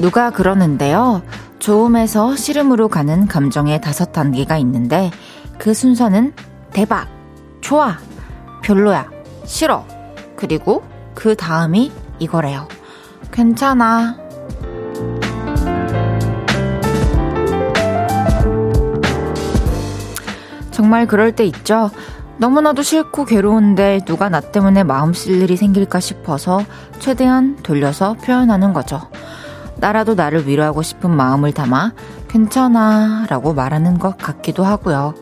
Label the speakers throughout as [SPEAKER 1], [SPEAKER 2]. [SPEAKER 1] 누가 그러는데요. 좋음에서 싫음으로 가는 감정의 다섯 단계가 있는데 그 순서는 대박, 좋아, 별로야, 싫어, 그리고 그 다음이 이거래요. 괜찮아. 정말 그럴 때 있죠? 너무나도 싫고 괴로운데 누가 나 때문에 마음 쓸 일이 생길까 싶어서 최대한 돌려서 표현하는 거죠. 나라도 나를 위로하고 싶은 마음을 담아 괜찮아 라고 말하는 것 같기도 하고요.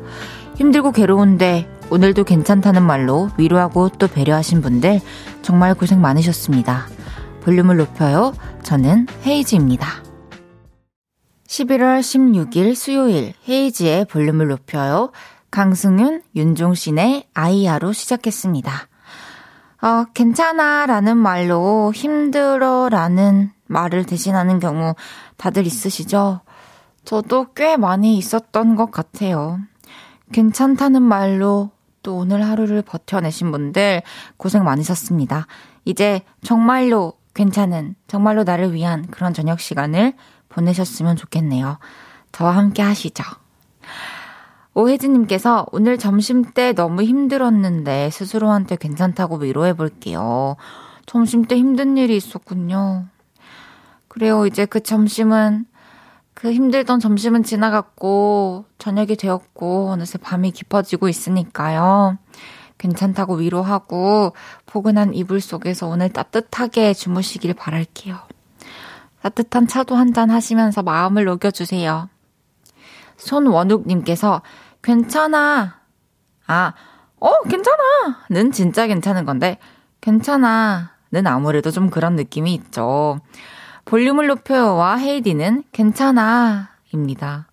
[SPEAKER 1] 힘들고 괴로운데 오늘도 괜찮다는 말로 위로하고 또 배려하신 분들 정말 고생 많으셨습니다. 볼륨을 높여요. 저는 헤이지입니다. 11월 16일 수요일 헤이지의 볼륨을 높여요. 강승윤, 윤종신의 아이야로 시작했습니다. 어, 괜찮아 라는 말로 힘들어 라는 말을 대신하는 경우 다들 있으시죠? 저도 꽤 많이 있었던 것 같아요. 괜찮다는 말로 또 오늘 하루를 버텨내신 분들 고생 많으셨습니다. 이제 정말로 괜찮은, 정말로 나를 위한 그런 저녁 시간을 보내셨으면 좋겠네요. 저와 함께 하시죠. 오혜진님께서 오늘 점심 때 너무 힘들었는데 스스로한테 괜찮다고 위로해볼게요. 점심 때 힘든 일이 있었군요. 그래요. 이제 그 점심은 그 힘들던 점심은 지나갔고 저녁이 되었고 어느새 밤이 깊어지고 있으니까요. 괜찮다고 위로하고 포근한 이불 속에서 오늘 따뜻하게 주무시길 바랄게요. 따뜻한 차도 한잔 하시면서 마음을 녹여주세요. 손원욱님께서 괜찮아. 아, 어, 괜찮아. 는 진짜 괜찮은 건데, 괜찮아. 는 아무래도 좀 그런 느낌이 있죠. 볼륨을 높여요와 헤이디는 괜찮아. 입니다.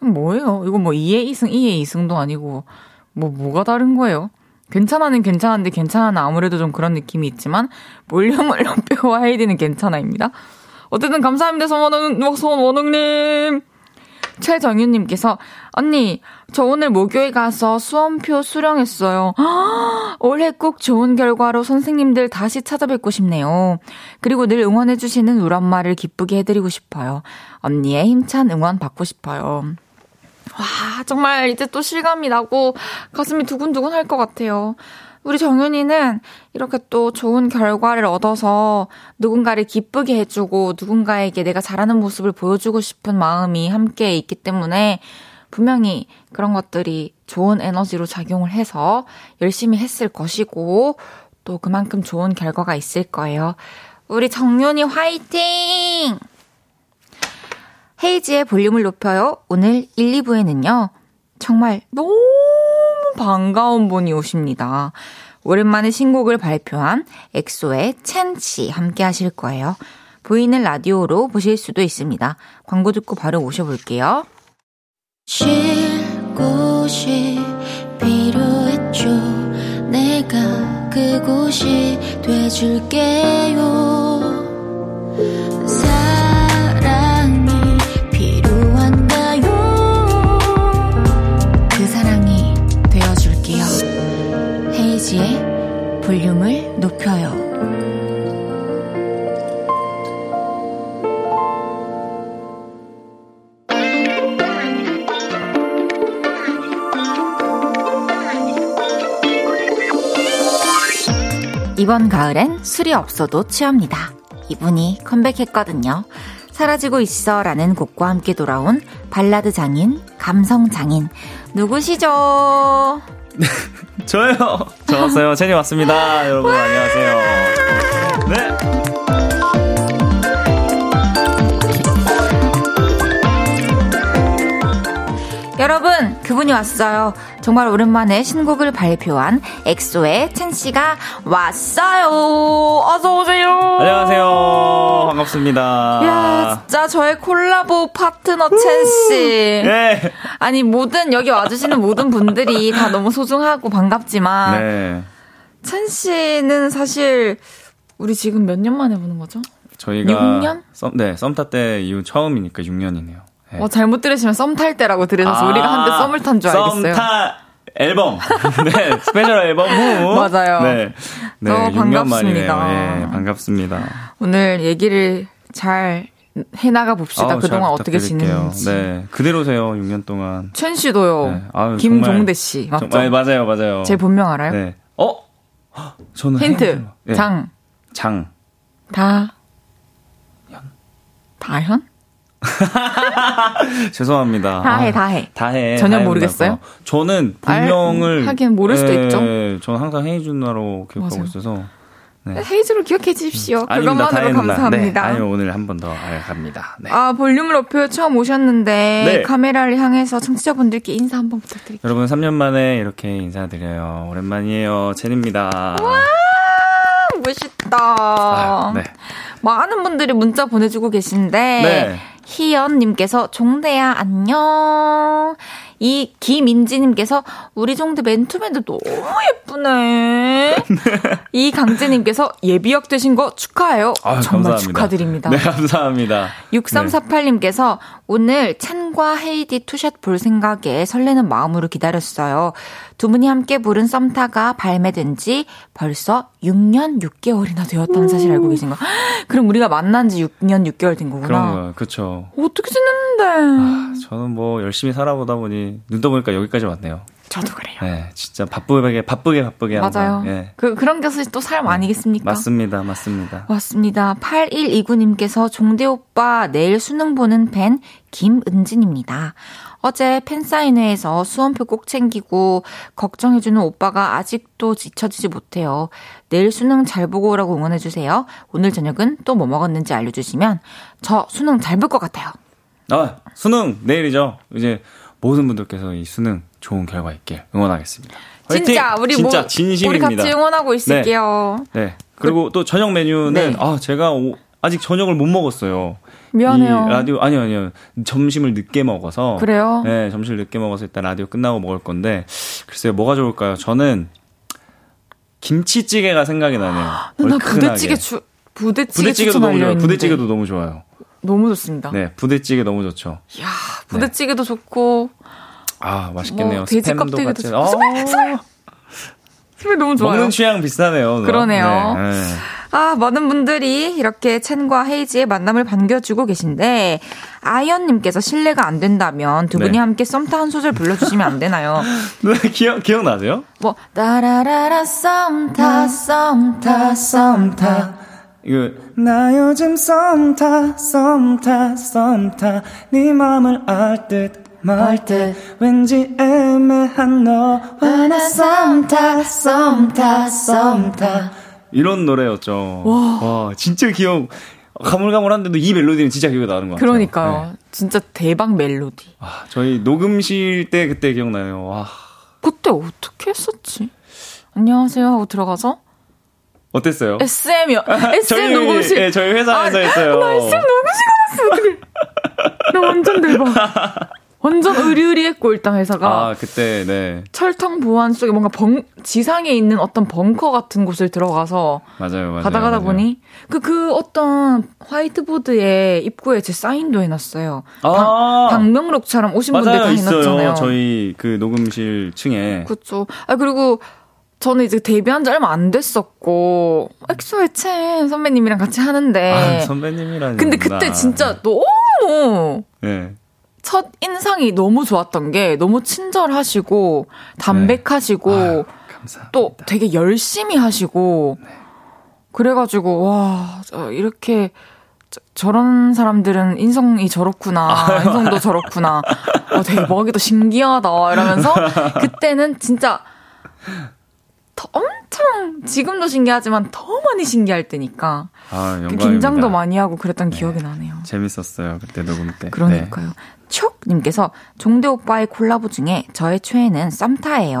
[SPEAKER 1] 뭐예요? 이거 뭐 2의 2승, 2의 2승도 아니고, 뭐, 뭐가 다른 거예요? 괜찮아는 괜찮은데, 괜찮아는 아무래도 좀 그런 느낌이 있지만, 볼륨을 높여요와 헤이디는 괜찮아입니다. 어쨌든 감사합니다, 손원욱, 손원욱님. 최정윤님께서 언니 저 오늘 모교에 가서 수험표 수령했어요. 헉, 올해 꼭 좋은 결과로 선생님들 다시 찾아뵙고 싶네요. 그리고 늘 응원해주시는 우리 엄마를 기쁘게 해드리고 싶어요. 언니의 힘찬 응원 받고 싶어요. 와 정말 이제 또 실감이 나고 가슴이 두근두근 할 것 같아요. 우리 정윤이는 이렇게 또 좋은 결과를 얻어서 누군가를 기쁘게 해주고 누군가에게 내가 잘하는 모습을 보여주고 싶은 마음이 함께 있기 때문에 분명히 그런 것들이 좋은 에너지로 작용을 해서 열심히 했을 것이고 또 그만큼 좋은 결과가 있을 거예요. 우리 정윤이 화이팅! 헤이지의 볼륨을 높여요. 오늘 1, 2부에는요. 정말 너무 반가운 분이 오십니다. 오랜만에 신곡을 발표한 엑소의 첸치 함께 하실 거예요. 보이는 라디오로 보실 수도 있습니다. 광고 듣고 바로 오셔볼게요.
[SPEAKER 2] 쉴 곳이 필요했죠 내가 그곳이 돼줄게요 사랑이 필요한가요 그 사랑이 되어줄게요 헤이지의 볼륨을 높여요
[SPEAKER 1] 이번 가을엔 술이 없어도 취합니다. 이분이 컴백했거든요. 사라지고 있어 라는 곡과 함께 돌아온 발라드 장인, 감성 장인. 누구시죠?
[SPEAKER 3] 저요. 저 왔어요. 제니 왔습니다. 여러분 안녕하세요. 네.
[SPEAKER 1] 여러분, 그분이 왔어요. 정말 오랜만에 신곡을 발표한 엑소의 첸씨가 왔어요. 어서오세요.
[SPEAKER 3] 안녕하세요. 반갑습니다.
[SPEAKER 1] 이야, 진짜 저의 콜라보 파트너 첸씨.
[SPEAKER 3] 예.
[SPEAKER 1] 아니, 모든, 여기 와주시는 모든 분들이 다 너무 소중하고 반갑지만,
[SPEAKER 3] 네.
[SPEAKER 1] 첸씨는 사실, 우리 지금 몇 년 만에 보는 거죠?
[SPEAKER 3] 저희가
[SPEAKER 1] 육 년?
[SPEAKER 3] 썸, 네, 썸타 때 이후 처음이니까 6년이네요. 아,
[SPEAKER 1] 어, 잘못 들으시면 썸 탈 때라고 들으셔서 우리가 한때 썸을 탄 줄 알겠어요.
[SPEAKER 3] 썸타 앨범. 네, 스페셜 앨범 후.
[SPEAKER 1] 맞아요.
[SPEAKER 3] 네. 네,
[SPEAKER 1] 너무
[SPEAKER 3] 6년
[SPEAKER 1] 반갑습니다.
[SPEAKER 3] 만이네요. 예, 반갑습니다.
[SPEAKER 1] 오늘 얘기를 잘 해나가 봅시다.
[SPEAKER 3] 아우, 잘
[SPEAKER 1] 그동안 어떻게
[SPEAKER 3] 부탁드릴게요.
[SPEAKER 1] 지냈는지.
[SPEAKER 3] 네, 그대로세요. 6년 동안.
[SPEAKER 1] 첸 씨도요.
[SPEAKER 3] 네, 아유,
[SPEAKER 1] 김종대
[SPEAKER 3] 정말-
[SPEAKER 1] 씨
[SPEAKER 3] 좀-
[SPEAKER 1] 맞죠?
[SPEAKER 3] 네, 맞아요, 맞아요.
[SPEAKER 1] 제 본명 알아요?
[SPEAKER 3] 네. 어? 헉, 저는
[SPEAKER 1] 힌트.
[SPEAKER 3] 행운을- 네,
[SPEAKER 1] 장.
[SPEAKER 3] 장.
[SPEAKER 1] 다. 다현?
[SPEAKER 3] 죄송합니다.
[SPEAKER 1] 다해,
[SPEAKER 3] 아,
[SPEAKER 1] 다해.
[SPEAKER 3] 다해.
[SPEAKER 1] 전혀
[SPEAKER 3] 다해입니다.
[SPEAKER 1] 모르겠어요?
[SPEAKER 3] 저는
[SPEAKER 1] 알-
[SPEAKER 3] 본명을
[SPEAKER 1] 하긴 모를 수도
[SPEAKER 3] 예,
[SPEAKER 1] 있죠.
[SPEAKER 3] 저는 항상 헤이즈 누나로 기억하고
[SPEAKER 1] 맞아요.
[SPEAKER 3] 있어서. 네.
[SPEAKER 1] 헤이즈로 기억해 주십시오.
[SPEAKER 3] 아닙니다. 다해
[SPEAKER 1] 그것만으로
[SPEAKER 3] 누나.
[SPEAKER 1] 감사합니다.
[SPEAKER 3] 네, 아니요, 오늘 한 번 더 알갑니다. 네.
[SPEAKER 1] 아, 볼륨을 높여 처음 오셨는데
[SPEAKER 3] 네.
[SPEAKER 1] 카메라를 향해서 청취자분들께 인사 한번 부탁드릴게요.
[SPEAKER 3] 여러분 3년 만에 이렇게 인사드려요. 오랜만이에요. 젠입니다.
[SPEAKER 1] 아, 멋있다.
[SPEAKER 3] 아, 네.
[SPEAKER 1] 많은 분들이 문자 보내주고 계신데
[SPEAKER 3] 네.
[SPEAKER 1] 희연님께서 종대야 안녕. 이 김인지님께서 우리 종대 맨투맨도 너무 예쁘네. 이 강재님께서 예비역 되신 거 축하해요.
[SPEAKER 3] 아유,
[SPEAKER 1] 정말
[SPEAKER 3] 감사합니다.
[SPEAKER 1] 축하드립니다.
[SPEAKER 3] 네, 감사합니다.
[SPEAKER 1] 6348님께서 오늘 찬과 헤이디 투샷 볼 생각에 설레는 마음으로 기다렸어요. 두 분이 함께 부른 썸타가 발매된 지 벌써 6년 6개월이나 되었다는 사실 알고 계신가? 그럼 우리가 만난 지 6년 6개월 된 거구나.
[SPEAKER 3] 그런 거예요. 그쵸.
[SPEAKER 1] 어떻게 지냈는데?
[SPEAKER 3] 저는 뭐 열심히 살아보다 보니 눈떠 보니까 여기까지 왔네요.
[SPEAKER 1] 저도 그래요.
[SPEAKER 3] 네, 진짜 바쁘게 바쁘게 바쁘게
[SPEAKER 1] 맞아요.
[SPEAKER 3] 항상. 예.
[SPEAKER 1] 그, 그런 것이 또 삶 아니겠습니까?
[SPEAKER 3] 맞습니다. 맞습니다.
[SPEAKER 1] 맞습니다. 8129님께서 종대 오빠 내일 수능 보는 팬 김은진입니다. 어제 팬사인회에서 수험표 꼭 챙기고 걱정해주는 오빠가 아직도 잊혀지지 못해요. 내일 수능 잘 보고 오라고 응원해주세요. 오늘 저녁은 또 뭐 먹었는지 알려주시면 저 수능 잘 볼 것 같아요.
[SPEAKER 3] 아, 수능 내일이죠. 이제 모든 분들께서 이 수능 좋은 결과 있길 응원하겠습니다. 화이팅!
[SPEAKER 1] 진짜 우리 모-
[SPEAKER 3] 진짜 진심입니다.
[SPEAKER 1] 우리 같이 응원하고 있을게요.
[SPEAKER 3] 네. 그리고 또 저녁 메뉴는
[SPEAKER 1] 네.
[SPEAKER 3] 아 제가 오- 아직 저녁을 못 먹었어요.
[SPEAKER 1] 미안해요.
[SPEAKER 3] 이 라디오 아니요 아니요 점심을 늦게 먹어서
[SPEAKER 1] 그래요?
[SPEAKER 3] 네 점심을 늦게 먹어서 일단 라디오 끝나고 먹을 건데 글쎄요 뭐가 좋을까요? 저는 김치찌개가 생각이 나네요.
[SPEAKER 1] 나
[SPEAKER 3] 얼큰하게.
[SPEAKER 1] 부대찌개 주, 부대찌개
[SPEAKER 3] 부대찌개도
[SPEAKER 1] 추천
[SPEAKER 3] 너무 좋아요.
[SPEAKER 1] 알려있는데.
[SPEAKER 3] 부대찌개도 너무 좋아요.
[SPEAKER 1] 너무 좋습니다.
[SPEAKER 3] 네 부대찌개 너무 좋죠.
[SPEAKER 1] 이야 부대찌개도 좋고
[SPEAKER 3] 아 맛있겠네요.
[SPEAKER 1] 뭐, 돼지
[SPEAKER 3] 스팸도
[SPEAKER 1] 껍데기도
[SPEAKER 3] 같이.
[SPEAKER 1] 좋-
[SPEAKER 3] 어,
[SPEAKER 1] 스멜 너무 좋아요.
[SPEAKER 3] 먹는 취향 비슷하네요.
[SPEAKER 1] 그러네요.
[SPEAKER 3] 네, 네.
[SPEAKER 1] 아, 많은 분들이 이렇게 첸과 헤이지의 만남을 반겨주고 계신데, 아이언님께서 신뢰가 안 된다면 두 분이
[SPEAKER 3] 네.
[SPEAKER 1] 함께 썸타 한 소절 불러주시면 안 되나요?
[SPEAKER 3] 누나 네, 기억 기억나세요?
[SPEAKER 1] 뭐, 따라라라 썸타, 썸타, 썸타.
[SPEAKER 3] 이거
[SPEAKER 4] 나 요즘 썸타 썸타 썸타 네 맘을 알 듯 말 듯 왠지 애매한 너와 나 썸타 썸타 썸타
[SPEAKER 3] 이런 노래였죠. 와, 진짜 기억 가물가물한데도 이 멜로디는 진짜 기억이 나는 것 같아요.
[SPEAKER 1] 그러니까요.
[SPEAKER 3] 네.
[SPEAKER 1] 진짜 대박 멜로디.
[SPEAKER 3] 아, 저희 녹음실 때 그때 기억나요. 와,
[SPEAKER 1] 그때 어떻게 했었지? 안녕하세요 하고 들어가서
[SPEAKER 3] 어땠어요?
[SPEAKER 1] SM 여, SM 녹음실
[SPEAKER 3] 아, 예, 저희 회사에서
[SPEAKER 1] 아,
[SPEAKER 3] 했어요.
[SPEAKER 1] 나 SM 녹음실 갔어 어떡해 나 완전 대박 완전 의리의리했고 일단 회사가
[SPEAKER 3] 아, 그때 네
[SPEAKER 1] 철통 보안 속에 뭔가 벙, 지상에 있는 어떤 벙커 같은 곳을 들어가서
[SPEAKER 3] 맞아요 맞아요.
[SPEAKER 1] 가다 가다
[SPEAKER 3] 맞아요.
[SPEAKER 1] 보니 그, 그 어떤 화이트보드에 입구에 제 사인도 해놨어요.
[SPEAKER 3] 아.
[SPEAKER 1] 방- 방명록처럼 오신 분들 다
[SPEAKER 3] 맞아요 있어요.
[SPEAKER 1] 해놨잖아요.
[SPEAKER 3] 저희 그 녹음실 층에
[SPEAKER 1] 그쵸. 아, 그리고 저는 이제 데뷔한 지 얼마 안 됐었고, 엑소의 첸 선배님이랑 같이 하는데.
[SPEAKER 3] 아, 선배님이라니.
[SPEAKER 1] 근데 그때 진짜 너무
[SPEAKER 3] 네.
[SPEAKER 1] 첫 인상이 너무 좋았던 게 너무 친절하시고 담백하시고
[SPEAKER 3] 네. 아유, 감사합니다.
[SPEAKER 1] 또 되게 열심히 하시고 그래가지고 와 저 이렇게 저, 런 사람들은 인성이 저렇구나 인성도 저렇구나 어, 대박이다 신기하다 이러면서 그때는 진짜 더 엄청 지금도 신기하지만 더 많이 신기할 때니까
[SPEAKER 3] 아,
[SPEAKER 1] 그
[SPEAKER 3] 영광입니다.
[SPEAKER 1] 긴장도 많이 하고 그랬던 기억이 나네요.
[SPEAKER 3] 재밌었어요 그때 녹음 때. 네.
[SPEAKER 1] 그러니까요. 촉님께서 종대 오빠의 콜라보 중에 저의 최애는 썸타예요.
[SPEAKER 3] 네.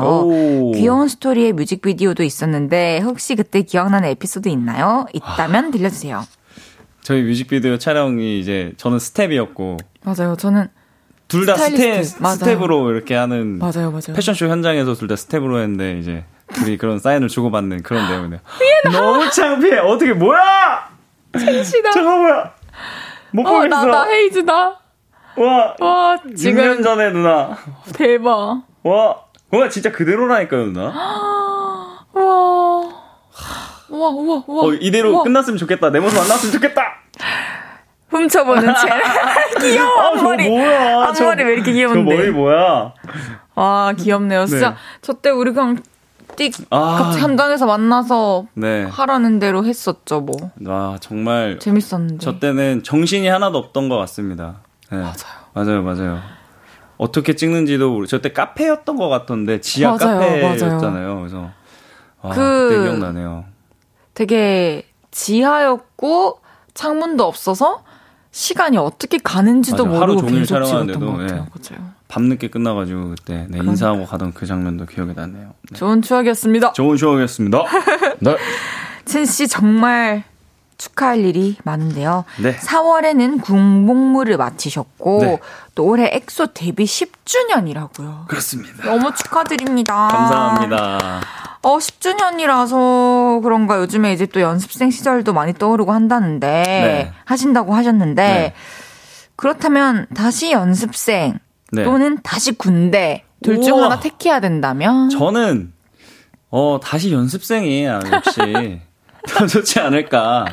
[SPEAKER 3] 오.
[SPEAKER 1] 귀여운 스토리의 뮤직비디오도 있었는데 혹시 그때 기억나는 에피소드 있나요?
[SPEAKER 3] 아.
[SPEAKER 1] 있다면 들려주세요.
[SPEAKER 3] 저희 뮤직비디오 촬영이 이제 저는 스텝이었고
[SPEAKER 1] 맞아요. 저는
[SPEAKER 3] 둘 다 스텝
[SPEAKER 1] 스타일리스트. 맞아요.
[SPEAKER 3] 스텝으로 이렇게 하는
[SPEAKER 1] 맞아요, 맞아요.
[SPEAKER 3] 음. 패션쇼 현장에서 둘 다 스텝으로 했는데 이제 둘이 그런 사인을 주고받는
[SPEAKER 1] 아,
[SPEAKER 3] 그런 내용이네요. 너무 창피해. 어떻게 뭐야?
[SPEAKER 1] 시다.
[SPEAKER 3] 잠깐만. 못
[SPEAKER 1] 어, 나, 나
[SPEAKER 3] 보겠어.
[SPEAKER 1] 헤이즈다.
[SPEAKER 3] 와.
[SPEAKER 1] 와, 지금
[SPEAKER 3] 6년 전에 누나.
[SPEAKER 1] 대박.
[SPEAKER 3] 와. 와 진짜 그대로라니까요 누나.
[SPEAKER 1] 우와. 우와, 우와, 우와.
[SPEAKER 3] 어 이대로
[SPEAKER 1] 우와.
[SPEAKER 3] 끝났으면 좋겠다. 내 모습 안 나왔으면 좋겠다.
[SPEAKER 1] 훔쳐보는 채. 귀여워,
[SPEAKER 3] 아, 저거
[SPEAKER 1] 앞머리.
[SPEAKER 3] 뭐야.
[SPEAKER 1] 앞머리 왜 이렇게
[SPEAKER 3] 저
[SPEAKER 1] 귀여운데.
[SPEAKER 3] 머리 뭐야.
[SPEAKER 1] 와, 귀엽네요. 진짜.
[SPEAKER 3] 네.
[SPEAKER 1] 저 때 우리 그냥 띡
[SPEAKER 3] 아.
[SPEAKER 1] 같이 현장에서 만나서
[SPEAKER 3] 네.
[SPEAKER 1] 하라는 대로 했었죠, 뭐.
[SPEAKER 3] 와, 정말
[SPEAKER 1] 재밌었는데.
[SPEAKER 3] 저 때는 정신이 하나도 없던 것 같습니다. 네. 맞아요. 맞아요, 맞아요. 어떻게 찍는지도 모르. 저때 카페였던 것 같던데 지하
[SPEAKER 1] 맞아요,
[SPEAKER 3] 카페였잖아요. 그래서 와,
[SPEAKER 1] 그-
[SPEAKER 3] 그때 기억나네요.
[SPEAKER 1] 되게 지하였고 창문도 없어서 시간이 어떻게 가는지도
[SPEAKER 3] 맞아요. 하루
[SPEAKER 1] 모르고
[SPEAKER 3] 종일
[SPEAKER 1] 계속 찍었던
[SPEAKER 3] 촬영하는데도, 네.
[SPEAKER 1] 것 같아요. 맞아요.
[SPEAKER 3] 밤늦게 끝나가지고 그때 네,
[SPEAKER 1] 그러니까.
[SPEAKER 3] 인사하고 가던 그 장면도 기억이 나네요. 네.
[SPEAKER 1] 좋은 추억이었습니다.
[SPEAKER 3] 좋은 추억이었습니다. 네.
[SPEAKER 1] 친 씨 정말 축하할 일이 많은데요.
[SPEAKER 3] 네.
[SPEAKER 1] 4월에는 군복무를 마치셨고
[SPEAKER 3] 네.
[SPEAKER 1] 또 올해 엑소 데뷔 10주년이라고요.
[SPEAKER 3] 그렇습니다.
[SPEAKER 1] 너무 축하드립니다.
[SPEAKER 3] 감사합니다.
[SPEAKER 1] 어, 10주년이라서 그런가 요즘에 이제 또 연습생 시절도 많이 떠오르고 한다는데
[SPEAKER 3] 네.
[SPEAKER 1] 하신다고 하셨는데
[SPEAKER 3] 네.
[SPEAKER 1] 그렇다면 다시 연습생
[SPEAKER 3] 네.
[SPEAKER 1] 또는 다시 군대 둘 중
[SPEAKER 3] 우와.
[SPEAKER 1] 하나 택해야 된다면
[SPEAKER 3] 저는 어 다시 연습생이 역시 더 좋지 않을까.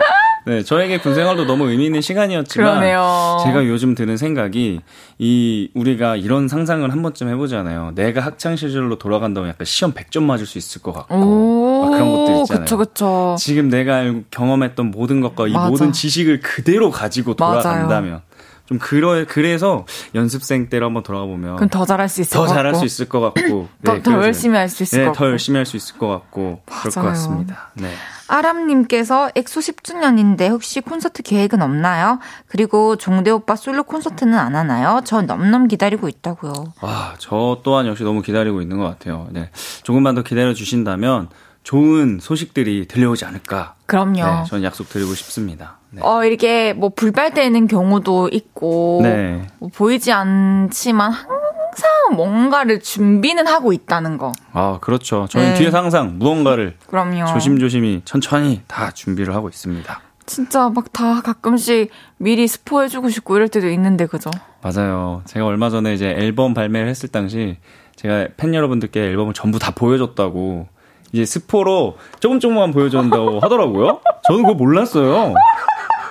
[SPEAKER 3] 네, 저에게 군 생활도 너무 의미 있는 시간이었지만
[SPEAKER 1] 그러네요.
[SPEAKER 3] 제가 요즘 드는 생각이 이 우리가 이런 상상을 한 번쯤 해보잖아요. 내가 학창 시절로 돌아간다면 약간 시험 100점 맞을 수 있을 것 같고
[SPEAKER 1] 오,
[SPEAKER 3] 막 그런 것들 있잖아요.
[SPEAKER 1] 그쵸 그쵸.
[SPEAKER 3] 지금 내가 알고 경험했던 모든 것과 이
[SPEAKER 1] 맞아.
[SPEAKER 3] 모든 지식을 그대로 가지고
[SPEAKER 1] 맞아요.
[SPEAKER 3] 돌아간다면 좀 그러, 그래서 연습생 때로 한번 돌아가 보면
[SPEAKER 1] 그럼 더 잘할 수 있을
[SPEAKER 3] 더
[SPEAKER 1] 것
[SPEAKER 3] 잘할
[SPEAKER 1] 같고.
[SPEAKER 3] 수 있을 것 같고 네,
[SPEAKER 1] 더- 더
[SPEAKER 3] 그래서
[SPEAKER 1] 열심히 할수 있을
[SPEAKER 3] 네,
[SPEAKER 1] 것 같고.
[SPEAKER 3] 더 열심히 할 수 있을 것 같고 그럴 것
[SPEAKER 1] 맞아요.
[SPEAKER 3] 같습니다. 네.
[SPEAKER 1] 아람님께서 엑소 10주년인데 혹시 콘서트 계획은 없나요? 그리고 종대 오빠 솔로 콘서트는 안 하나요? 저 넘넘 기다리고 있다고요.
[SPEAKER 3] 아, 저 또한 역시 너무 기다리고 있는 것 같아요. 네. 조금만 더 기다려 주신다면 좋은 소식들이 들려오지 않을까.
[SPEAKER 1] 그럼요.
[SPEAKER 3] 네, 전 약속 드리고 싶습니다. 네.
[SPEAKER 1] 어, 이렇게 뭐 불발되는 경우도 있고,
[SPEAKER 3] 네.
[SPEAKER 1] 뭐 보이지 않지만 항상 뭔가를 준비는 하고 있다는 거.
[SPEAKER 3] 아, 그렇죠.
[SPEAKER 1] 네.
[SPEAKER 3] 저는 뒤에서 항상 무언가를
[SPEAKER 1] 그럼요.
[SPEAKER 3] 조심조심히 천천히 다 준비를 하고 있습니다.
[SPEAKER 1] 진짜 막 다 가끔씩 미리 스포해주고 싶고 이럴 때도 있는데, 그죠?
[SPEAKER 3] 맞아요. 제가 얼마 전에 이제 앨범 발매를 했을 당시 제가 팬 여러분들께 앨범을 전부 다 보여줬다고 이제 스포로 조금 조금만 보여준다고 하더라고요. 저는 그거 몰랐어요.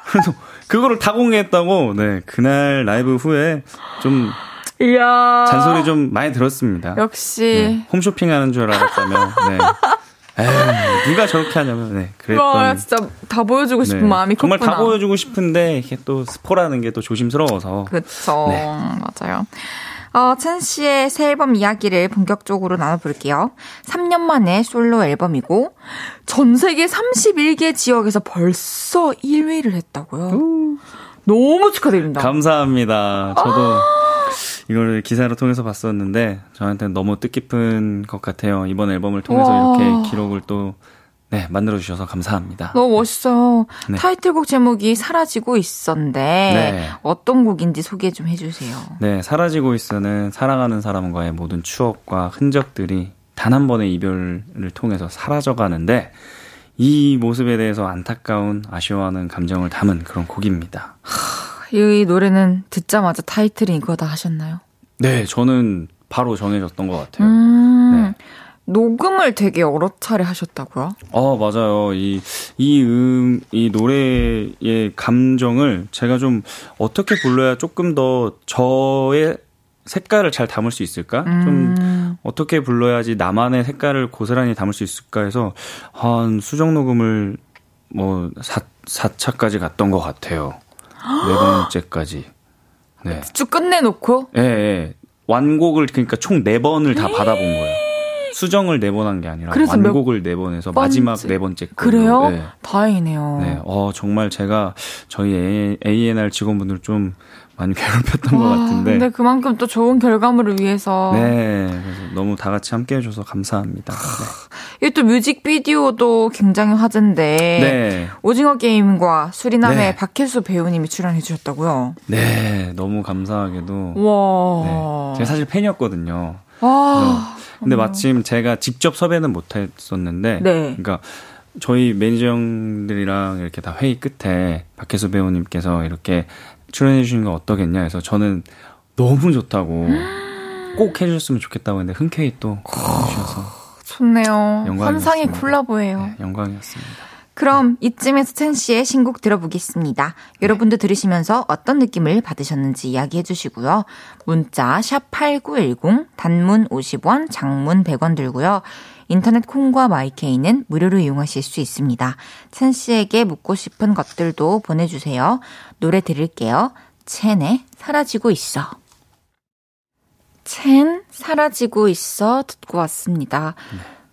[SPEAKER 3] 그래서 그거를 다 공개했다고 네 그날 라이브 후에 좀
[SPEAKER 1] 이야.
[SPEAKER 3] 잔소리 좀 많이 들었습니다.
[SPEAKER 1] 역시.
[SPEAKER 3] 네, 홈쇼핑하는 줄 알았다면 네. 에이, 누가 저렇게 하냐면 네
[SPEAKER 1] 와,
[SPEAKER 3] 그랬던
[SPEAKER 1] 진짜 다 보여주고 싶은
[SPEAKER 3] 네,
[SPEAKER 1] 마음이
[SPEAKER 3] 정말
[SPEAKER 1] 컸구나.
[SPEAKER 3] 다 보여주고 싶은데 이게 또 스포라는 게 또 조심스러워서
[SPEAKER 1] 그쵸.
[SPEAKER 3] 네.
[SPEAKER 1] 맞아요. 어, 첸 씨의 새 앨범 이야기를 본격적으로 나눠볼게요. 3년 만에 솔로 앨범이고, 전 세계 31개 지역에서 벌써 1위를 했다고요. 너무 축하드립니다.
[SPEAKER 3] 감사합니다. 저도 이걸 기사를 통해서 봤었는데 저한테는 너무 뜻깊은 것 같아요. 이번 앨범을 통해서
[SPEAKER 1] 와.
[SPEAKER 3] 이렇게 기록을 또 네, 만들어 주셔서 감사합니다.
[SPEAKER 1] 너무 멋있어요.
[SPEAKER 3] 네.
[SPEAKER 1] 타이틀곡 제목이 사라지고 있었는데,
[SPEAKER 3] 네.
[SPEAKER 1] 어떤 곡인지 소개 좀 해주세요.
[SPEAKER 3] 네, 사라지고 있어는 사랑하는 사람과의 모든 추억과 흔적들이 단 한 번의 이별을 통해서 사라져 가는데 이 모습에 대해서 안타까운 아쉬워하는 감정을 담은 그런 곡입니다.
[SPEAKER 1] 이 노래는 듣자마자 타이틀이 이거다 하셨나요?
[SPEAKER 3] 네, 저는 바로 정해졌던 것 같아요.
[SPEAKER 1] 음,
[SPEAKER 3] 네.
[SPEAKER 1] 녹음을 되게 여러 차례 하셨다고요?
[SPEAKER 3] 어, 맞아요. 이, 이 음, 이 노래의 감정을 제가 좀 어떻게 불러야 조금 더 저의 색깔을 잘 담을 수 있을까?
[SPEAKER 1] 음.
[SPEAKER 3] 좀 어떻게 불러야지 나만의 색깔을 고스란히 담을 수 있을까 해서 한 수정 녹음을 뭐 4, 사차까지 갔던 것 같아요. 네 번째까지. 네.
[SPEAKER 1] 쭉 끝내놓고
[SPEAKER 3] 예, 예. 완곡을 그러니까 총 네번을다 받아본 거예요. 수정을 네 번 한 게 아니라
[SPEAKER 1] 그래서 몇
[SPEAKER 3] 완곡을 네 번 해서 마지막
[SPEAKER 1] 번째?
[SPEAKER 3] 네 번째 걸로.
[SPEAKER 1] 그래요?
[SPEAKER 3] 네.
[SPEAKER 1] 다행이네요.
[SPEAKER 3] 네. 어, 정말 제가 저희 ANR 직원분들 좀 많이 괴롭혔던 것
[SPEAKER 1] 와,
[SPEAKER 3] 같은데.
[SPEAKER 1] 아, 근데 어. 그만큼 또 좋은 결과물을 위해서
[SPEAKER 3] 네. 그래서 너무 다 같이 함께 해줘서 감사합니다.
[SPEAKER 1] 이게 또 뮤직비디오도 굉장히 화제인데
[SPEAKER 3] 네. 네.
[SPEAKER 1] 오징어 게임과 수리남의
[SPEAKER 3] 네.
[SPEAKER 1] 박혜수 배우님이 출연해 주셨다고요.
[SPEAKER 3] 네, 너무 감사하게도.
[SPEAKER 1] 와. 아,
[SPEAKER 3] 네. 제가 사실 팬이었거든요.
[SPEAKER 1] 와.
[SPEAKER 3] 근데 마침 제가 직접 섭외는 못 했었는데
[SPEAKER 1] 음. 네.
[SPEAKER 3] 그러니까 저희 매니저 형들이랑 이렇게 다 회의 끝에 박혜수 배우님께서 이렇게 출연해 주시는 건 어떠겠냐 해서 저는 너무 좋다고 꼭 해주셨으면 좋겠다고
[SPEAKER 1] 어.
[SPEAKER 3] 했는데 흔쾌히 또 해주셔서 네,
[SPEAKER 1] 좋네요.
[SPEAKER 3] 영광이었습니다.
[SPEAKER 1] 환상의 콜라보예요.
[SPEAKER 3] 네, 영광이었습니다.
[SPEAKER 1] 그럼 이쯤에서 첸 씨의 신곡 들어보겠습니다. 여러분도 들으시면서 어떤 느낌을 받으셨는지 이야기해 주시고요. 문자 샵 8910 단문 50원, 장문 100원 들고요. 인터넷 콩과 마이케이는 무료로 이용하실 수 있습니다. 첸 씨에게 묻고 싶은 것들도 보내주세요. 노래 들을게요. 첸의 사라지고 있어. 첸 사라지고 있어 듣고 왔습니다.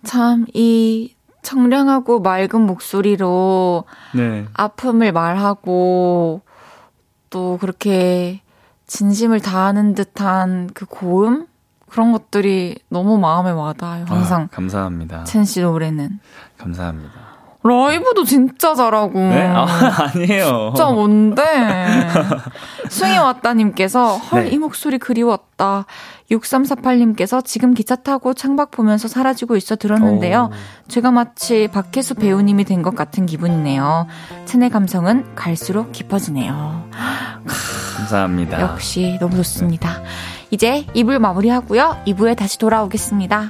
[SPEAKER 1] 참, 이 청량하고 맑은 목소리로
[SPEAKER 3] 네.
[SPEAKER 1] 아픔을 말하고 또 그렇게 진심을 다하는 듯한 그 고음? 그런 것들이 너무 마음에 와닿아요,
[SPEAKER 3] 아,
[SPEAKER 1] 항상.
[SPEAKER 3] 감사합니다.
[SPEAKER 1] 첸 씨 노래는.
[SPEAKER 3] 감사합니다.
[SPEAKER 1] 라이브도 진짜 잘하고.
[SPEAKER 3] 네? 아, 아니에요.
[SPEAKER 1] 진짜 뭔데? 숭이 왔다님께서 헐,
[SPEAKER 3] 네.
[SPEAKER 1] 이 목소리 그리웠다. 6348님께서 지금 기차 타고 창밖 보면서 사라지고 있어 들었는데요. 제가 마치 박혜수 배우님이 된 것 같은 기분이네요. 첸의 감성은 갈수록 깊어지네요.
[SPEAKER 3] 감사합니다.
[SPEAKER 1] 역시 너무 좋습니다. 이제 2부를 마무리하고요. 2부에 다시 돌아오겠습니다.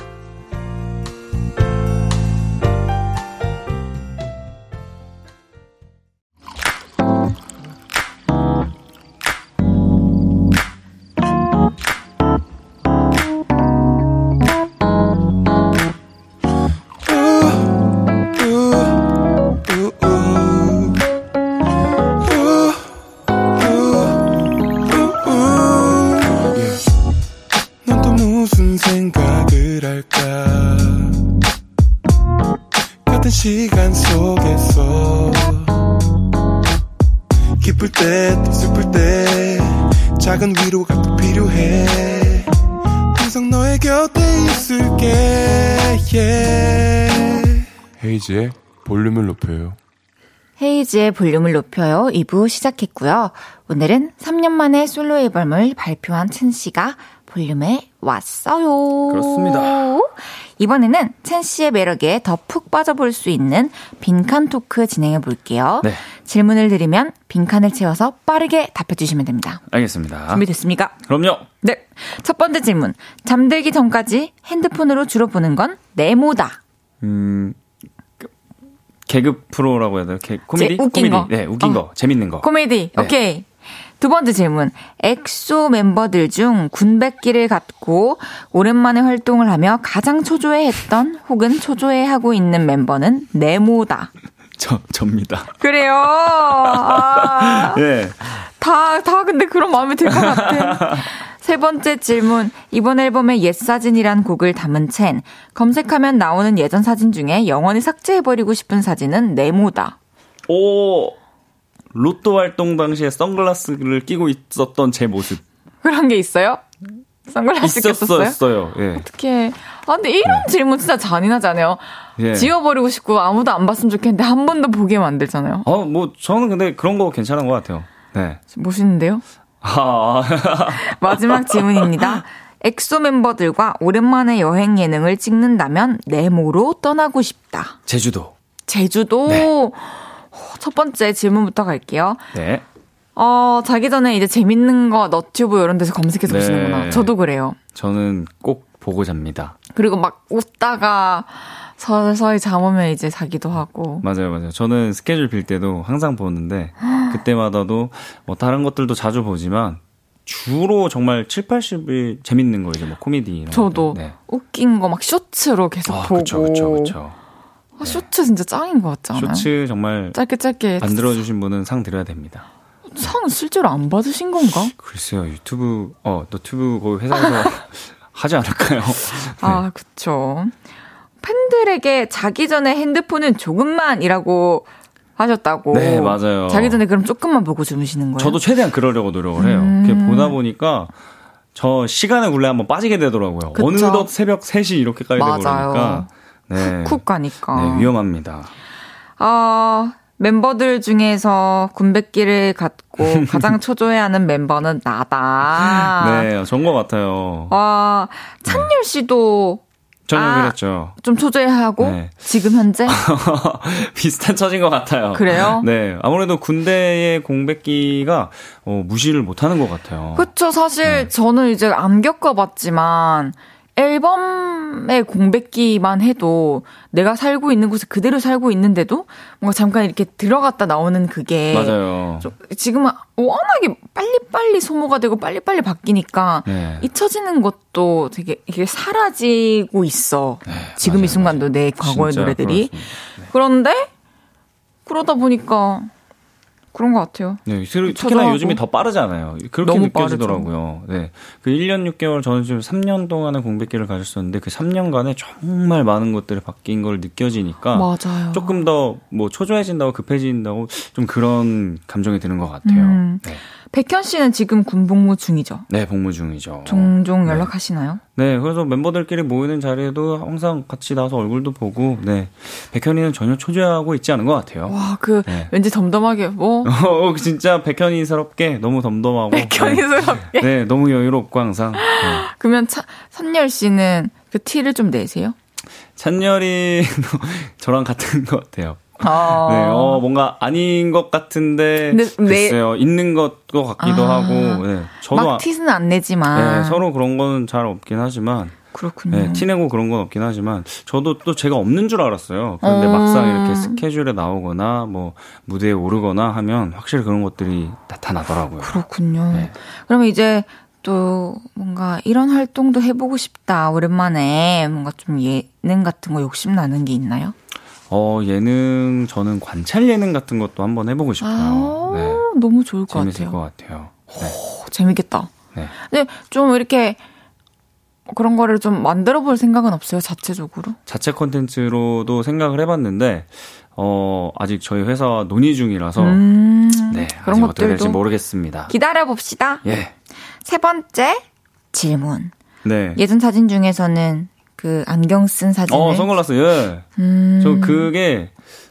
[SPEAKER 5] 넌 또 무슨 생각을 할까 같은 시간 속에서 기쁠 때또 슬플 때 작은 위로가 또 필요해 항상 너의 곁에 있을게 yeah.
[SPEAKER 6] 헤이지의 볼륨을 높여요.
[SPEAKER 1] 헤이즈의 볼륨을 높여요 2부 시작했고요. 오늘은 3년 만에 솔로 앨범을 발표한 첸 씨가 볼륨에 왔어요.
[SPEAKER 3] 그렇습니다.
[SPEAKER 1] 이번에는 첸 씨의 매력에 더 푹 빠져볼 수 있는 빈칸 토크 진행해 볼게요.
[SPEAKER 3] 네.
[SPEAKER 1] 질문을 드리면 빈칸을 채워서 빠르게 답해 주시면 됩니다.
[SPEAKER 3] 알겠습니다.
[SPEAKER 1] 준비됐습니까?
[SPEAKER 3] 그럼요.
[SPEAKER 1] 네. 첫 번째 질문. 잠들기 전까지 핸드폰으로 주로 보는 건 네모다.
[SPEAKER 3] 음, 그- 개그 프로라고 해야 되나? 개, 코미디?
[SPEAKER 1] 웃긴
[SPEAKER 3] 코미디.
[SPEAKER 1] 거.
[SPEAKER 3] 네, 웃긴
[SPEAKER 1] 어.
[SPEAKER 3] 거. 재밌는 거.
[SPEAKER 1] 코미디.
[SPEAKER 3] 네.
[SPEAKER 1] 오케이. 두 번째 질문. 엑소 멤버들 중 군백기를 갖고 오랜만에 활동을 하며 가장 초조해했던 혹은 초조해하고 있는 멤버는 네모다.
[SPEAKER 3] 저, 접니다.
[SPEAKER 1] 그래요. 아,
[SPEAKER 3] 예.
[SPEAKER 1] 다, 다 근데 그런 마음이 들 것 같아. 세 번째 질문. 이번 앨범에 옛 사진이란 곡을 담은 첸. 검색하면 나오는 예전 사진 중에 영원히 삭제해버리고 싶은 사진은 네모다.
[SPEAKER 3] 오, 로또 활동 당시에 선글라스를 끼고 있었던 제 모습.
[SPEAKER 1] 그런 게 있어요? 선글라스 꼈었어요?
[SPEAKER 3] 있었어요. 예.
[SPEAKER 1] 어떡해. 아, 근데 이런 질문 진짜 잔인하지 않아요?
[SPEAKER 3] 네. 예.
[SPEAKER 1] 지워버리고 싶고 아무도 안 봤으면 좋겠는데 한 번도 보게 만들잖아요.
[SPEAKER 3] 어, 뭐, 저는 근데 그런 거 괜찮은 것 같아요. 네.
[SPEAKER 1] 멋있는데요?
[SPEAKER 3] 아,
[SPEAKER 1] 마지막 질문입니다. 엑소 멤버들과 오랜만에 여행 예능을 찍는다면 네모로 떠나고 싶다.
[SPEAKER 3] 제주도.
[SPEAKER 1] 제주도.
[SPEAKER 3] 네.
[SPEAKER 1] 어, 첫 번째 질문부터 갈게요.
[SPEAKER 3] 네.
[SPEAKER 1] 어, 자기 전에 이제 재밌는 거 너튜브 이런 데서 검색해서
[SPEAKER 3] 네.
[SPEAKER 1] 보시는구나. 저도 그래요.
[SPEAKER 3] 저는 꼭 보고 잡니다.
[SPEAKER 1] 그리고 막 웃다가 서서히 잠 오면 이제 자기도 하고.
[SPEAKER 3] 맞아요, 맞아요. 저는 스케줄 빌 때도 항상 보는데, 그때마다도 뭐 다른 것들도 자주 보지만, 주로 정말 7, 80이 재밌는 거, 이제 뭐 코미디. 이런
[SPEAKER 1] 저도
[SPEAKER 3] 것들. 네.
[SPEAKER 1] 웃긴 거 막 쇼츠로 계속
[SPEAKER 3] 아,
[SPEAKER 1] 보고.
[SPEAKER 3] 그쵸, 그쵸, 그쵸.
[SPEAKER 1] 아, 쇼츠 진짜 짱인 것 같지 않아요?
[SPEAKER 3] 쇼츠 정말
[SPEAKER 1] 짧게 짧게
[SPEAKER 3] 만들어주신 분은 상 드려야 됩니다.
[SPEAKER 1] 상 실제로 안 받으신 건가?
[SPEAKER 3] 네. 글쎄요, 유튜브, 어, 너튜브 거기 회사에서 하지 않을까요?
[SPEAKER 1] 아 그쵸. 팬들에게 자기 전에 핸드폰은 조금만이라고 하셨다고.
[SPEAKER 3] 네, 맞아요.
[SPEAKER 1] 자기 전에 그럼 조금만 보고 주무시는 거예요?
[SPEAKER 3] 저도 최대한 그러려고 노력을 해요.
[SPEAKER 1] 음.
[SPEAKER 3] 이렇게 보다 보니까 저 시간의 굴레 한번 빠지게 되더라고요.
[SPEAKER 1] 그쵸.
[SPEAKER 3] 어느덧 새벽 3시 이렇게까지 되고
[SPEAKER 1] 맞아요.
[SPEAKER 3] 그러니까. 네.
[SPEAKER 1] 쿡 가니까.
[SPEAKER 3] 네, 위험합니다.
[SPEAKER 1] 아, 멤버들 중에서 군백기를 갖고 가장 초조해하는 멤버는 나다.
[SPEAKER 3] 네, 전 것 같아요.
[SPEAKER 1] 와, 찬열 씨도
[SPEAKER 3] 저는
[SPEAKER 1] 어, 아.
[SPEAKER 3] 그랬죠.
[SPEAKER 1] 좀 초조해하고
[SPEAKER 3] 네.
[SPEAKER 1] 지금 현재
[SPEAKER 3] 비슷한 처진 것 같아요.
[SPEAKER 1] 그래요?
[SPEAKER 3] 네, 아무래도 군대의 공백기가 어, 무시를 못하는 것 같아요.
[SPEAKER 1] 그쵸 사실 저는 이제 안 겪어봤지만 앨범의 공백기만 해도 내가 살고 있는 곳에 그대로 살고 있는데도 뭔가 잠깐 이렇게 들어갔다 나오는 그게
[SPEAKER 3] 맞아요.
[SPEAKER 1] 좀 지금은 워낙에 빨리빨리 소모가 되고 빨리빨리 바뀌니까
[SPEAKER 3] 네.
[SPEAKER 1] 잊혀지는 것도 되게 이게 사라지고 있어. 지금 이 순간도 내 과거의
[SPEAKER 3] 네. 진짜
[SPEAKER 1] 노래들이.
[SPEAKER 3] 그렇습니다.
[SPEAKER 1] 그런데 그러다 보니까 그런 것 같아요.
[SPEAKER 3] 네, 새로- 특히나
[SPEAKER 1] 저도
[SPEAKER 3] 요즘이 더 빠르잖아요. 그렇게
[SPEAKER 1] 너무
[SPEAKER 3] 느껴지더라고요. 네. 그 1년 6개월, 저는 지금 3년 동안의 공백기를 가졌었는데 그 3년간에 정말 많은 것들이 바뀐 걸 느껴지니까
[SPEAKER 1] 맞아요.
[SPEAKER 3] 조금 더 뭐 초조해진다고 급해진다고 좀 그런 감정이 드는 것 같아요.
[SPEAKER 1] 음.
[SPEAKER 3] 네.
[SPEAKER 1] 백현 씨는 지금 군복무 중이죠.
[SPEAKER 3] 네, 복무 중이죠.
[SPEAKER 1] 종종 연락하시나요?
[SPEAKER 3] 네, 그래서 멤버들끼리 모이는 자리에도 항상 같이 나와서 얼굴도 보고, 네. 백현이는 전혀 초조해하고 있지 않은 것 같아요.
[SPEAKER 1] 와, 그
[SPEAKER 3] 네.
[SPEAKER 1] 왠지 덤덤하게 뭐
[SPEAKER 3] 어, 진짜 백현이스럽게 너무 덤덤하고. 네.
[SPEAKER 1] 백현이스럽게.
[SPEAKER 3] 네, 너무 여유롭고 항상. 네.
[SPEAKER 1] 그러면 차, 선열 씨는 그 티를 좀 내세요?
[SPEAKER 3] 찬열이 저랑 같은 것 같아요.
[SPEAKER 1] 아.
[SPEAKER 3] 네, 어, 뭔가 아닌 것 같은데
[SPEAKER 1] 근데 내-
[SPEAKER 3] 글쎄요, 있는 것도 같기도
[SPEAKER 1] 아.
[SPEAKER 3] 하고, 네, 저도
[SPEAKER 1] 막
[SPEAKER 3] 아-
[SPEAKER 1] 티는 안 내지만
[SPEAKER 3] 네, 서로 그런 건 잘 없긴 하지만,
[SPEAKER 1] 그렇군요.
[SPEAKER 3] 네, 티내고 그런 건 없긴 하지만, 저도 또 제가 없는 줄 알았어요. 그런데
[SPEAKER 1] 어.
[SPEAKER 3] 막상 이렇게 스케줄에 나오거나 뭐 무대에 오르거나 하면 확실히 그런 것들이 나타나더라고요.
[SPEAKER 1] 그렇군요.
[SPEAKER 3] 네.
[SPEAKER 1] 그러면 이제 또 뭔가 이런 활동도 해보고 싶다. 오랜만에 뭔가 좀 예능 같은 거 욕심 나는 게 있나요?
[SPEAKER 3] 어, 예능 저는 관찰 예능 같은 것도 한번 해보고
[SPEAKER 1] 아,
[SPEAKER 3] 싶어요. 네,
[SPEAKER 1] 너무 좋을 것
[SPEAKER 3] 재밌을
[SPEAKER 1] 같아요.
[SPEAKER 3] 것 같아요.
[SPEAKER 1] 오, 어, 재밌겠다.
[SPEAKER 3] 네.
[SPEAKER 1] 근데 좀 이렇게 그런 거를 좀 만들어 볼 생각은 없어요, 자체적으로?
[SPEAKER 3] 자체 컨텐츠로도 생각을 해봤는데 어 아직 저희 회사와 논의 중이라서
[SPEAKER 1] 음,
[SPEAKER 3] 어. 네
[SPEAKER 1] 그런
[SPEAKER 3] 아직 어떻게 될지
[SPEAKER 1] 것들도
[SPEAKER 3] 모르겠습니다.
[SPEAKER 1] 기다려 봅시다.
[SPEAKER 3] 예,
[SPEAKER 1] 세 번째 질문.
[SPEAKER 3] 네.
[SPEAKER 1] 예전 사진 중에서는 그 안경 쓴 사진을
[SPEAKER 3] 어 선글라스 예.
[SPEAKER 1] 음,
[SPEAKER 3] 저 그게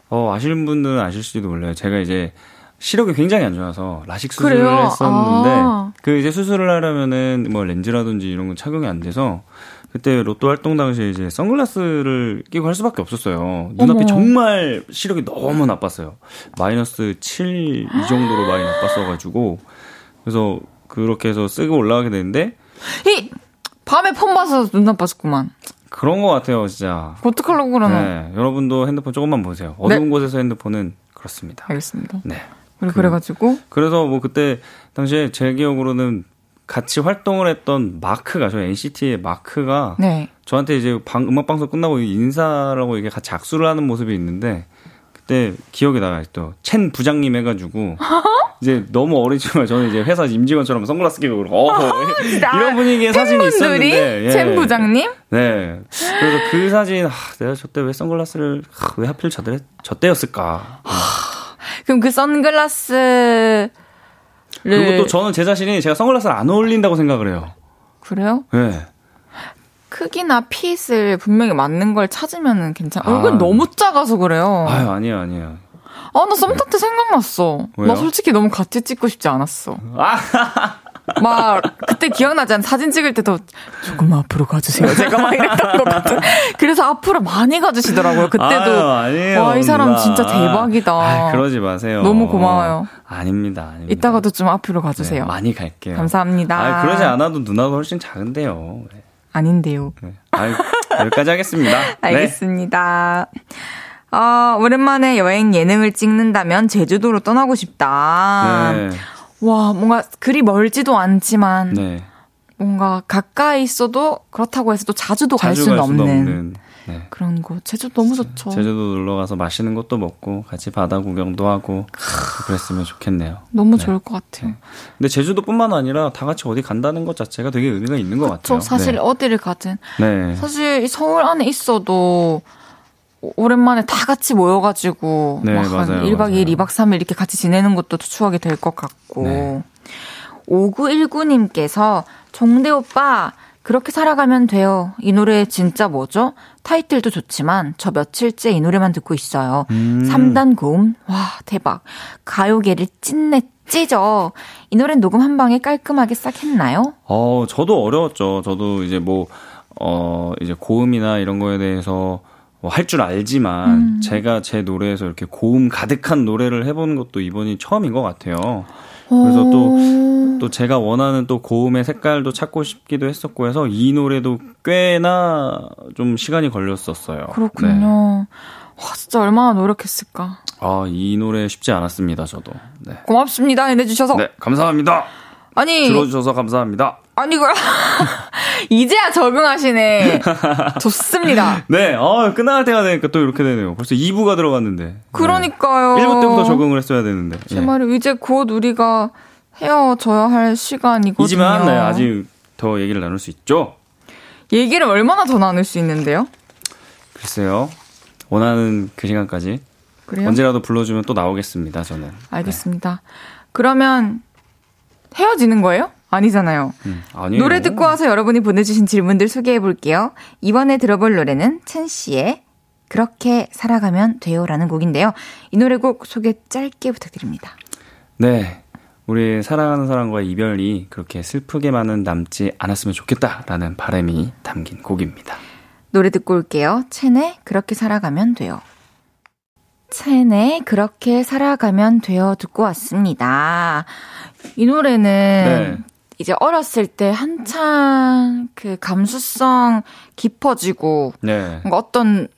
[SPEAKER 3] 어 아시는 분들은 아실지도 몰라요. 제가 이제 시력이 굉장히 안 좋아서 라식 수술을
[SPEAKER 1] 그래요?
[SPEAKER 3] 했었는데
[SPEAKER 1] 아.
[SPEAKER 3] 그 이제 수술을 하려면은 뭐 렌즈라든지 이런 건 착용이 안 돼서 그때 로또 활동 당시에 이제 선글라스를 끼고 할 수밖에 없었어요. 눈앞이
[SPEAKER 1] 어머.
[SPEAKER 3] 정말 시력이 너무 나빴어요. 마이너스 7 이 정도로
[SPEAKER 1] 아.
[SPEAKER 3] 많이 나빴어가지고 그래서 그렇게 해서 쓰고 올라가게 되는데
[SPEAKER 1] 이 밤에 폰 봐서 눈 나빴구만.
[SPEAKER 3] 그런 것 같아요, 진짜.
[SPEAKER 1] 어떡하려고 그러나.
[SPEAKER 3] 네, 여러분도 핸드폰 조금만 보세요.
[SPEAKER 1] 네.
[SPEAKER 3] 어두운 곳에서 핸드폰은 그렇습니다.
[SPEAKER 1] 알겠습니다.
[SPEAKER 3] 네.
[SPEAKER 1] 그래, 그래가지고
[SPEAKER 3] 그래서 뭐 그때 당시에 제 기억으로는 같이 활동을 했던 마크가 저희 NCT의 마크가
[SPEAKER 1] 네.
[SPEAKER 3] 저한테 이제 방, 음악 방송 끝나고 인사라고 이게 같이 악수를 하는 모습이 있는데 그때 기억이 나요 또첸 부장님 해가지고 이제 너무 어리지만 저는 이제 회사 임직원처럼 선글라스 끼고 그러고 어, 이런 분위기의 사진이
[SPEAKER 1] 아, 팬분들이
[SPEAKER 3] 있었는데 예.
[SPEAKER 1] 첸 부장님
[SPEAKER 3] 네 그래서 그 사진 아, 내가 저때 왜 선글라스를 아, 왜 하필 저때 저때였을까
[SPEAKER 1] 그럼 그 선글라스를 네.
[SPEAKER 3] 그리고 또 저는 제 자신이 제가 선글라스를 안 어울린다고 생각을 해요
[SPEAKER 1] 그래요?
[SPEAKER 3] 네.
[SPEAKER 1] 크기나 핏을 분명히 맞는 걸 찾으면은 괜찮아.
[SPEAKER 3] 아.
[SPEAKER 1] 얼굴 너무 작아서 그래요.
[SPEAKER 3] 아유 아니에요 아니에요
[SPEAKER 1] 아, 나 썸타 때 생각났어.
[SPEAKER 3] 왜요? 아.
[SPEAKER 1] 나 솔직히 너무 같이 찍고 싶지 않았어. 막, 그때 기억나지 않아? 사진 찍을 때도 조금만 앞으로 가주세요. 제가 막 이랬던 것 같은. 그래서 앞으로 많이 가주시더라고요.
[SPEAKER 3] 아유,
[SPEAKER 1] 그때도.
[SPEAKER 3] 아니에요.
[SPEAKER 1] 와, 이 사람
[SPEAKER 3] 누나.
[SPEAKER 1] 진짜 대박이다.
[SPEAKER 3] 아이, 그러지 마세요. 어,
[SPEAKER 1] 너무 고마워요.
[SPEAKER 3] 아닙니다. 아닙니다.
[SPEAKER 1] 이따가도 좀 앞으로
[SPEAKER 3] 네,
[SPEAKER 1] 가주세요.
[SPEAKER 3] 많이 갈게요.
[SPEAKER 1] 감사합니다.
[SPEAKER 3] 아이, 그러지 않아도 누나가 훨씬 작은데요. 네.
[SPEAKER 1] 아닌데요.
[SPEAKER 3] 네. 아이, 여기까지 하겠습니다. 네.
[SPEAKER 1] 알겠습니다. 아, 오랜만에 여행 예능을 찍는다면 제주도로 떠나고 싶다.
[SPEAKER 3] 네.
[SPEAKER 1] 와, 뭔가 그리 멀지도 않지만
[SPEAKER 3] 네.
[SPEAKER 1] 뭔가 가까이 있어도 그렇다고 해서 또 자주도 갈
[SPEAKER 3] 자주
[SPEAKER 1] 수는
[SPEAKER 3] 갈
[SPEAKER 1] 없는, 어.
[SPEAKER 3] 수도 없는. 네.
[SPEAKER 1] 그런 곳. 제주도 너무 좋죠.
[SPEAKER 3] 제주도 놀러 가서 맛있는 것도 먹고 같이 바다 구경도 하고 그랬으면 좋겠네요.
[SPEAKER 1] 너무
[SPEAKER 3] 네.
[SPEAKER 1] 좋을 것 같아요.
[SPEAKER 3] 근데 제주도뿐만 아니라 다 같이 어디 간다는 것 자체가 되게 의미가 있는 것
[SPEAKER 1] 저
[SPEAKER 3] 같아요.
[SPEAKER 1] 사실 어디를 가든
[SPEAKER 3] 네. 네.
[SPEAKER 1] 사실 이 서울 안에 있어도 오- 오랜만에 다 같이 모여가지고
[SPEAKER 3] 네,
[SPEAKER 1] 막한
[SPEAKER 3] 맞아요,
[SPEAKER 1] 1박 2일,
[SPEAKER 3] 맞아요.
[SPEAKER 1] 2박 3일 이렇게 같이 지내는 것도 또 추억이 될 것 같고
[SPEAKER 3] 네.
[SPEAKER 1] 5919님께서 종대 오빠 그렇게 살아가면 돼요. 이 노래 진짜 뭐죠? 타이틀도 좋지만 저 며칠째 이 노래만 듣고 있어요.
[SPEAKER 3] 음.
[SPEAKER 1] 삼 3단 고음 와 대박 가요계를 찐내 찢어 이 노래 녹음 한 방에 깔끔하게 싹 했나요?
[SPEAKER 3] 어, 저도 어려웠죠. 저도 이제 뭐, 어, 이제 고음이나 이런 거에 대해서 뭐 할 줄 알지만,
[SPEAKER 1] 음. 어.
[SPEAKER 3] 제가 제 노래에서 이렇게 고음 가득한 노래를 해보는 것도 이번이 처음인 것 같아요. 그래서 또 또 제가 원하는 또 고음의 색깔도 찾고 싶기도 했었고 해서 이 노래도 꽤나 좀 시간이 걸렸었어요.
[SPEAKER 1] 그렇군요.
[SPEAKER 3] 네.
[SPEAKER 1] 와, 진짜 얼마나 노력했을까.
[SPEAKER 3] 아, 이 노래 쉽지 않았습니다, 저도. 네.
[SPEAKER 1] 고맙습니다. 해내주셔서.
[SPEAKER 3] 네, 감사합니다.
[SPEAKER 1] 아니,
[SPEAKER 3] 들어주셔서 감사합니다.
[SPEAKER 1] 아니, 그, 이제야 적응하시네. 좋습니다.
[SPEAKER 3] 네, 아, 끝날 때가 되니까 또 이렇게 되네요. 벌써 2부가 들어갔는데.
[SPEAKER 1] 그러니까요.
[SPEAKER 3] 네. 1부 때부터 적응을 했어야 되는데.
[SPEAKER 1] 제
[SPEAKER 3] 예.
[SPEAKER 1] 말이 이제 곧 우리가 헤어져야 할 시간이거든요.
[SPEAKER 3] 이지만, 네, 아직 더 얘기를 나눌 수 있죠?
[SPEAKER 1] 얘기를 얼마나 더 나눌 수 있는데요?
[SPEAKER 3] 글쎄요. 원하는 그 시간까지.
[SPEAKER 1] 그래요?
[SPEAKER 3] 언제라도 불러주면 또 나오겠습니다, 저는.
[SPEAKER 1] 알겠습니다. 그러면 헤어지는 거예요? 아니잖아요.
[SPEAKER 3] 음, 아니에요.
[SPEAKER 1] 노래 듣고 와서 여러분이 보내주신 질문들 소개해 볼게요. 이번에 들어볼 노래는 첸 씨의 그렇게 살아가면 돼요라는 곡인데요. 이 노래 곡 소개 짧게 부탁드립니다.
[SPEAKER 3] 네. 우리 사랑하는 사람과 이별이 그렇게 슬프게만은 남지 않았으면 좋겠다라는 바람이 담긴 곡입니다.
[SPEAKER 1] 노래 듣고 올게요. 첸의 그렇게 살아가면 돼요. 첸의 그렇게 살아가면 돼요 듣고 왔습니다. 이 노래는
[SPEAKER 3] 네.
[SPEAKER 1] 이제 어렸을 때 한참 그 감수성 깊어지고
[SPEAKER 3] 네.
[SPEAKER 1] 뭔가 어떤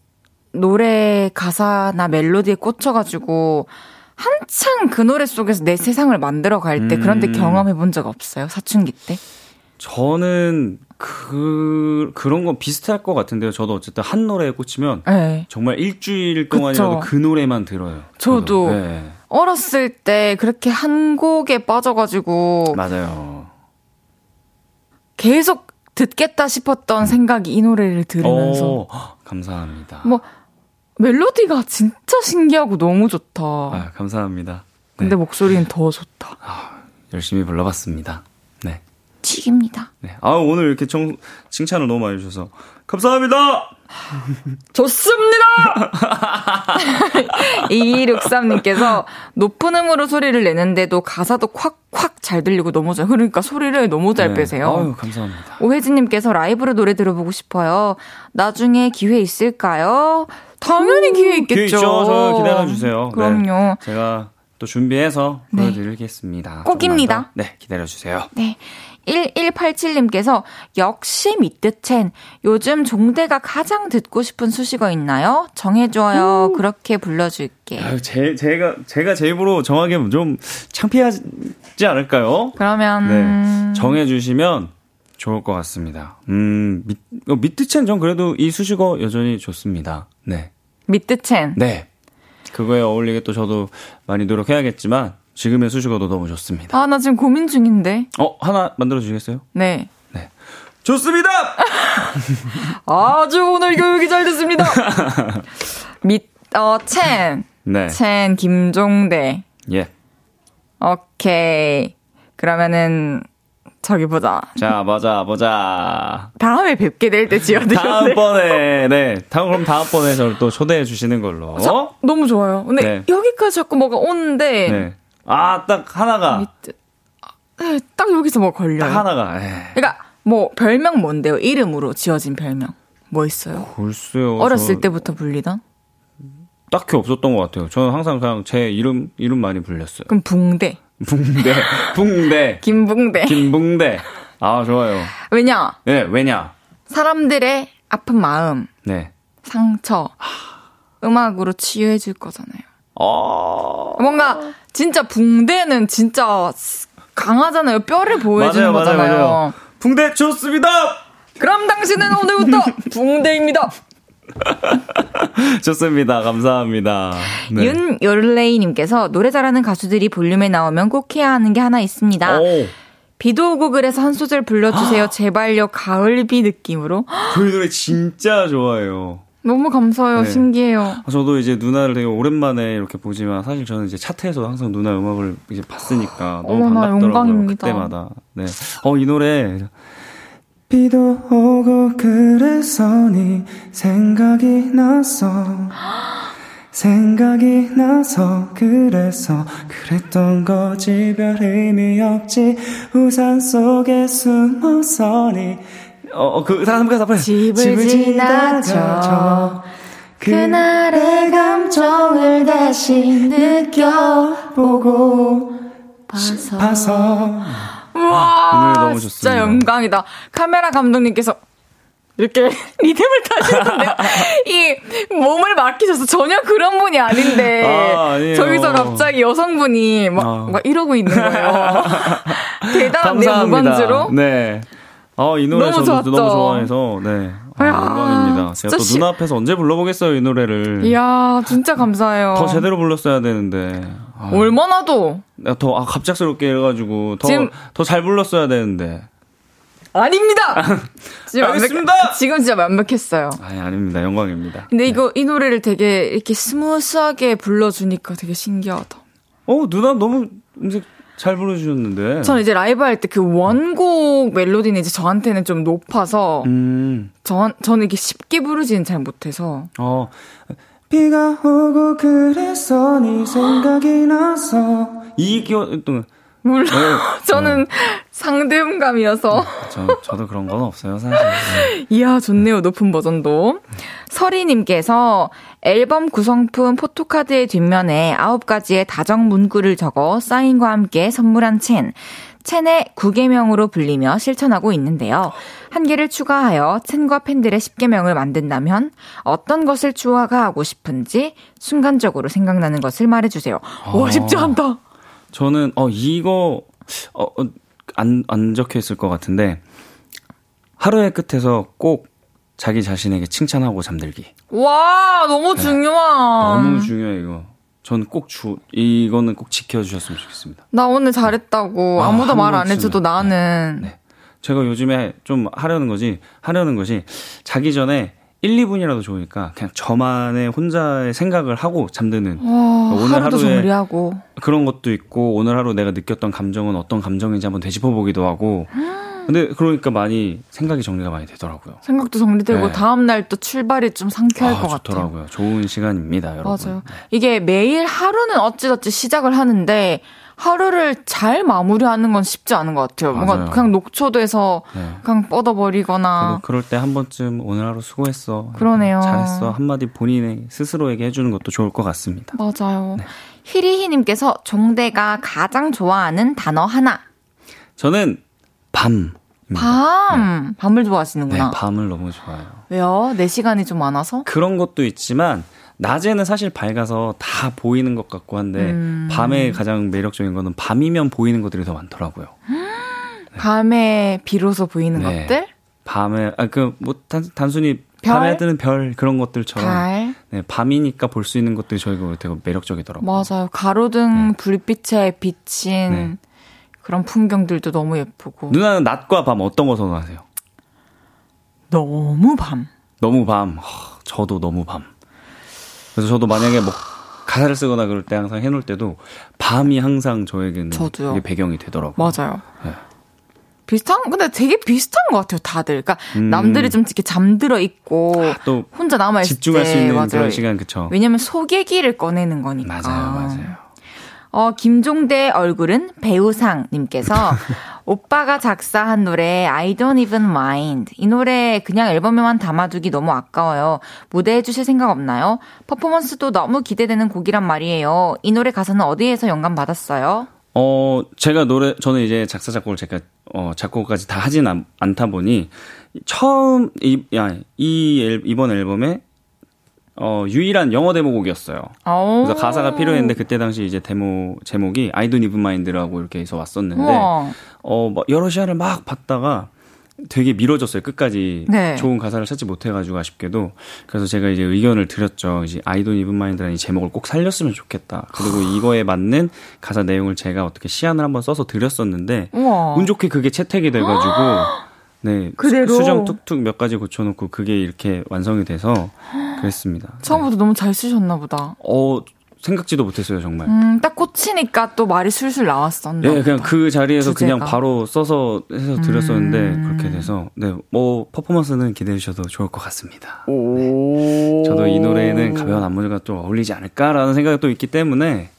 [SPEAKER 1] 노래 가사나 멜로디에 꽂혀가지고 한창 그 노래 속에서 내 세상을 만들어갈 때 그런데
[SPEAKER 3] 음.
[SPEAKER 1] 경험해 본 적 없어요 사춘기 때.
[SPEAKER 3] 저는 그, 그런 건 비슷할 것 같은데요. 저도 어쨌든 한 노래에 꽂히면
[SPEAKER 1] 네.
[SPEAKER 3] 정말 일주일 동안이라도
[SPEAKER 1] 그쵸.
[SPEAKER 3] 그 노래만 들어요.
[SPEAKER 1] 저도.
[SPEAKER 3] 네.
[SPEAKER 1] 어렸을 때 그렇게 한 곡에 빠져가지고
[SPEAKER 3] 맞아요.
[SPEAKER 1] 계속 듣겠다 싶었던 생각이 이 노래를 들으면서
[SPEAKER 3] 오, 어, 감사합니다.
[SPEAKER 1] 뭐 멜로디가 진짜 신기하고 너무 좋다.
[SPEAKER 3] 아, 감사합니다. 네. 아.
[SPEAKER 1] 근데 목소리는 더 좋다.
[SPEAKER 3] 열심히 불러봤습니다. 네.
[SPEAKER 1] 튀깁니다.
[SPEAKER 3] 네. 아, 오늘 이렇게 청, 칭찬을 너무 많이 주셔서. 감사합니다!
[SPEAKER 1] 좋습니다! 2263님께서 높은 음으로 소리를 내는데도 가사도 콱콱 잘 들리고 너무 잘, 그러니까 소리를 너무 잘
[SPEAKER 3] 네.
[SPEAKER 1] 빼세요.
[SPEAKER 3] 아유, 감사합니다.
[SPEAKER 1] 오혜진님께서 라이브로 노래 들어보고 싶어요. 나중에 기회 있을까요? 당연히 기회 있겠죠.
[SPEAKER 3] 음, 기회 있죠. 저 기다려주세요. 네.
[SPEAKER 1] 그럼요.
[SPEAKER 3] 제가 또 준비해서
[SPEAKER 1] 네.
[SPEAKER 3] 보여드리겠습니다.
[SPEAKER 1] 꼭입니다.
[SPEAKER 3] 조금만 더, 네, 기다려주세요.
[SPEAKER 1] 네. 1187님께서 역시 미트첸 요즘 종대가 가장 듣고 싶은 수식어 있나요? 정해줘요. 그렇게 불러줄게.
[SPEAKER 3] 아유, 제, 제가, 제가 제 입으로 정하기엔 좀 창피하지 않을까요?
[SPEAKER 1] 그러면
[SPEAKER 3] 네. 정해주시면 좋을 것 같습니다. 음, 밑, 어, 밑드첸 전 그래도 이 수식어 여전히 좋습니다. 네.
[SPEAKER 1] 미트첸
[SPEAKER 3] 네. 그거에 어울리게 또 저도 많이 노력해야겠지만, 지금의 수식어도 너무 좋습니다.
[SPEAKER 1] 아 나 지금 고민 중인데.
[SPEAKER 3] 어, 하나 만들어주시겠어요?
[SPEAKER 1] 네.
[SPEAKER 3] 좋습니다!
[SPEAKER 1] 아주 오늘 교육이 잘 됐습니다. 미어첸
[SPEAKER 3] 네.
[SPEAKER 1] 첸 김종대.
[SPEAKER 3] 예.
[SPEAKER 1] 오케이. 그러면은 저기 보자.
[SPEAKER 3] 자, 보자, 보자.
[SPEAKER 1] 다음에 뵙게 될 때 지어드려요.
[SPEAKER 3] 다음번에, 네. 다음, 그럼 다음번에 저를 또 초대해주시는 걸로.
[SPEAKER 1] 너무 좋아요. 근데
[SPEAKER 3] 어? 네.
[SPEAKER 1] 여기까지 자꾸 뭐가 오는데
[SPEAKER 3] 네. 아, 딱 하나가.
[SPEAKER 1] 밑- 아, 딱 여기서 뭐 걸려요.
[SPEAKER 3] 딱 하나가. 예. 에이.
[SPEAKER 1] 그러니까 뭐 별명 뭔데요? 이름으로 지어진 별명 뭐 있어요?
[SPEAKER 3] 글쎄요.
[SPEAKER 1] 어렸을
[SPEAKER 3] 저-
[SPEAKER 1] 때부터 불리던?
[SPEAKER 3] 딱히 없었던 것 같아요. 저는 항상 그냥 제 이름 이름 많이 불렸어요.
[SPEAKER 1] 그럼 붕대,
[SPEAKER 3] 붕대, 붕대,
[SPEAKER 1] 김붕대.
[SPEAKER 3] 김붕대. 아 좋아요.
[SPEAKER 1] 왜냐
[SPEAKER 3] 네 왜냐?
[SPEAKER 1] 사람들의 아픈 마음,
[SPEAKER 3] 네.
[SPEAKER 1] 상처 음악으로 치유해 줄 거잖아요.
[SPEAKER 3] 어
[SPEAKER 1] 뭔가 진짜 붕대는 진짜 강하잖아요. 뼈를 보여주는
[SPEAKER 3] 맞아요 맞아요
[SPEAKER 1] 거잖아요.
[SPEAKER 3] 맞아요. 붕대 좋습니다.
[SPEAKER 1] 그럼 당신은 오늘부터 붕대입니다.
[SPEAKER 3] 좋습니다. 감사합니다. 네.
[SPEAKER 1] 윤열레이님께서 노래 잘하는 가수들이 볼륨에 나오면 꼭 해야 하는 게 하나 있습니다.
[SPEAKER 3] 오,
[SPEAKER 1] 비도 오고 그래서 한 소절 불러주세요. 제발요 가을비 느낌으로.
[SPEAKER 3] 그 노래 진짜 좋아요.
[SPEAKER 1] 너무 감사해요.
[SPEAKER 3] 네.
[SPEAKER 1] 신기해요.
[SPEAKER 3] 저도 이제 누나를 되게 오랜만에 이렇게 보지만 사실 저는 이제 차트에서 항상 누나 음악을 이제 봤으니까 너무
[SPEAKER 1] 어머나,
[SPEAKER 3] 반갑더라고요.
[SPEAKER 1] 영광입니다.
[SPEAKER 3] 그때마다. 네. 어 이 노래
[SPEAKER 4] 비도 오고 그래서 네 생각이 나서 생각이 나서 그래서 그랬던 거지 별 의미 없지 우산 속에 숨어서 네
[SPEAKER 3] 어그 다음 가사 빨리.
[SPEAKER 1] 집을,
[SPEAKER 4] 집을 지나쳐 저 그날의 감정을 다시 느껴보고
[SPEAKER 2] 봐서.
[SPEAKER 4] 봐서
[SPEAKER 1] 네,
[SPEAKER 3] 아, 이
[SPEAKER 1] 우와,
[SPEAKER 3] 노래 너무
[SPEAKER 1] 아, 진짜
[SPEAKER 3] 좋습니다.
[SPEAKER 1] 영광이다. 카메라 감독님께서 이렇게 리듬을 타시는데 이 몸을 맡기셔서 전혀 그런 분이 아닌데
[SPEAKER 3] 아, 아니에요.
[SPEAKER 1] 저기서 갑자기 여성분이 막,
[SPEAKER 3] 아.
[SPEAKER 1] 막 이러고 있는 거예요. 대단한데
[SPEAKER 3] 감사합니다.
[SPEAKER 1] 네, 무반주로.
[SPEAKER 3] 네. 아, 이 노래
[SPEAKER 1] 너무
[SPEAKER 3] 저도
[SPEAKER 1] 좋았죠.
[SPEAKER 3] 너무 좋아해서, 네. 아,
[SPEAKER 1] 이야,
[SPEAKER 3] 영광입니다. 제가
[SPEAKER 1] 진짜
[SPEAKER 3] 또
[SPEAKER 1] 시-
[SPEAKER 3] 눈앞에서 언제 불러보겠어요, 이 노래를.
[SPEAKER 1] 이야 진짜 감사해요.
[SPEAKER 3] 더 제대로 불렀어야 되는데. 아,
[SPEAKER 1] 얼마나도
[SPEAKER 3] 내가 더, 아, 갑작스럽게 해가지고, 더,
[SPEAKER 1] 지금-
[SPEAKER 3] 더 잘 불렀어야 되는데.
[SPEAKER 1] 아닙니다. 지금
[SPEAKER 3] 알겠습니다.
[SPEAKER 1] 완벽- 지금 진짜 완벽했어요.
[SPEAKER 3] 아니, 아닙니다. 영광입니다.
[SPEAKER 1] 근데 이거 이 노래를 되게 이렇게 스무스하게 불러주니까 되게 신기하다.
[SPEAKER 3] 어, 누나 너무 음색 잘 부르셨는데.
[SPEAKER 1] 네. 저는 이제 라이브 할 때 그 원곡 멜로디는 이제 저한테는 좀 높아서
[SPEAKER 3] 음,
[SPEAKER 1] 전 저는 이게 쉽게 부르지는 잘 못해서
[SPEAKER 3] 어,
[SPEAKER 4] 비가 오고 그래서 네 생각이 나서
[SPEAKER 3] 이 기어, 또,
[SPEAKER 1] 물론
[SPEAKER 3] 네.
[SPEAKER 1] 저는 상대음감이어서
[SPEAKER 3] 저, 저도 그런 건 없어요, 사실. 네.
[SPEAKER 1] 이야 좋네요 높은 버전도 서리님께서 앨범 구성품 포토카드의 뒷면에 아홉 가지의 다정 문구를 적어 사인과 함께 선물한 첸 첸의 9개명으로 불리며 실천하고 있는데요. 한 개를 추가하여 첸과 팬들의 10개명을 만든다면 어떤 것을 추가하고 싶은지 순간적으로 생각나는 것을 말해주세요.
[SPEAKER 3] 아.
[SPEAKER 1] 와 쉽지 않다.
[SPEAKER 3] 저는, 어, 이거, 어, 어, 안, 안 적혀 있을 것 같은데, 하루의 끝에서 꼭 자기 자신에게 칭찬하고 잠들기.
[SPEAKER 1] 와 너무 중요한.
[SPEAKER 3] 너무 중요해요, 이거. 저는 꼭 주, 이거는 꼭 지켜주셨으면 좋겠습니다.
[SPEAKER 1] 나 오늘 잘했다고
[SPEAKER 3] 아,
[SPEAKER 1] 아무도
[SPEAKER 3] 한
[SPEAKER 1] 말 안
[SPEAKER 3] 번쯤은.
[SPEAKER 1] 해줘도 나는
[SPEAKER 3] 네. 제가 요즘에 좀 하려는 거지, 하려는 것이, 자기 전에 1, 2분이라도 좋으니까, 그냥 저만의 혼자의 생각을 하고
[SPEAKER 1] 와,
[SPEAKER 3] 잠드는 그러니까 오늘
[SPEAKER 1] 어, 하루도
[SPEAKER 3] 하루에
[SPEAKER 1] 정리하고
[SPEAKER 3] 그런 것도 있고 오늘 하루 내가 느꼈던 감정은 어떤 감정인지 한번 되짚어 보기도 하고
[SPEAKER 1] 아.
[SPEAKER 3] 근데 그러니까 많이 생각이 정리가 많이 되더라고요.
[SPEAKER 1] 생각도 정리되고
[SPEAKER 3] 네.
[SPEAKER 1] 다음 날 또 출발이 좀 상쾌할
[SPEAKER 3] 아,
[SPEAKER 1] 것 같아요.
[SPEAKER 3] 좋더라고요. 좋은 시간입니다, 여러분.
[SPEAKER 1] 맞아요. 이게 매일 하루는 어찌저찌 시작을 하는데 하루를 잘 마무리하는 건 쉽지 않은 것 같아요. 뭔가
[SPEAKER 3] 맞아요.
[SPEAKER 1] 그냥 녹초돼서
[SPEAKER 3] 네.
[SPEAKER 1] 그냥 뻗어버리거나
[SPEAKER 3] 그리고 그럴 때 한 번쯤 오늘 하루 수고했어.
[SPEAKER 1] 아. 그러네요.
[SPEAKER 3] 잘했어. 한마디 본인의 스스로에게 해주는 것도 좋을 것 같습니다.
[SPEAKER 1] 맞아요.
[SPEAKER 3] 네.
[SPEAKER 1] 히리히님께서 종대가 가장 좋아하는 단어 하나.
[SPEAKER 3] 저는 밤.
[SPEAKER 1] 밤. 밤을
[SPEAKER 3] 음. 네,
[SPEAKER 1] 좋아하시는구나.
[SPEAKER 3] 밤을 너무 좋아해요.
[SPEAKER 1] 왜요? 내 시간이 좀 많아서?
[SPEAKER 3] 그런 것도 있지만 낮에는 사실 밝아서 다 보이는 것 같고 한데
[SPEAKER 1] 음.
[SPEAKER 3] 밤에 가장 매력적인 거는 밤이면 보이는 것들이 더 많더라고요.
[SPEAKER 1] 밤에 비로소 보이는
[SPEAKER 3] 네.
[SPEAKER 1] 것들?
[SPEAKER 3] 밤에 아 그 뭐 단순히
[SPEAKER 1] 별?
[SPEAKER 3] 밤에 뜨는 별 그런 것들처럼
[SPEAKER 1] 달.
[SPEAKER 3] 네, 밤이니까 볼 수 있는 것들이 저희가 되게 매력적이더라고요.
[SPEAKER 1] 맞아요. 가로등 불빛에 비친
[SPEAKER 3] 네.
[SPEAKER 1] 그런 풍경들도 너무 예쁘고.
[SPEAKER 3] 누나는 낮과 밤 어떤 거 선호하세요?
[SPEAKER 1] 너무 밤.
[SPEAKER 3] 너무 밤. 허, 저도 너무 밤. 그래서 저도 만약에 뭐 가사를 쓰거나 그럴 때 항상 해놓을 때도 밤이 항상 저에게는
[SPEAKER 1] 저도요.
[SPEAKER 3] 이게 배경이 되더라고요.
[SPEAKER 1] 맞아요.
[SPEAKER 3] 네.
[SPEAKER 1] 비슷한, 근데 되게 비슷한 것 같아요, 다들. 그러니까
[SPEAKER 3] 음.
[SPEAKER 1] 남들이 좀 이렇게 잠들어 있고
[SPEAKER 3] 또
[SPEAKER 1] 혼자 남아있을
[SPEAKER 3] 집중할
[SPEAKER 1] 때.
[SPEAKER 3] 수 있는
[SPEAKER 1] 맞아요. 그러니까.
[SPEAKER 3] 그런 시간 그쵸?
[SPEAKER 1] 왜냐면 소개기를 꺼내는 거니까.
[SPEAKER 3] 맞아요, 맞아요.
[SPEAKER 1] 어, 김종대의 얼굴은 배우상님께서 오빠가 작사한 노래 I don't even mind. 이 노래 그냥 앨범에만 담아두기 너무 아까워요. 무대해 주실 생각 없나요? 퍼포먼스도 너무 기대되는 곡이란 말이에요. 이 노래 가사는 어디에서 영감 받았어요?
[SPEAKER 3] 어, 제가 노래, 저는 이제 작사, 작곡을 제가, 어, 작곡까지 다 하진 않, 않다 보니, 처음, 이, 야, 이 앨, 이번 앨범에, 어, 유일한 영어 데모곡이었어요. 그래서 가사가 필요했는데, 그때 당시 이제 데모, 제목이 I don't even mind라고 이렇게 해서 왔었는데,
[SPEAKER 1] 우와.
[SPEAKER 3] 어, 막 여러 시간을 막 봤다가 되게 미뤄졌어요. 끝까지
[SPEAKER 1] 네.
[SPEAKER 3] 좋은 가사를 찾지 못해가지고 아쉽게도 그래서 제가 이제 의견을 드렸죠. 이제 아이돈 이븐 마인드라는 이 제목을 꼭 살렸으면 좋겠다. 그리고
[SPEAKER 1] 아.
[SPEAKER 3] 이거에 맞는 가사 내용을 제가 어떻게 시안을 한번 써서 드렸었는데
[SPEAKER 1] 우와.
[SPEAKER 3] 운 좋게 그게 채택이 돼가지고 네
[SPEAKER 1] 어.
[SPEAKER 3] 수-
[SPEAKER 1] 아. 그대로?
[SPEAKER 3] 수정 툭툭 몇 가지 고쳐놓고 그게 이렇게 완성이 돼서 그랬습니다. 네.
[SPEAKER 1] 처음부터 너무 잘 쓰셨나 보다.
[SPEAKER 3] 어 생각지도 못했어요 정말.
[SPEAKER 1] 음, 딱 꽂히니까 또 말이 술술 나왔었나
[SPEAKER 3] 예, 그냥
[SPEAKER 1] 보다.
[SPEAKER 3] 그 자리에서
[SPEAKER 1] 주제가. 음.
[SPEAKER 3] 그냥 바로 써서 해서 드렸었는데 그렇게 돼서 네 뭐 퍼포먼스는 기대해 주셔도 좋을 것 같습니다. 네. 저도 이 노래에는 가벼운 안무가 좀 어울리지 않을까라는 생각이 또 있기 때문에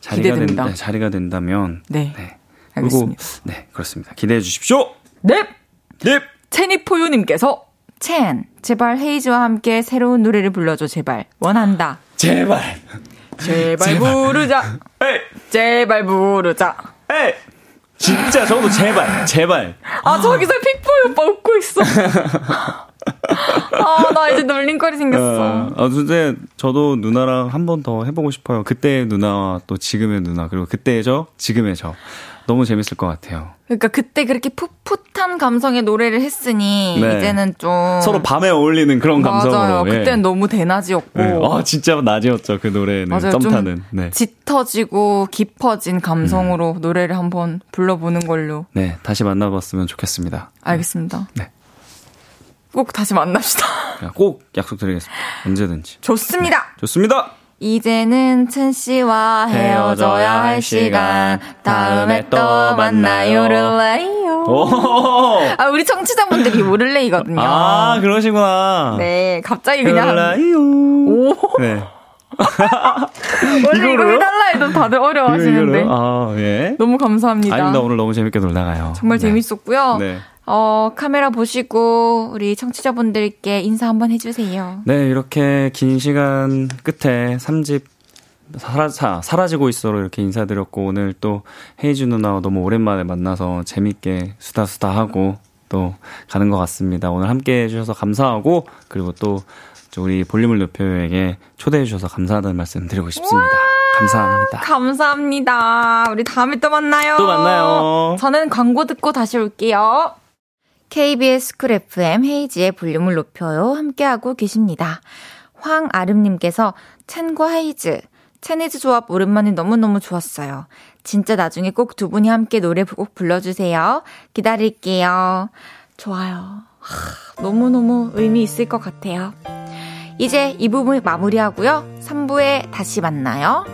[SPEAKER 3] 자리가
[SPEAKER 1] 기대됩니다.
[SPEAKER 3] 된다. 네, 자리가 된다면
[SPEAKER 1] 네.
[SPEAKER 3] 네.
[SPEAKER 1] 알겠습니다.
[SPEAKER 3] 그리고 네 그렇습니다. 기대해 주십시오.
[SPEAKER 1] 넵!
[SPEAKER 3] 네.
[SPEAKER 1] 체니포유님께서 첸 제발 헤이즈와 함께 새로운 노래를 불러줘 제발 원한다
[SPEAKER 3] 제발.
[SPEAKER 1] 제발, 부르자
[SPEAKER 3] 에이,
[SPEAKER 1] 제발 부르자
[SPEAKER 3] 에이. 진짜 저도 제발 제발
[SPEAKER 1] 아, 저기서 픽보이 오빠 웃고 있어. 아, 나 이제 놀림거리 생겼어.
[SPEAKER 3] 어, 어, 근데 저도 누나랑 한 번 더 해보고 싶어요. 그때의 누나와 또 지금의 누나, 그리고 그때의 저, 지금의 저. 너무 재밌을 것 같아요.
[SPEAKER 1] 그러니까 그때 그렇게 풋풋한 감성의 노래를 했으니,
[SPEAKER 3] 네.
[SPEAKER 1] 이제는 좀.
[SPEAKER 3] 서로 밤에 어울리는 그런 감성으로.
[SPEAKER 1] 어. 맞아요.
[SPEAKER 3] 예.
[SPEAKER 1] 그때는 너무 대낮이었고.
[SPEAKER 3] 예. 아, 진짜 낮이었죠, 그 노래는.
[SPEAKER 1] 맞아요.
[SPEAKER 3] 썸
[SPEAKER 1] 좀
[SPEAKER 3] 타는. 네. 음.
[SPEAKER 1] 짙어지고 깊어진 감성으로 노래를 한번 불러보는 걸로
[SPEAKER 3] 네, 다시 만나봤으면 좋겠습니다.
[SPEAKER 1] 알겠습니다.
[SPEAKER 3] 네.
[SPEAKER 1] 꼭 다시 만납시다.
[SPEAKER 3] 꼭 약속드리겠습니다. 언제든지.
[SPEAKER 1] 좋습니다.
[SPEAKER 3] 좋습니다!
[SPEAKER 1] 네. 이제는 천 씨와 헤어져야 할 시간. 다음에 또 만나요, 룰레이요.
[SPEAKER 3] 오!
[SPEAKER 1] 아, 우리 청취자분들이 룰레이거든요.
[SPEAKER 3] 아, 그러시구나.
[SPEAKER 1] 네, 갑자기 그냥.
[SPEAKER 3] 라이오.
[SPEAKER 1] 오,
[SPEAKER 3] 네.
[SPEAKER 1] 원래 이거
[SPEAKER 3] 이거로요?
[SPEAKER 1] 해달라 해도 다들
[SPEAKER 3] 이거,
[SPEAKER 1] 어려워하시는데.
[SPEAKER 3] 이거를? 아, 예.
[SPEAKER 1] 너무 감사합니다.
[SPEAKER 3] 아닙니다. 오늘 너무 재밌게 놀다가요.
[SPEAKER 1] 정말
[SPEAKER 3] 네.
[SPEAKER 1] 재밌었고요.
[SPEAKER 3] 네.
[SPEAKER 1] 어, 카메라 보시고 우리 청취자분들께 인사 한번 해주세요.
[SPEAKER 3] 네, 이렇게 긴 시간 끝에 3집 사라, 사, 사라지고 있어로 이렇게 인사드렸고, 오늘 또 헤이즈 누나와 너무 오랜만에 만나서 재밌게 수다수다 하고 또 가는 것 같습니다. 오늘 함께 해주셔서 감사하고, 그리고 또저 우리 볼륨을 높여요에게 초대해주셔서 감사하다는 말씀 드리고 싶습니다. 감사합니다.
[SPEAKER 1] 감사합니다. 우리 다음에 또 만나요.
[SPEAKER 3] 또 만나요.
[SPEAKER 1] 저는 광고 듣고 다시 올게요. KBS 쿨 FM 헤이지의 볼륨을 높여요. 함께하고 계십니다. 황아름님께서 첸과 헤이즈, 첸헤즈 조합 오랜만에 너무너무 좋았어요. 진짜 나중에 꼭 두 분이 함께 노래 꼭 불러주세요. 기다릴게요. 좋아요. 하, 너무너무 의미 있을 것 같아요. 이제 이 부분 마무리하고요. 3부에 다시 만나요.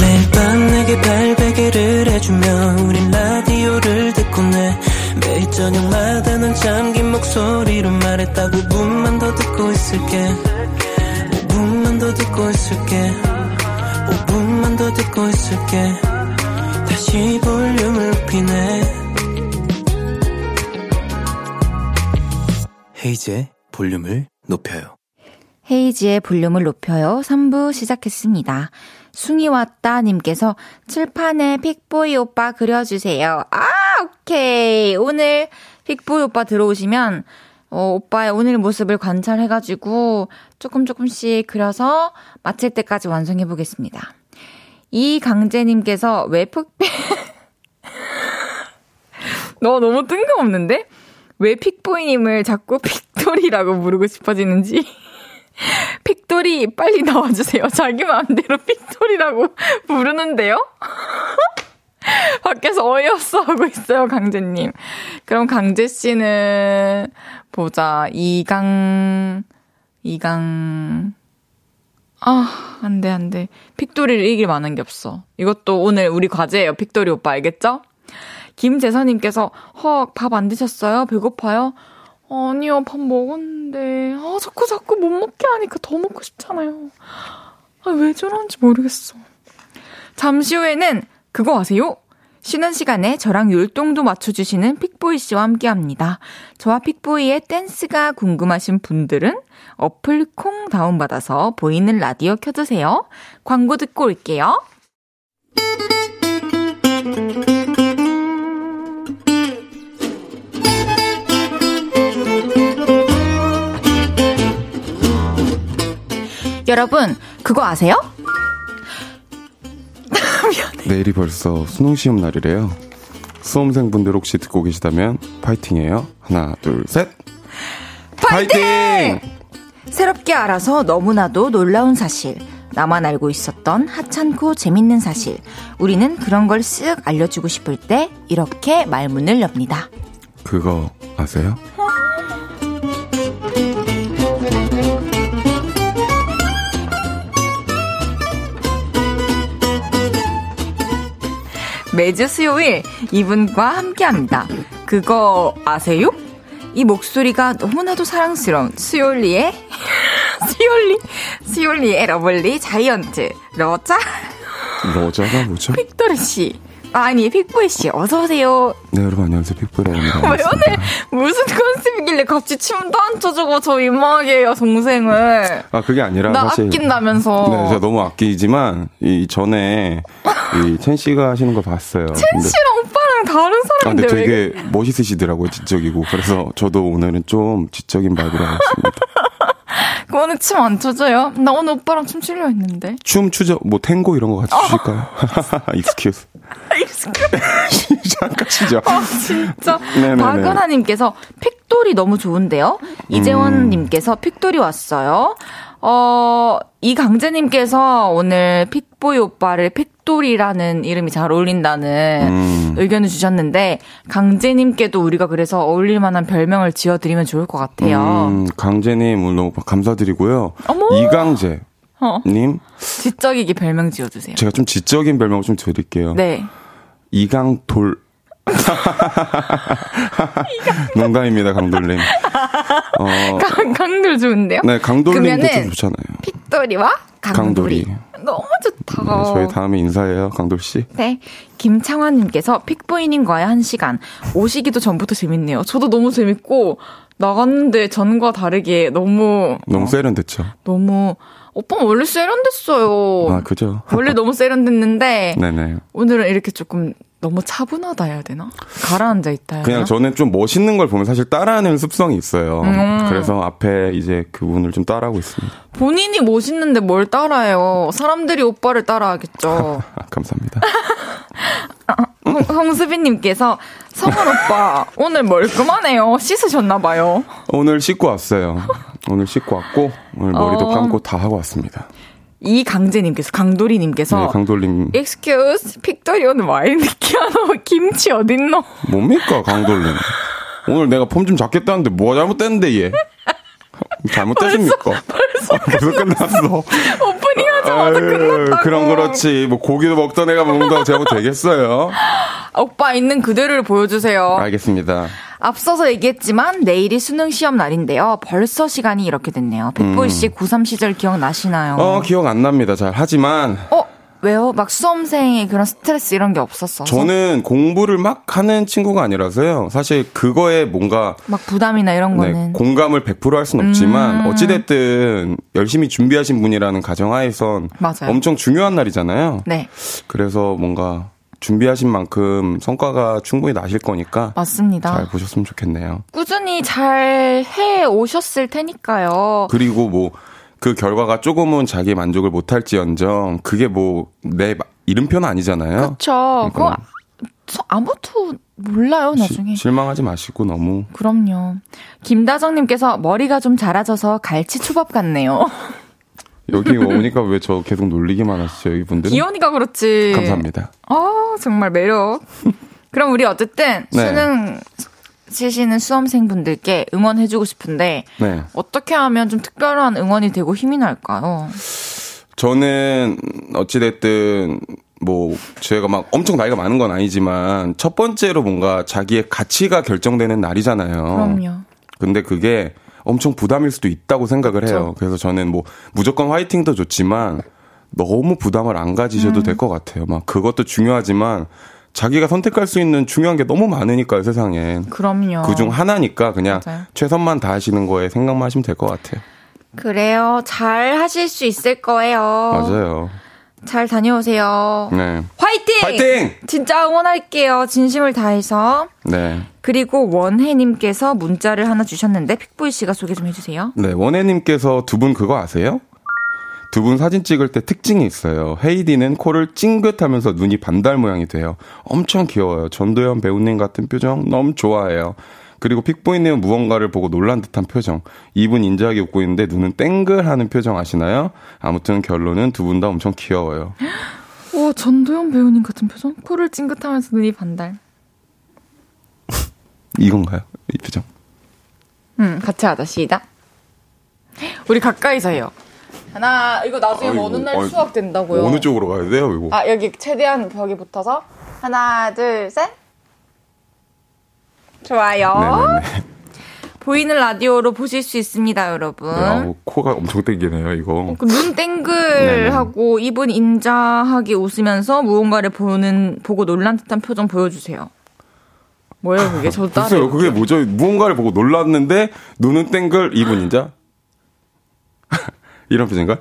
[SPEAKER 7] 매일 밤 내게 발베개를 해주며 우린 라디오를 듣고 내 매일 저녁마다 난 잠긴 목소리로 말했다 5분만 더 듣고 있을게 5분만 더 듣고 있을게 5분만 더 듣고 있을게 다시 볼륨을 높이네 헤이즈의 볼륨을 높여요
[SPEAKER 1] 헤이지의 볼륨을 높여요. 3부 시작했습니다. 숭이 왔다님께서 칠판에 픽보이 오빠 그려주세요. 아, 오케이. 오늘 픽보이 오빠 들어오시면, 어, 오빠의 오늘 모습을 관찰해가지고 조금 조금씩 그려서 마칠 때까지 완성해보겠습니다. 이강재님께서 왜 픽보이, 너 너무 뜬금없는데? 왜 픽보이님을 자꾸 픽돌이라고 부르고 싶어지는지. 픽돌이 빨리 나와주세요. 자기 마음대로 픽돌이라고 부르는데요? 밖에서 어이없어 하고 있어요, 강재님. 그럼 강재 씨는, 보자, 이강, 이강, 아, 안 돼, 안 돼. 픽돌이를 이길 만한 게 없어. 이것도 오늘 우리 과제예요, 픽돌이 오빠, 알겠죠? 김재선님께서, 허, 밥 안 드셨어요? 배고파요? 아니요, 밥 먹었는데. 아, 자꾸 자꾸 못 먹게 하니까 더 먹고 싶잖아요. 아, 왜 저러는지 모르겠어. 잠시 후에는 그거 아세요? 쉬는 시간에 저랑 율동도 맞춰주시는 픽보이 씨와 함께 합니다. 저와 픽보이의 댄스가 궁금하신 분들은 어플 콩 다운받아서 보이는 라디오 켜주세요. 광고 듣고 올게요. 여러분, 그거 아세요?
[SPEAKER 6] 내일이 벌써 수능 시험 날이래요. 수험생분들 혹시 듣고 계시다면 파이팅해요. 하나, 둘, 셋. 파이팅!
[SPEAKER 1] 새롭게 알아서 너무나도 놀라운 사실. 나만 알고 있었던 하찮고 재밌는 사실. 우리는 그런 걸 쓱 알려주고 싶을 때 이렇게 말문을 엽니다.
[SPEAKER 6] 그거 아세요?
[SPEAKER 1] 매주 수요일 이분과 함께합니다. 그거 아세요? 이 목소리가 너무나도 사랑스러운 수요일리의 시올리, 시올리의 러블리 자이언트, 러자,
[SPEAKER 6] 러자가 뭐죠?
[SPEAKER 1] 픽토르 씨. 아니, 픽보이 씨, 어서오세요.
[SPEAKER 6] 네, 여러분 안녕하세요. 픽브라입니다.
[SPEAKER 1] 왜 오늘 무슨 컨셉이길래 갑자기 춤도 안 춰주고 저 민망해요, 동생을.
[SPEAKER 6] 아, 그게 아니라
[SPEAKER 1] 나
[SPEAKER 6] 사실
[SPEAKER 1] 아낀다면서.
[SPEAKER 6] 네, 제가 너무 아끼지만 이 전에 이첸 씨가 하시는 걸 봤어요. 근데,
[SPEAKER 1] 씨랑 오빠랑 다른
[SPEAKER 6] 아, 근데
[SPEAKER 1] 사람인데 왜
[SPEAKER 6] 되게 멋있으시더라고요. 지적이고. 그래서 저도 오늘은 좀 지적인 바이브로 하겠습니다.
[SPEAKER 1] 그 오늘 춤 안 춰줘요? 나 오늘 오빠랑 춤추려 했는데.
[SPEAKER 6] 춤 추죠. 뭐 탱고 이런 거
[SPEAKER 1] 어.
[SPEAKER 6] 같이 추실까요? 익스큐스. 잠깐 쉬죠.
[SPEAKER 1] 아, 진짜.
[SPEAKER 6] 네네네. 음.
[SPEAKER 1] 박은하님께서 픽돌이 너무 좋은데요? 이재원님께서 픽돌이 왔어요. 어, 이강재님께서 오늘 픽보이 오빠를 픽돌이라는 이름이 잘 어울린다는
[SPEAKER 6] 음.
[SPEAKER 1] 의견을 주셨는데, 강재님께도 우리가 그래서 어울릴 만한 별명을 지어드리면 좋을 것 같아요.
[SPEAKER 6] 음, 강재님 오늘 너무 감사드리고요.
[SPEAKER 1] 어머!
[SPEAKER 6] 이강재.
[SPEAKER 1] 어.
[SPEAKER 6] 님,
[SPEAKER 1] 지적이게 별명 지어주세요.
[SPEAKER 6] 제가 좀 네. 지적인 별명을 좀 드릴게요.
[SPEAKER 1] 네.
[SPEAKER 6] 이강돌. 농담입니다, 강돌님. 어,
[SPEAKER 1] 강, 강돌 좋은데요?
[SPEAKER 6] 네, 강돌님도
[SPEAKER 1] 그러면은
[SPEAKER 6] 좀 좋잖아요.
[SPEAKER 1] 핏돌이와 강돌이. 너무 좋다.
[SPEAKER 6] 네, 저희 다음에 인사해요, 강돌씨.
[SPEAKER 1] 네. 김창환님께서 픽보이님과의 한 시간. 오시기도 전부터 재밌네요. 저도 너무 재밌고, 나갔는데 전과 다르게 너무,
[SPEAKER 6] 너무 세련됐죠?
[SPEAKER 1] 너무, 오빠 는 원래 세련됐어요.
[SPEAKER 6] 아, 그죠?
[SPEAKER 1] 원래 너무 세련됐는데,
[SPEAKER 6] 네네.
[SPEAKER 1] 오늘은 이렇게 조금 너무 차분하다 해야 되나? 가라앉아 있다 해야 되나?
[SPEAKER 6] 그냥 저는 좀 멋있는 걸 보면 사실 따라하는 습성이 있어요.
[SPEAKER 1] 음.
[SPEAKER 6] 그래서 앞에 이제 그분을 좀 따라하고 있습니다.
[SPEAKER 1] 본인이 멋있는데 뭘 따라해요. 사람들이 오빠를 따라하겠죠.
[SPEAKER 6] 아, 감사합니다.
[SPEAKER 1] 홍, 홍수빈님께서 성원 오빠 오늘 멀끔하네요. 씻으셨나봐요.
[SPEAKER 6] 오늘 씻고 왔어요. 오늘 씻고 왔고, 오늘 머리도
[SPEAKER 1] 어.
[SPEAKER 6] 감고 다 하고 왔습니다.
[SPEAKER 1] 이강재님께서 강도리님께서
[SPEAKER 6] 네, 강돌님.
[SPEAKER 1] Excuse, 픽돌이 오늘 와인 느끼하노 김치 어딨노?
[SPEAKER 6] 뭡니까, 강돌님. 오늘 내가 폼 좀 잡겠다는데 뭐가 잘못됐는데, 얘. 잘못되십니까? 아, 벌써, 끝났어.
[SPEAKER 1] 오프닝 하자마자
[SPEAKER 6] 아유,
[SPEAKER 1] 끝났다고.
[SPEAKER 6] 그럼 그렇지. 뭐 고기도 먹던 애가 먹는다고 제가 뭐 되겠어요?
[SPEAKER 1] 오빠 있는 그대로를 보여주세요.
[SPEAKER 6] 아. 알겠습니다.
[SPEAKER 1] 앞서서 얘기했지만 내일이 수능 시험 날인데요. 벌써 시간이 이렇게 됐네요. 백보이 씨 고3 시절 기억나시나요?
[SPEAKER 6] 음. 어, 기억 안 납니다. 잘 하지만
[SPEAKER 1] 어, 왜요? 막 수험생의 그런 스트레스 이런 게 없었어서
[SPEAKER 6] 저는 공부를 막 하는 친구가 아니라서요. 사실 그거에 뭔가
[SPEAKER 1] 막 부담이나 이런
[SPEAKER 6] 네,
[SPEAKER 1] 거는 음.
[SPEAKER 6] 공감을 100%할 순 없지만 어찌됐든 열심히 준비하신 분이라는 가정하에선
[SPEAKER 1] 맞아요.
[SPEAKER 6] 엄청 중요한 날이잖아요.
[SPEAKER 1] 네
[SPEAKER 6] 그래서 뭔가 준비하신 만큼 성과가 충분히 나실 거니까
[SPEAKER 1] 맞습니다.
[SPEAKER 6] 잘 보셨으면 좋겠네요.
[SPEAKER 1] 꾸준히 잘 해 오셨을 테니까요.
[SPEAKER 6] 그리고 뭐 그 결과가 조금은 자기 만족을 못할지언정 그게 뭐 내 이름표는 아니잖아요.
[SPEAKER 1] 그렇죠. 그거
[SPEAKER 6] 그러니까
[SPEAKER 1] 서- 아무도 몰라요
[SPEAKER 6] 시-
[SPEAKER 1] 나중에.
[SPEAKER 6] 실망하지 마시고 너무
[SPEAKER 1] 그럼요. 김다정님께서 머리가 좀 자라져서 갈치 초밥 같네요.
[SPEAKER 6] 여기 오니까 왜 저 계속 놀리기만 하시죠 이분들?
[SPEAKER 1] 기현이가 그렇지.
[SPEAKER 6] 감사합니다.
[SPEAKER 1] 아 정말 매력. 그럼 우리 어쨌든
[SPEAKER 6] 네.
[SPEAKER 1] 수능 치시는 수험생분들께 응원해주고 싶은데
[SPEAKER 6] 네,
[SPEAKER 1] 어떻게 하면 좀 특별한 응원이 되고 힘이
[SPEAKER 6] 어.
[SPEAKER 1] 날까요?
[SPEAKER 6] 저는 어찌됐든 뭐 제가 막 엄청 나이가 많은 건 아니지만 첫 번째로 뭔가 자기의 가치가 결정되는 날이잖아요.
[SPEAKER 1] 그럼요.
[SPEAKER 6] 근데 그게 엄청 부담일 수도 있다고 생각을 해요. 그래서 저는 뭐 무조건 화이팅도 좋지만 너무 부담을 안
[SPEAKER 1] 음.
[SPEAKER 6] 가지셔도 될 것 같아요. 막 그것도 중요하지만 자기가 선택할 수 있는 중요한 게 너무 많으니까요, 세상엔.
[SPEAKER 1] 그럼요.
[SPEAKER 6] 그 중 하나니까 그냥
[SPEAKER 1] 맞아요.
[SPEAKER 6] 최선만 다하시는 거에 생각만 하시면 될 것 같아요.
[SPEAKER 1] 그래요. 잘 하실 수 있을 거예요.
[SPEAKER 6] 맞아요.
[SPEAKER 1] 잘 다녀오세요.
[SPEAKER 6] 네.
[SPEAKER 1] 화이팅!
[SPEAKER 6] 화이팅!
[SPEAKER 1] 진짜 응원할게요. 진심을 다해서.
[SPEAKER 6] 네.
[SPEAKER 1] 그리고 원혜님께서 문자를 하나 주셨는데 픽보이 씨가 소개 좀 해주세요.
[SPEAKER 6] 네, 원혜님께서 두 분 그거 아세요? 두 분 사진 찍을 때 특징이 있어요. 헤이디는 코를 찡긋하면서 눈이 반달 모양이 돼요. 엄청 귀여워요. 전도연 배우님 같은 표정 너무 좋아해요. 그리고 픽보이님은 무언가를 보고 놀란 듯한 표정. 이분 인자하게 웃고 있는데 눈은 땡글하는 표정 아시나요? 아무튼 결론은 두 분 다 엄청 귀여워요.
[SPEAKER 1] 와 전도연 배우님 같은 표정? 코를 찡긋하면서 눈이 반달.
[SPEAKER 6] 이건가요? 이 표정.
[SPEAKER 1] 응, 음, 같이 하자. 시작. 우리 가까이서 해요. 하나, 이거 나중에
[SPEAKER 6] 아이고,
[SPEAKER 1] 어느 날
[SPEAKER 6] 아이고.
[SPEAKER 1] 수학 된다고요.
[SPEAKER 6] 어느 쪽으로 가야 돼요, 이거?
[SPEAKER 1] 아, 여기 최대한 벽에 붙어서. 하나, 둘, 셋. 좋아요.
[SPEAKER 6] 네네네.
[SPEAKER 1] 보이는 라디오로 보실 수 있습니다, 여러분.
[SPEAKER 6] 야, 어, 코가 엄청 땡기네요, 이거.
[SPEAKER 1] 그눈 땡글하고
[SPEAKER 6] 네.
[SPEAKER 1] 입은 인자하게 웃으면서 무언가를 보는 보고 놀란 듯한 표정 보여주세요. 뭐예요 그게? 저도
[SPEAKER 6] 글쎄요,
[SPEAKER 1] 따로
[SPEAKER 6] 그게 뭐죠? 무언가를 보고 놀랐는데, 눈은 땡글, 입은 인자? 이런 표정인가?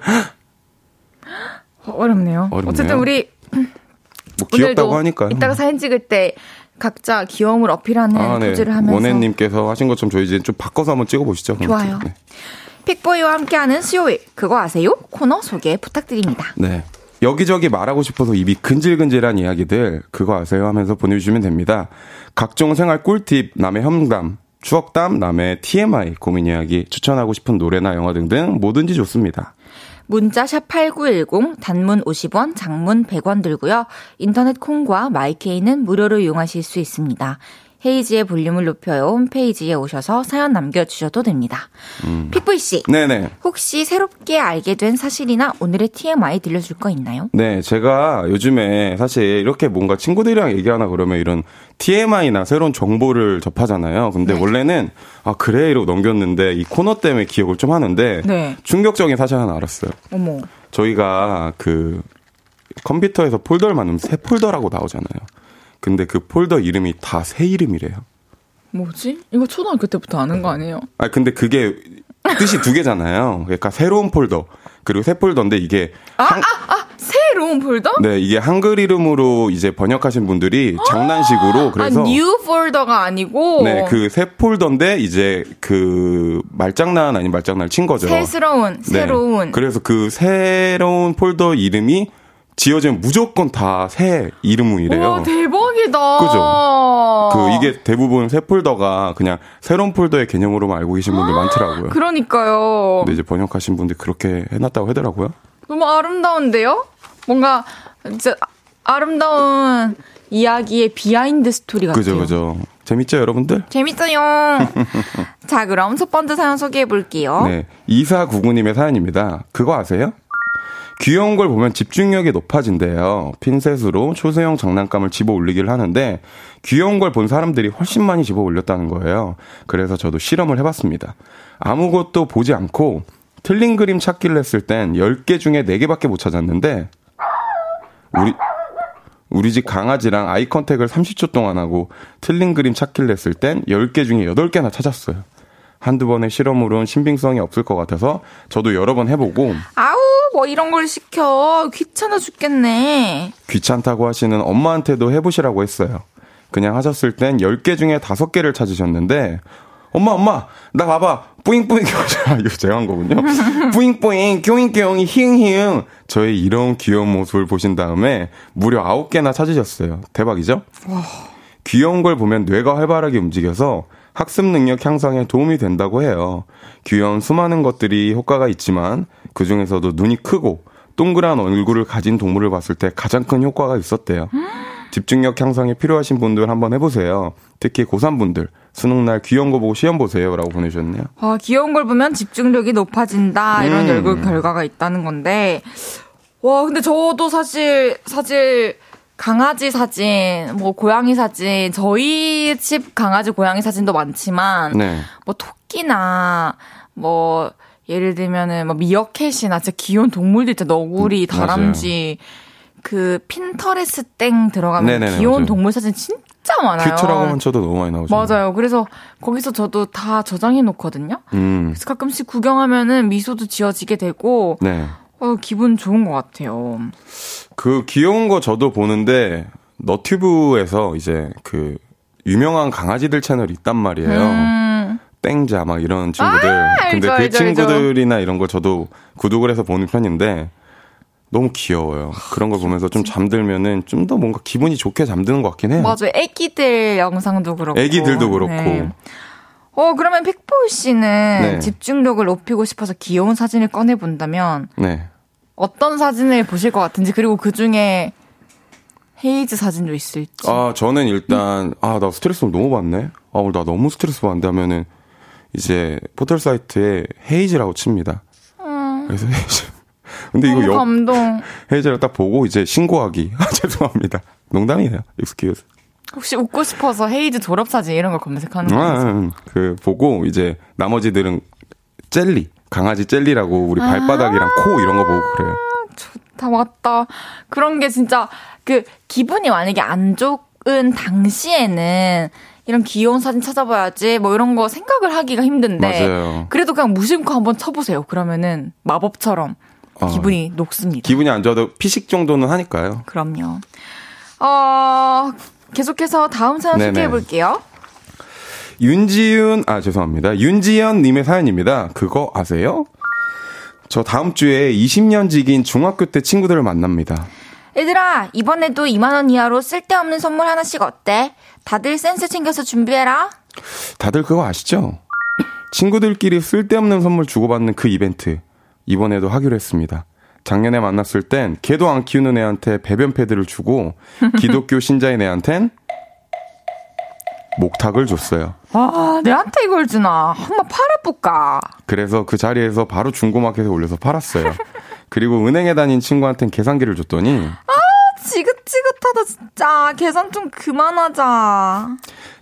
[SPEAKER 6] 뭐
[SPEAKER 1] 어, 어렵네요.
[SPEAKER 6] 어렵네요.
[SPEAKER 1] 어쨌든 우리
[SPEAKER 6] 뭐 귀엽다고
[SPEAKER 1] 오늘도
[SPEAKER 6] 하니까요.
[SPEAKER 1] 이따가 사진 찍을 때 각자 귀여움을 어필하는 포즈를 하면서
[SPEAKER 6] 아, 네. 원혜님께서 하신 것처럼 저희 이제 좀 바꿔서 한번 찍어보시죠. 그럼.
[SPEAKER 1] 좋아요.
[SPEAKER 6] 네.
[SPEAKER 1] 픽보이와 함께하는 수요일 그거 아세요? 코너 소개 부탁드립니다.
[SPEAKER 6] 네. 여기저기 말하고 싶어서 입이 근질근질한 이야기들 그거 아세요 하면서 보내주시면 됩니다. 각종 생활 꿀팁, 남의 험담, 추억담, 남의 TMI, 고민 이야기, 추천하고 싶은 노래나 영화 등등 뭐든지 좋습니다.
[SPEAKER 1] 문자 샵8910 단문 50원, 장문 100원 들고요. 인터넷 콩과 마이케이는 무료로 이용하실 수 있습니다. 헤이지의 볼륨을 높여요 홈페이지에 오셔서 사연 남겨주셔도 됩니다.
[SPEAKER 6] 음.
[SPEAKER 1] 픽보이 씨,
[SPEAKER 6] 네네.
[SPEAKER 1] 혹시 새롭게 알게 된 사실이나 오늘의 TMI 들려줄 거 있나요?
[SPEAKER 6] 네, 제가 요즘에 사실 이렇게 뭔가 친구들이랑 얘기하나 그러면 이런 TMI나 새로운 정보를 접하잖아요. 근데 원래는 아 그래 이러고 넘겼는데 이 코너 때문에 기억을 좀 하는데
[SPEAKER 1] 네.
[SPEAKER 6] 충격적인 사실 하나 알았어요.
[SPEAKER 1] 어머,
[SPEAKER 6] 저희가 그 컴퓨터에서 폴더를 만들면 새 폴더라고 나오잖아요. 근데 그 폴더 이름이 다 새 이름이래요.
[SPEAKER 8] 뭐지? 이거 초등학교 때부터 아는 거 아니에요?
[SPEAKER 6] 아 근데 그게 뜻이 두 개잖아요. 그러니까 새로운 폴더 그리고 새 폴더인데 이게 한-
[SPEAKER 8] 아, 새로운 폴더?
[SPEAKER 1] 어?
[SPEAKER 6] 네, 이게 한글 이름으로 이제 번역하신 분들이 장난식으로 그래서
[SPEAKER 8] 아, 뉴 폴더가 아니고
[SPEAKER 6] 네, 그 새 폴더인데 이제 그 말장난 아닌 말장난을 친 거죠.
[SPEAKER 1] 새스러운,
[SPEAKER 6] 네.
[SPEAKER 1] 새로운.
[SPEAKER 6] 그래서 그 새로운 폴더 이름이 지어지면 무조건 다 새 이름이래요.
[SPEAKER 8] 와 대박이다.
[SPEAKER 6] 그죠? 그 이게 대부분 새 폴더가 그냥 새로운 폴더의 개념으로만 알고 계신 분들 많더라고요.
[SPEAKER 8] 그러니까요.
[SPEAKER 6] 근데 이제 번역하신 분들 그렇게 해놨다고 하더라고요.
[SPEAKER 8] 너무 아름다운데요? 뭔가 진짜 아름다운 이야기의 비하인드
[SPEAKER 1] 네,
[SPEAKER 8] 스토리 같아요.
[SPEAKER 6] 그죠, 그죠. 재밌죠, 여러분들?
[SPEAKER 1] 재밌어요. 자, 그럼 첫 번째 사연 소개해 볼게요.
[SPEAKER 6] 네. 이사구구님의 사연입니다. 그거 아세요? 귀여운 걸 보면 집중력이 높아진대요. 핀셋으로 초세형 장난감을 집어 올리기를 하는데 귀여운 걸 본 사람들이 훨씬 많이 집어 올렸다는 거예요. 그래서 저도 실험을 해봤습니다. 아무것도 보지 않고 틀린 그림 찾기를 했을 땐 10개 중에 4개밖에 못 찾았는데 우리 우리 집 강아지랑 아이 컨택을 30초 동안 하고 틀린 그림 찾기를 했을 땐 10개 중에 8개나 찾았어요. 한두 번의 실험으로는 신빙성이 없을 것 같아서 저도 여러 번 해보고
[SPEAKER 1] 아우, 뭐 이런 걸 시켜. 귀찮아 죽겠네.
[SPEAKER 6] 귀찮다고 하시는 엄마한테도 해보시라고 했어요. 그냥 하셨을 땐 10개 중에 5개를 찾으셨는데, 엄마, 엄마, 나 봐봐. 뿌잉뿌잉, 아, 이거 제가 한 거군요. 뿌잉뿌잉, 뀨잉뀨잉, 히응히응. 저의 이런 귀여운 모습을 보신 다음에 무려 9개나 찾으셨어요. 대박이죠? 귀여운 걸 보면 뇌가 활발하게 움직여서 학습 능력 향상에 도움이 된다고 해요. 귀여운 수많은 것들이 효과가 있지만 그 중에서도 눈이 크고 동그란 얼굴을 가진 동물을 봤을 때 가장 큰 효과가 있었대요. 집중력 향상이 필요하신 분들 한번 해보세요. 특히 고3분들 수능날 귀여운 거 보고 시험 보세요. 라고 보내주셨네요.
[SPEAKER 1] 아, 귀여운 걸 보면 집중력이 높아진다. 이런
[SPEAKER 6] 음.
[SPEAKER 1] 열골 결과가 있다는 건데. 와, 근데 저도 사실, 사실, 강아지 사진, 뭐, 고양이 사진, 저희 집 강아지, 고양이 사진도 많지만,
[SPEAKER 6] 네.
[SPEAKER 1] 뭐, 토끼나, 뭐, 예를 들면은, 뭐, 미어캣이나 진짜 귀여운 동물들 있죠. 너구리,
[SPEAKER 6] 음, 맞아요.
[SPEAKER 1] 다람쥐. 그, 핀터레스 땡 들어가면
[SPEAKER 6] 네네네,
[SPEAKER 1] 귀여운
[SPEAKER 6] 맞아요.
[SPEAKER 1] 동물 사진 진짜 많아요.
[SPEAKER 6] 큐트라고만 쳐도 너무 많이 나오죠.
[SPEAKER 1] 맞아요. 그래서 거기서 저도 다 저장해 놓거든요.
[SPEAKER 6] 음.
[SPEAKER 1] 그래서 가끔씩 구경하면은 미소도 지어지게 되고
[SPEAKER 6] 네.
[SPEAKER 1] 어, 기분 좋은 것 같아요.
[SPEAKER 6] 그 귀여운 거 저도 보는데 너튜브에서 이제 그 유명한 강아지들 채널이 있단 말이에요.
[SPEAKER 1] 음, 아,
[SPEAKER 6] 땡자 막 이런 친구들.
[SPEAKER 1] 알죠,
[SPEAKER 6] 근데 그
[SPEAKER 1] 알죠, 알죠.
[SPEAKER 6] 친구들이나 이런 거 저도 구독을 해서 보는 편인데 너무 귀여워요. 그런 걸 보면서 좀 잠들면은 좀 더 뭔가 기분이 좋게 잠드는 것 같긴 해요.
[SPEAKER 1] 맞아요. 애기들 영상도 그렇고.
[SPEAKER 6] 네. 애기들도 그렇고.
[SPEAKER 1] 네. 어 그러면 픽보이 씨는
[SPEAKER 6] 네.
[SPEAKER 1] 집중력을 높이고 싶어서 귀여운 사진을 꺼내 본다면
[SPEAKER 6] 네.
[SPEAKER 1] 어떤 사진을 보실 것 같은지 그리고 그 중에 헤이즈 사진도 있을지.
[SPEAKER 6] 아, 저는 일단, 아, 나 스트레스 오늘 너무 받네? 아, 오늘 나 너무 스트레스 받는다 하면은, 이제, 포털 사이트에 헤이즈라고 칩니다. 그래서 헤이즈. 근데 이거
[SPEAKER 1] 너무
[SPEAKER 6] 영,
[SPEAKER 1] 감동.
[SPEAKER 6] 헤이즈를 딱 보고 이제 신고하기. 아, 죄송합니다. 농담이에요. 익스큐즈.
[SPEAKER 9] 혹시 웃고 싶어서 헤이즈 졸업사진 이런 걸 검색하는
[SPEAKER 1] 음.
[SPEAKER 9] 거지?
[SPEAKER 6] 아, 그 보고 이제 나머지들은 젤리 강아지 젤리라고 우리 발바닥이랑 코 이런 거 보고 그래요.
[SPEAKER 1] 다 왔다.
[SPEAKER 9] 그런 게 진짜 그 기분이 만약에 안 좋은 당시에는 이런 귀여운 사진 찾아봐야지 뭐 이런 거 생각을 하기가 힘든데
[SPEAKER 6] 맞아요.
[SPEAKER 9] 그래도 그냥 무심코 한번 쳐보세요. 그러면은 마법처럼
[SPEAKER 6] 어.
[SPEAKER 9] 기분이 녹습니다.
[SPEAKER 6] 기분이 안 좋아도 피식 정도는 하니까요.
[SPEAKER 9] 그럼요. 어, 계속해서 다음 사연
[SPEAKER 6] 네네.
[SPEAKER 9] 소개해 볼게요.
[SPEAKER 6] 윤지윤 아 죄송합니다. 윤지연 님의 사연입니다. 그거 아세요? 저 다음 주에 20년 지기인 중학교 때 친구들을 만납니다.
[SPEAKER 9] 얘들아, 이번에도 2만원 이하로 쓸데없는 선물 하나씩 어때? 다들 센스 챙겨서 준비해라.
[SPEAKER 6] 다들 그거 아시죠? 친구들끼리 쓸데없는 선물 주고받는 그 이벤트 이번에도 하기로 했습니다. 작년에 만났을 땐 개도 안 키우는 애한테 배변 패드를 주고 기독교 신자인 애한텐 목탁을 줬어요.
[SPEAKER 9] 와, 아, 내한테 이걸 주나. 한번 팔아볼까.
[SPEAKER 6] 그래서 그 자리에서 바로 중고마켓에 올려서 팔았어요. 그리고 은행에 다닌 친구한텐 계산기를 줬더니
[SPEAKER 9] 지긋지긋하다, 진짜. 계산 좀 그만하자.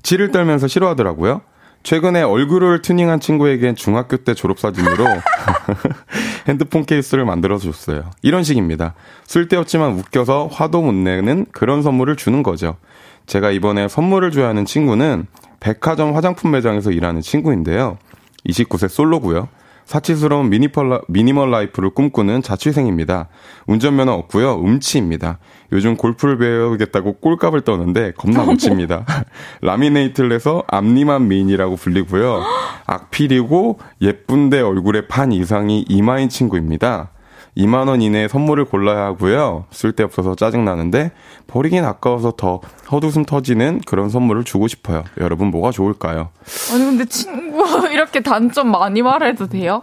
[SPEAKER 6] 치를 떨면서 싫어하더라고요. 최근에 얼굴을 튜닝한 친구에겐 중학교 때 졸업사진으로 핸드폰 케이스를 만들어서 줬어요. 이런 식입니다. 쓸데없지만 웃겨서 화도 못 내는 그런 선물을 주는 거죠. 제가 이번에 선물을 줘야 하는 친구는 백화점 화장품 매장에서 일하는 친구인데요. 29세 솔로고요. 사치스러운 미니펄라, 미니멀 라이프를 꿈꾸는 자취생입니다. 운전면허 없고요. 음치입니다. 요즘 골프를 배우겠다고 꼴값을 떠는데 겁나 못 칩니다. 라미네이트를 해서 앞니만 미인이라고 불리고요. 악필이고 예쁜데 얼굴에 반 이상이 이마인 친구입니다. 2만 원 이내에 선물을 골라야 하고요. 쓸데없어서 짜증나는데 버리긴 아까워서 더 헛웃음 터지는 그런 선물을 주고 싶어요. 여러분 뭐가 좋을까요?
[SPEAKER 1] 아니 근데 친구 이렇게 단점 많이 말해도 돼요?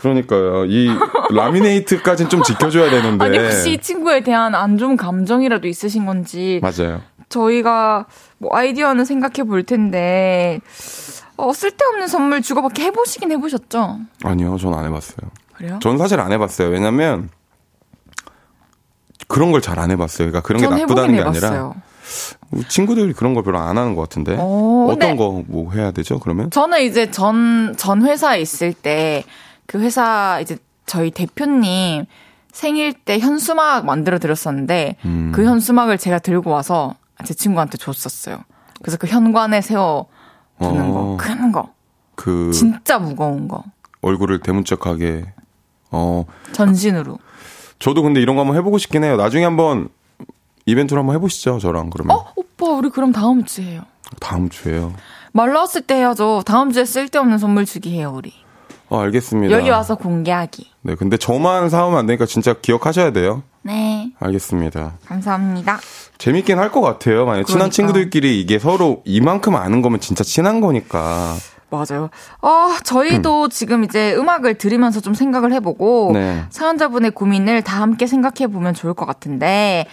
[SPEAKER 6] 그러니까요. 이 라미네이트까지는 좀 지켜줘야 되는데.
[SPEAKER 1] 아니 혹시 이 친구에 대한 안 좋은 감정이라도 있으신 건지
[SPEAKER 6] 맞아요.
[SPEAKER 1] 저희가 뭐 아이디어는 생각해 볼 텐데 어, 쓸데없는 선물 주고받기 해보시긴 해보셨죠?
[SPEAKER 6] 아니요, 전 안 해봤어요.
[SPEAKER 1] 그래요?
[SPEAKER 6] 전 사실 안 해봤어요. 왜냐면 그런 걸 잘 안 해봤어요. 그러니까 그런 게
[SPEAKER 1] 전
[SPEAKER 6] 나쁘다는
[SPEAKER 1] 해보긴
[SPEAKER 6] 게 아니라
[SPEAKER 1] 해봤어요.
[SPEAKER 6] 친구들이 그런 걸 별로 안 하는 것 같은데
[SPEAKER 1] 어,
[SPEAKER 6] 어떤
[SPEAKER 1] 근데-
[SPEAKER 6] 거 뭐 해야 되죠? 그러면
[SPEAKER 1] 저는 이제 전, 전 회사에 있을 때, 그 회사 이제 저희 대표님 생일 때 현수막 만들어 드렸었는데,
[SPEAKER 6] 음.
[SPEAKER 1] 그 현수막을 제가 들고 와서 제 친구한테 줬었어요. 그래서 그 현관에 세워 두는
[SPEAKER 6] 어.
[SPEAKER 1] 거, 큰 거,
[SPEAKER 6] 그
[SPEAKER 1] 진짜 무거운 거,
[SPEAKER 6] 얼굴을 대문짝하게 어
[SPEAKER 1] 전신으로.
[SPEAKER 6] 저도 근데 이런 거 한번 해보고 싶긴 해요. 나중에 한번 이벤트로 한번 해보시죠. 저랑 그러면
[SPEAKER 1] 어, 오빠, 우리 그럼 다음 주에 해요.
[SPEAKER 6] 다음 주에요.
[SPEAKER 1] 말 나왔을 때 해야죠. 다음 주에 쓸데없는 선물 주기 해요, 우리.
[SPEAKER 6] 어 알겠습니다.
[SPEAKER 1] 여기 와서 공개하기.
[SPEAKER 6] 네, 근데 저만 사오면 안 되니까 진짜 기억하셔야 돼요.
[SPEAKER 1] 네,
[SPEAKER 6] 알겠습니다.
[SPEAKER 1] 감사합니다.
[SPEAKER 6] 재밌긴 할 것 같아요. 만약 에 친한
[SPEAKER 1] 그러니까.
[SPEAKER 6] 친구들끼리 이게 서로 이만큼 아는 거면 진짜 친한 거니까.
[SPEAKER 1] 맞아요. 어, 저희도 지금 이제 음악을 들으면서 좀 생각을 해보고
[SPEAKER 6] 네.
[SPEAKER 1] 사연자분의 고민을 다 함께 생각해 보면 좋을 것 같은데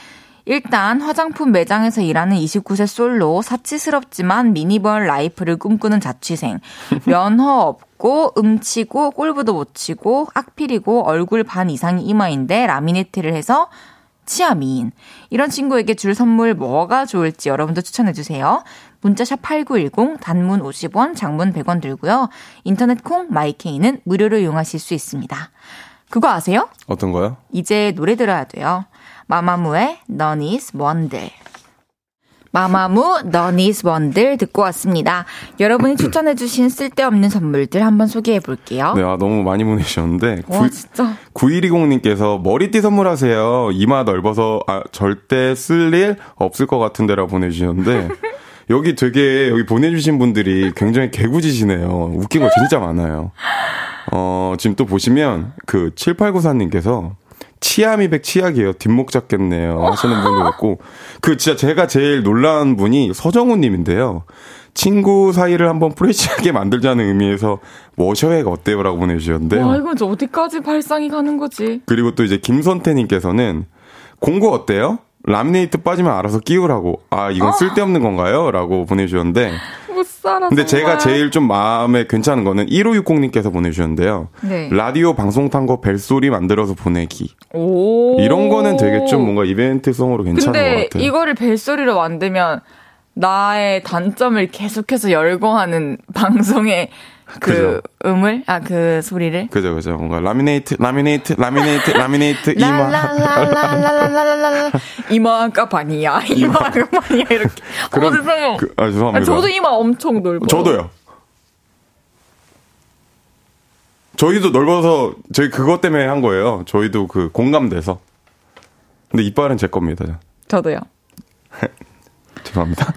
[SPEAKER 1] 일단 화장품 매장에서 일하는 29세 솔로 사치스럽지만 미니멀 라이프를 꿈꾸는 자취생 면허 없고 음치고 골프도 못 치고 악필이고 얼굴 반 이상이 이마인데 라미네이트를 해서 치아 미인 이런 친구에게 줄 선물 뭐가 좋을지 여러분도 추천해 주세요. 문자샵 8910 단문 50원 장문 100원 들고요. 인터넷 콩 마이케이는 무료로 이용하실 수 있습니다. 그거 아세요?
[SPEAKER 6] 어떤 거요?
[SPEAKER 1] 이제 노래 들어야 돼요. 마마무의 넌 is 원들. 마마무 넌 is 원들 듣고 왔습니다. 여러분이 추천해 주신 쓸데없는 선물들 한번 소개해 볼게요.
[SPEAKER 6] 네, 아, 너무 많이 보내주셨는데.
[SPEAKER 1] 어?
[SPEAKER 6] 그
[SPEAKER 1] 와
[SPEAKER 6] 구-
[SPEAKER 1] 진짜
[SPEAKER 6] 9120님께서 머리띠 선물하세요. 이마 넓어서 아, 절대 쓸 일 없을 것 같은데라 보내주셨는데. 여기 되게, 여기 보내주신 분들이 굉장히 개구지시네요. 웃긴 거 진짜 많아요. 어, 지금 또 보시면 그 7894님께서 치아미백 치약이에요. 뒷목 잡겠네요. 하시는 분도 있고. 그 진짜 제가 제일 놀라운 분이 서정우님인데요. 친구 사이를 한번 프레시하게 만들자는 의미에서 워셔액 어때요? 라고 보내주셨는데요.
[SPEAKER 1] 와 이건 저 어디까지 발상이 가는 거지?
[SPEAKER 6] 그리고 또 이제 김선태님께서는 공구 어때요? 라미네이트 빠지면 알아서 끼우라고. 아
[SPEAKER 1] 어.
[SPEAKER 6] 이건 쓸데없는 건가요? 라고 보내주셨는데.
[SPEAKER 1] 못 살아.
[SPEAKER 6] 근데
[SPEAKER 1] 정말.
[SPEAKER 6] 제가 제일 좀 마음에 괜찮은 거는 1560님께서 보내주셨는데요.
[SPEAKER 1] 네.
[SPEAKER 6] 라디오 방송 탄 거 벨소리 만들어서 보내기.
[SPEAKER 1] 오
[SPEAKER 6] 이런 거는 되게 좀 뭔가 이벤트성으로 괜찮은 것
[SPEAKER 1] 근데
[SPEAKER 6] 같아요.
[SPEAKER 1] 이거를 벨소리로 만들면 나의 단점을 계속해서 열거하는 방송의 그
[SPEAKER 6] 그죠.
[SPEAKER 1] 음을 아 그 소리를
[SPEAKER 6] 그죠, 그죠. 뭔가 라미네이트, 라미네이트, 라미네이트, 그 라미네이트, 이마.
[SPEAKER 1] 라라라라라라라라라 이마가 반이야 이마가 반이야 이렇게 어 세상에
[SPEAKER 6] 그, 아,
[SPEAKER 1] 아,
[SPEAKER 6] 죄송합니다.
[SPEAKER 1] 저도 이마 엄청 넓어
[SPEAKER 6] 저도요. 저희도 넓어서 저희 그것 때문에 한 거예요. 저희도 그 공감돼서. 근데 이빨은 제 겁니다.
[SPEAKER 1] 저도요
[SPEAKER 6] 죄송합니다.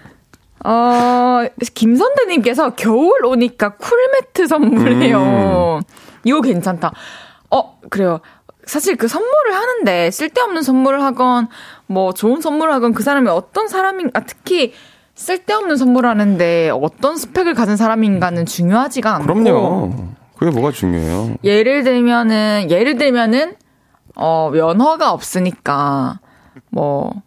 [SPEAKER 1] 어, 김선대님께서 겨울 오니까 쿨매트
[SPEAKER 6] 음.
[SPEAKER 1] 선물해요. 이거 괜찮다. 어, 그래요. 사실 그 선물을 하는데 쓸데없는 선물을 하건 뭐 좋은 선물을 하건 그 사람이 어떤 사람인가 아, 특히 쓸데없는 선물하는데 어떤 스펙을 가진 사람인가는 중요하지가 않고
[SPEAKER 6] 그럼요. 어, 그게 뭐가 중요해요.
[SPEAKER 1] 예를 들면은 예를 들면은 어 면허가 없으니까 뭐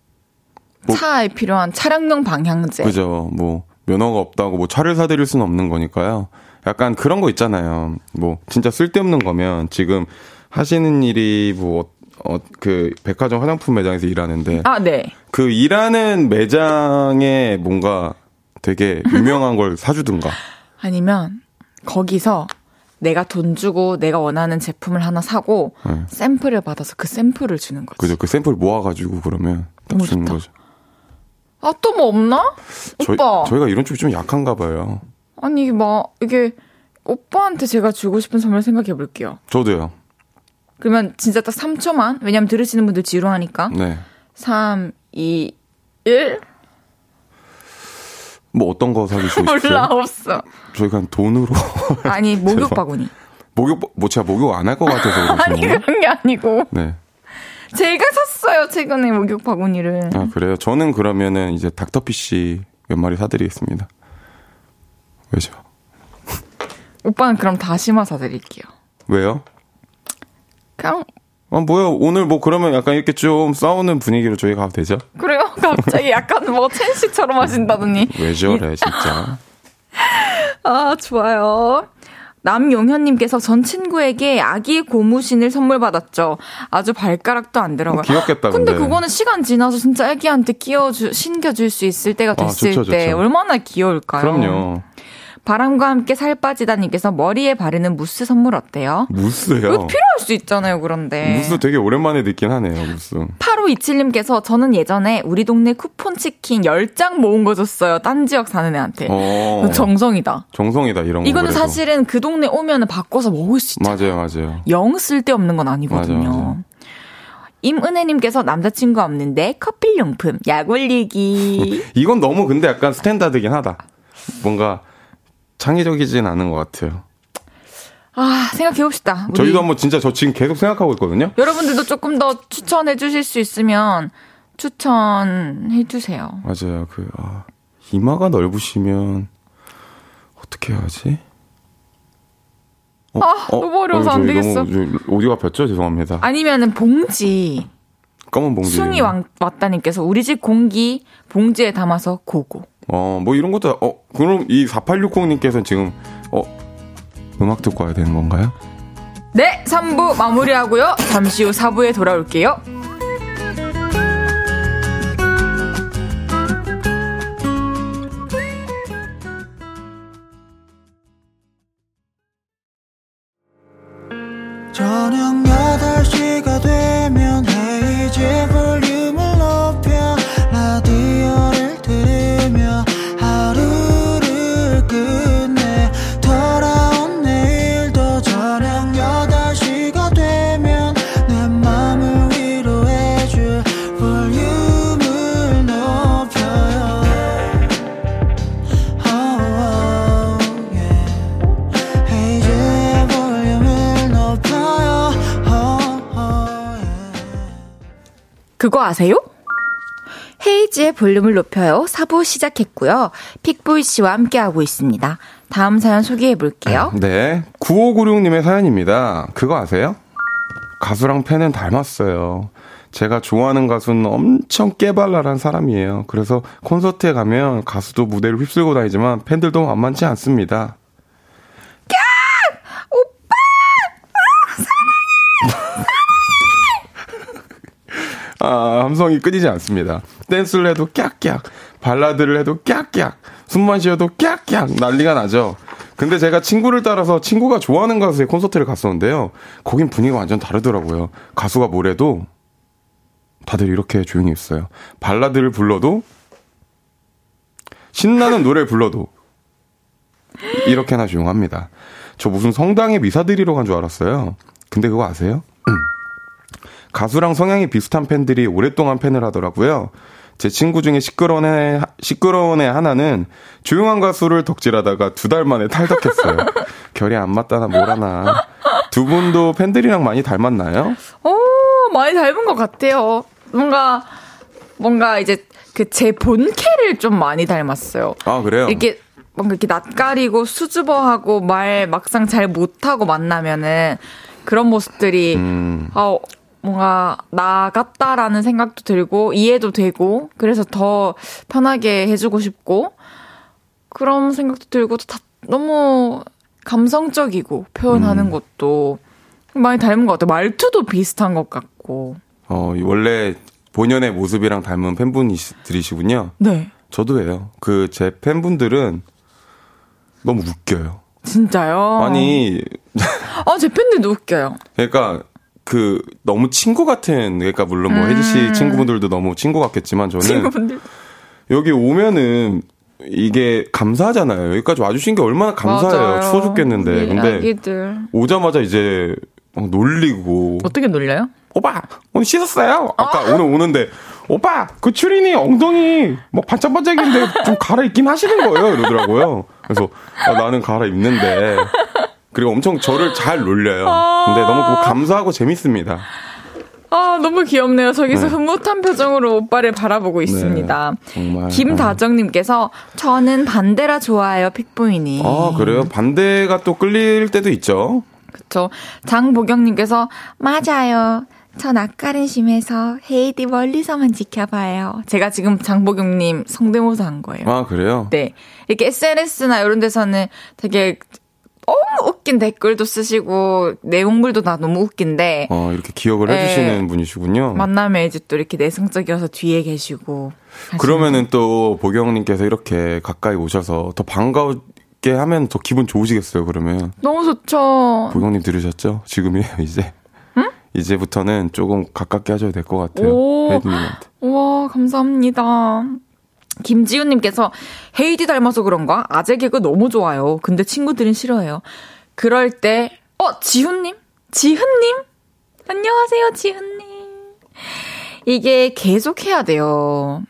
[SPEAKER 6] 뭐-
[SPEAKER 1] 차에 필요한 차량용 방향제
[SPEAKER 6] 그죠. 뭐 면허가 없다고 뭐 차를 사드릴 수는 없는 거니까요. 약간 그런 거 있잖아요. 뭐 진짜 쓸데없는 거면 지금 하시는 일이 뭐 어 그 백화점 화장품 매장에서 일하는데
[SPEAKER 1] 아 네.
[SPEAKER 6] 그 일하는 매장에 뭔가 되게 유명한 걸 사주든가.
[SPEAKER 1] 아니면 거기서 내가 돈 주고 내가 원하는 제품을 하나 사고
[SPEAKER 6] 네.
[SPEAKER 1] 샘플을 받아서 그 샘플을 주는 거지.
[SPEAKER 6] 그죠. 그 샘플 모아가지고 그러면 딱
[SPEAKER 1] 너무
[SPEAKER 6] 주는
[SPEAKER 1] 좋다.
[SPEAKER 6] 거죠.
[SPEAKER 1] 아 또 뭐 없나?
[SPEAKER 6] 저희,
[SPEAKER 1] 오빠.
[SPEAKER 6] 저희가 이런 쪽이 좀 약한가 봐요.
[SPEAKER 1] 아니 이게 뭐 이게 오빠한테 제가 주고 싶은 선물 생각해 볼게요.
[SPEAKER 6] 저도요.
[SPEAKER 1] 그러면 진짜 딱 3초만. 왜냐면 들으시는 분들 지루하니까.
[SPEAKER 6] 네.
[SPEAKER 1] 3 2 1
[SPEAKER 6] 뭐 어떤 거 사주시고
[SPEAKER 1] 몰라
[SPEAKER 6] 싶어요?
[SPEAKER 1] 없어.
[SPEAKER 6] 저희 그냥 돈으로
[SPEAKER 1] 아니 목욕
[SPEAKER 6] 죄송.
[SPEAKER 1] 바구니.
[SPEAKER 6] 목욕 뭐 제가 목욕 안 할 것 같아서
[SPEAKER 1] 아니
[SPEAKER 6] 그러시는 거예요?
[SPEAKER 1] 그런 게 아니고
[SPEAKER 6] 네.
[SPEAKER 1] 제가 샀어요 최근에 목욕 바구니를.
[SPEAKER 6] 아 그래요? 저는 그러면은 이제 닥터피쉬 몇 마리 사드리겠습니다. 왜죠?
[SPEAKER 1] 오빠는 그럼 다시마 사드릴게요.
[SPEAKER 6] 왜요?
[SPEAKER 1] 그냥
[SPEAKER 6] 아 뭐야 오늘 뭐 그러면 약간 이렇게 좀 싸우는 분위기로 저희 가도 되죠?
[SPEAKER 1] 그래요? 갑자기 약간 뭐 첸씨처럼 하신다더니.
[SPEAKER 6] 왜 저래 진짜?
[SPEAKER 1] 아, 좋아요. 남용현님께서 전 친구에게 아기 고무신을 선물 받았죠. 아주 발가락도 안 들어가요.
[SPEAKER 6] 귀엽겠다,
[SPEAKER 1] 근데,
[SPEAKER 6] 근데.
[SPEAKER 1] 그거는 시간 지나서 진짜 아기한테 끼워주, 신겨줄 수 있을 때가
[SPEAKER 6] 아,
[SPEAKER 1] 됐을
[SPEAKER 6] 좋죠,
[SPEAKER 1] 때
[SPEAKER 6] 좋죠.
[SPEAKER 1] 얼마나 귀여울까요?
[SPEAKER 6] 그럼요.
[SPEAKER 1] 바람과 함께 살 빠지다님께서 머리에 바르는 무스 선물 어때요? 이거
[SPEAKER 6] 무스요.
[SPEAKER 1] 그 필요할 네. 수 있잖아요, 그런데.
[SPEAKER 6] 무스 되게 오랜만에 듣긴 하네요. 무스.
[SPEAKER 1] 8527님께서 저는 예전에 우리 동네 쿠폰 치킨 10장 모은 거 줬어요. 딴 지역 사는 애한테.
[SPEAKER 6] 어.
[SPEAKER 1] 이거 네. 그 정성이다.
[SPEAKER 6] 정성이다 이런 거.
[SPEAKER 1] 이거는
[SPEAKER 6] 그래도.
[SPEAKER 1] 사실은 그 동네 오면 바꿔서 먹을 수 있죠.
[SPEAKER 6] 맞아요, 맞아요.
[SPEAKER 1] 영 쓸데없는 건 아니거든요.
[SPEAKER 6] 맞아, 맞아.
[SPEAKER 1] 임은혜님께서 남자친구 없는데 커플용품 약 올리기.
[SPEAKER 6] 이건 너무 근데 약간 스탠다드긴 하다. 뭔가 창의적이진 않은 것 같아요.
[SPEAKER 1] 아 생각해봅시다. 우리
[SPEAKER 6] 저희도 한번 진짜 저 지금 계속 생각하고 있거든요.
[SPEAKER 1] 여러분들도 조금 더 추천해주실 수 있으면 추천해주세요.
[SPEAKER 6] 맞아요. 그 아, 이마가 넓으시면 어떻게 해야지?
[SPEAKER 1] 아, 너무 어려워서 안
[SPEAKER 6] 저희
[SPEAKER 1] 되겠어.
[SPEAKER 6] 너무 저- 오디오가 폈죠? 죄송합니다.
[SPEAKER 1] 아니면은 봉지
[SPEAKER 6] 검은 봉지.
[SPEAKER 1] 숭이 왕- 왔다님께서 우리 집 공기 봉지에 담아서 고고.
[SPEAKER 6] 어, 뭐 이런 것도 어, 그럼 이 4860님께서는 지금 어 음악 듣고 와야 되는 건가요?
[SPEAKER 1] 네, 3부 마무리하고요. 잠시 후 4부에 돌아올게요.
[SPEAKER 5] 저녁 8시가 되면 헤이즈의 볼륨을 높여 라디오를 들으며 하루를 끝내 돌아온 내일도 저녁 8시가 되면 내 맘을 위로해줄 볼륨을 높여요 oh, yeah. 헤이즈의 볼륨을 높여요 예.
[SPEAKER 1] 그거 아세요? 헤이지의 볼륨을 높여요. 4부 시작했고요. 픽보이 씨와 함께하고 있습니다. 다음 사연 소개해 볼게요.
[SPEAKER 6] 네. 9596님의 사연입니다. 그거 아세요? 가수랑 팬은 닮았어요. 제가 좋아하는 가수는 엄청 깨발랄한 사람이에요. 그래서 콘서트에 가면 가수도 무대를 휩쓸고 다니지만 팬들도 만만치 않습니다. 아, 함성이 끊이지 않습니다. 댄스를 해도 깍깍. 발라드를 해도 깍깍, 숨만 쉬어도 깍깍 난리가 나죠. 근데 제가 친구를 따라서 친구가 좋아하는 가수의 콘서트를 갔었는데요. 거긴 분위기가 완전 다르더라고요. 가수가 뭘 해도 다들 이렇게 조용히 있어요. 발라드를 불러도 신나는 노래를 불러도 이렇게나 조용합니다. 저 무슨 성당에 미사 드리러 간 줄 알았어요. 근데 그거 아세요? 가수랑 성향이 비슷한 팬들이 오랫동안 팬을 하더라고요. 제 친구 중에 시끄러운 애, 시끄러운 애 하나는 조용한 가수를 덕질하다가 두 달 만에 탈덕했어요. 결이 안 맞다나 뭐라나. 두 분도 팬들이랑 많이 닮았나요?
[SPEAKER 1] 오, 많이 닮은 것 같아요. 뭔가, 뭔가 이제 그 제 본캐를 좀 많이 닮았어요.
[SPEAKER 6] 아, 그래요?
[SPEAKER 1] 이렇게 뭔가 이렇게 낯가리고 수줍어하고 말 막상 잘 못하고 만나면은 그런 모습들이
[SPEAKER 6] 음.
[SPEAKER 1] 어, 뭔가 나 같다라는 생각도 들고 이해도 되고 그래서 더 편하게 해주고 싶고 그런 생각도 들고 다 너무 감성적이고 표현하는
[SPEAKER 6] 음.
[SPEAKER 1] 것도 많이 닮은 것 같아요. 말투도 비슷한 것 같고.
[SPEAKER 6] 어, 원래 본연의 모습이랑 닮은 팬분들이시군요.
[SPEAKER 1] 네.
[SPEAKER 6] 저도예요. 그 제 팬분들은 너무 웃겨요.
[SPEAKER 1] 진짜요?
[SPEAKER 6] 아니,
[SPEAKER 1] 아, 제 팬들도 웃겨요.
[SPEAKER 6] 그러니까 그 너무 친구 같은 그러니까 물론 뭐 혜지 씨 친구분들도 너무 친구 같겠지만 저는
[SPEAKER 1] 음. 친구분들.
[SPEAKER 6] 여기 오면은 이게 감사하잖아요. 여기까지 와주신 게 얼마나 감사해요.
[SPEAKER 1] 맞아요.
[SPEAKER 6] 추워 죽겠는데.
[SPEAKER 1] 이
[SPEAKER 6] 근데
[SPEAKER 1] 아기들.
[SPEAKER 6] 오자마자 이제 막 놀리고
[SPEAKER 1] 어떻게 놀려요?
[SPEAKER 6] 오빠 오늘 씻었어요. 아까 오늘 오는데 오빠 그 추린이 엉덩이 막 반짝반짝인데 좀 갈아입긴 하시는 거예요 이러더라고요. 그래서 아, 나는 갈아입는데 그리고 엄청 저를 잘 놀려요. 근데 너무 그거 감사하고 재밌습니다.
[SPEAKER 1] 아, 너무 귀엽네요. 저기서
[SPEAKER 6] 네.
[SPEAKER 1] 흐뭇한 표정으로 오빠를 바라보고 있습니다.
[SPEAKER 6] 정말.
[SPEAKER 1] 김다정님께서 저는 반대라 좋아해요, 픽보이니.
[SPEAKER 6] 아 그래요? 반대가 또 끌릴 때도 있죠.
[SPEAKER 1] 그쵸. 장보경님께서 맞아요. 전 낯가림 심해서 헤이디 멀리서만 지켜봐요. 제가 지금 장보경님 성대모사 한 거예요.
[SPEAKER 6] 아 그래요?
[SPEAKER 1] 네. 이렇게 SNS나 이런 데서는 되게 너무 웃긴 댓글도 쓰시고 내용물도 다 너무 웃긴데
[SPEAKER 6] 어 이렇게 기억을
[SPEAKER 1] 네.
[SPEAKER 6] 해주시는 분이시군요.
[SPEAKER 1] 만나면 이제 또 이렇게 내성적이어서 뒤에 계시고 하시는
[SPEAKER 6] 그러면은 또 보경님께서 이렇게 가까이 오셔서 더 반가우게 하면 더 기분 좋으시겠어요. 그러면
[SPEAKER 1] 너무 좋죠.
[SPEAKER 6] 보경님 들으셨죠? 지금이에요 이제. 이제부터는 조금 가깝게 하셔도 될 것 같아요.
[SPEAKER 1] 오.
[SPEAKER 6] 헤이드님한테.
[SPEAKER 1] 우와 감사합니다. 김지윤님께서 헤이디 닮아서 그런가 아재 개그 너무 좋아요. 근데 친구들은 싫어해요. 그럴 때 어 지훈님, 지훈님 안녕하세요 지훈님. 이게 계속 해야 돼요.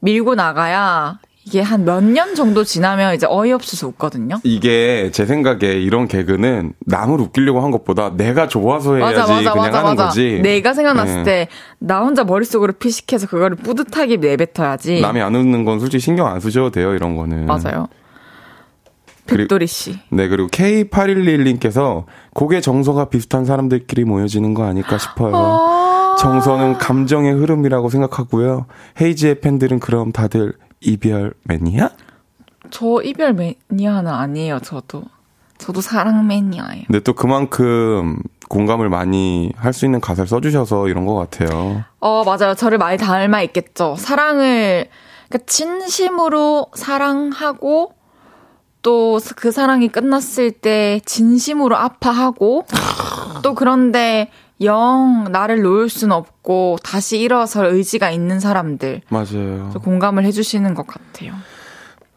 [SPEAKER 1] 밀고 나가야 이게 한 몇 년 정도 지나면 이제 어이없어서 웃거든요.
[SPEAKER 6] 이게 제 생각에 이런 개그는 남을 웃기려고 한 것보다 내가 네, 좋아서 해야지 그냥 하는 거지.
[SPEAKER 1] 내가 생각났을
[SPEAKER 6] 예.
[SPEAKER 1] 때 나 혼자 머릿속으로 피식해서 그거를 뿌듯하게 내뱉어야지.
[SPEAKER 6] 남이 안 웃는 건 솔직히 신경 안 쓰셔도 돼요, 이런 거는.
[SPEAKER 1] 맞아요.
[SPEAKER 6] 음. 그리고-
[SPEAKER 1] 백도리 씨.
[SPEAKER 6] 네, 그리고 K8111님께서 곡의 정서가 비슷한 사람들끼리 모여지는 거 아닐까 싶어요. 정서는 감정의 흐름이라고 생각하고요. 헤이지의 팬들은 그럼 다들 이별 매니아?
[SPEAKER 1] 저 이별 매니아는 아니에요. 저도 저도 사랑 매니아예요.
[SPEAKER 6] 근데 또 그만큼 공감을 많이 할 수 있는 가사를 써주셔서 이런 것 같아요.
[SPEAKER 1] 어 맞아요. 저를 많이 닮아 있겠죠. 사랑을 그러니까 진심으로 사랑하고 또 그 사랑이 끝났을 때 진심으로 아파하고 또 그런데 영 나를 놓을 순 없고 다시 일어설 의지가 있는 사람들
[SPEAKER 6] 맞아요.
[SPEAKER 1] 또 공감을 해주시는 것 같아요.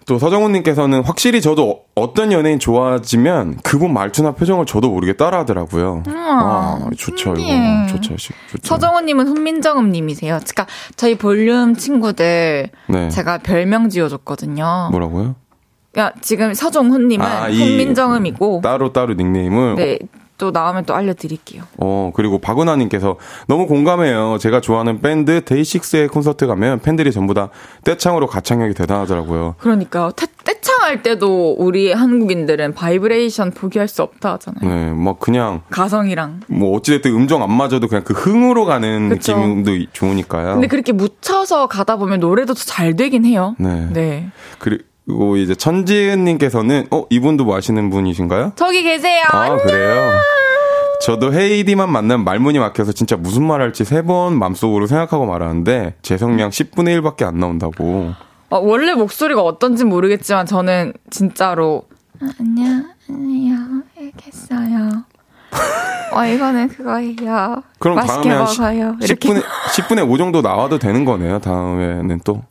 [SPEAKER 6] 또 서정훈님께서는 확실히 저도 어- 어떤 연예인 좋아지면 그분 말투나 표정을 저도 모르게 따라하더라고요. 아, 좋죠,
[SPEAKER 1] 신기해.
[SPEAKER 6] 이거. 좋죠, 시- 좋죠.
[SPEAKER 1] 서정우님은 훈민정음님이세요. 그러니까 저희 볼륨 친구들
[SPEAKER 6] 네.
[SPEAKER 1] 제가 별명 지어줬거든요.
[SPEAKER 6] 뭐라고요?
[SPEAKER 1] 야, 지금 서정훈님은
[SPEAKER 6] 아, 이-
[SPEAKER 1] 훈민정음이고
[SPEAKER 6] 따로 따로 닉네임을
[SPEAKER 1] 뭐? 네, 또 나오면 또 알려드릴게요.
[SPEAKER 6] 어, 그리고 박은하님께서 너무 공감해요. 제가 좋아하는 밴드 데이식스의 콘서트 가면 팬들이 전부 다 떼창으로 가창력이 대단하더라고요.
[SPEAKER 1] 그러니까요. 태, 떼창할 때도 우리 한국인들은 바이브레이션 포기할 수 없다 하잖아요.
[SPEAKER 6] 네, 막 그냥
[SPEAKER 1] 가성이랑.
[SPEAKER 6] 뭐 어찌됐든 음정 안 맞아도 그냥 그 흥으로 가는
[SPEAKER 1] 그쵸.
[SPEAKER 6] 느낌도 이- 좋으니까요.
[SPEAKER 1] 근데 그렇게 묻혀서 가다 보면 노래도 더 잘 되긴 해요.
[SPEAKER 6] 네.
[SPEAKER 1] 네.
[SPEAKER 6] 그리고 이제 천지은님께서는 어 이분도 뭐 아시는 분이신가요?
[SPEAKER 1] 저기 계세요.
[SPEAKER 6] 아 그래요. 저도 헤이디만 만나면 말문이 막혀서 진짜 무슨 말 할지 세 번 맘속으로 생각하고 말하는데 제 성량 10분의 1밖에 안 나온다고.
[SPEAKER 1] 어, 원래 목소리가 어떤지 모르겠지만 저는 진짜로 아, 안녕 안녕 알겠어요. 어 이거는 그거예요.
[SPEAKER 6] 그럼
[SPEAKER 1] 맛있게
[SPEAKER 6] 다음에 한
[SPEAKER 1] 먹어요. 이렇게
[SPEAKER 6] 10분에, 10분에 5 정도 나와도 되는 거네요. 다음에는 또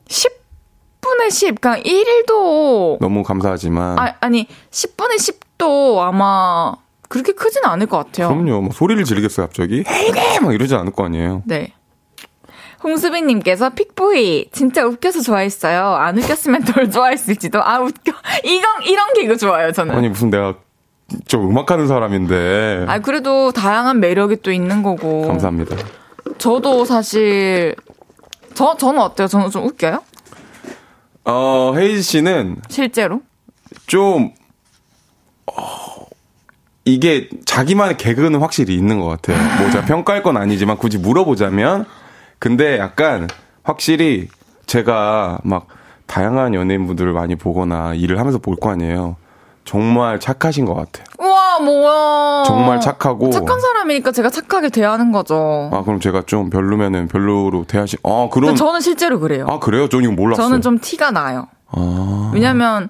[SPEAKER 1] 10분의 10, 그러니까 1도
[SPEAKER 6] 너무 감사하지만
[SPEAKER 1] 아, 아니 10분의 10도 아마 그렇게 크진 않을 것 같아요.
[SPEAKER 6] 그럼요. 뭐 소리를 지르겠어요, 갑자기. 헤이게 막 이러지 않을 거 아니에요.
[SPEAKER 1] 네. 홍수빈님께서 픽보이 진짜 웃겨서 좋아했어요. 안 웃겼으면 덜 좋아했을지도. 아 웃겨. 이건 이런 개그 좋아요 저는.
[SPEAKER 6] 아니 무슨 내가 좀 음악하는 사람인데.
[SPEAKER 1] 네. 아 그래도 다양한 매력이 또 있는 거고.
[SPEAKER 6] 네. 감사합니다.
[SPEAKER 1] 저도 사실 저 저는 어때요? 저는 좀 웃겨요?
[SPEAKER 6] 어, 헤이지 씨는
[SPEAKER 1] 실제로?
[SPEAKER 6] 좀 어, 이게 자기만의 개그는 확실히 있는 것 같아요. 뭐 제가 평가할 건 아니지만 굳이 물어보자면 근데 약간 확실히 제가 막 다양한 연예인분들을 많이 보거나 일을 하면서 볼 거 아니에요. 정말 착하신 것 같아요.
[SPEAKER 1] 우와 뭐야.
[SPEAKER 6] 정말 착하고
[SPEAKER 1] 어, 착한 사람이니까 제가 착하게 대하는 거죠.
[SPEAKER 6] 아 그럼 제가 좀 별로면은 별로로 대하시. 아 그럼
[SPEAKER 1] 근데 저는 실제로 그래요.
[SPEAKER 6] 아 그래요? 저는 이거 몰랐어요.
[SPEAKER 1] 저는 좀 티가 나요.
[SPEAKER 6] 아,
[SPEAKER 1] 왜냐면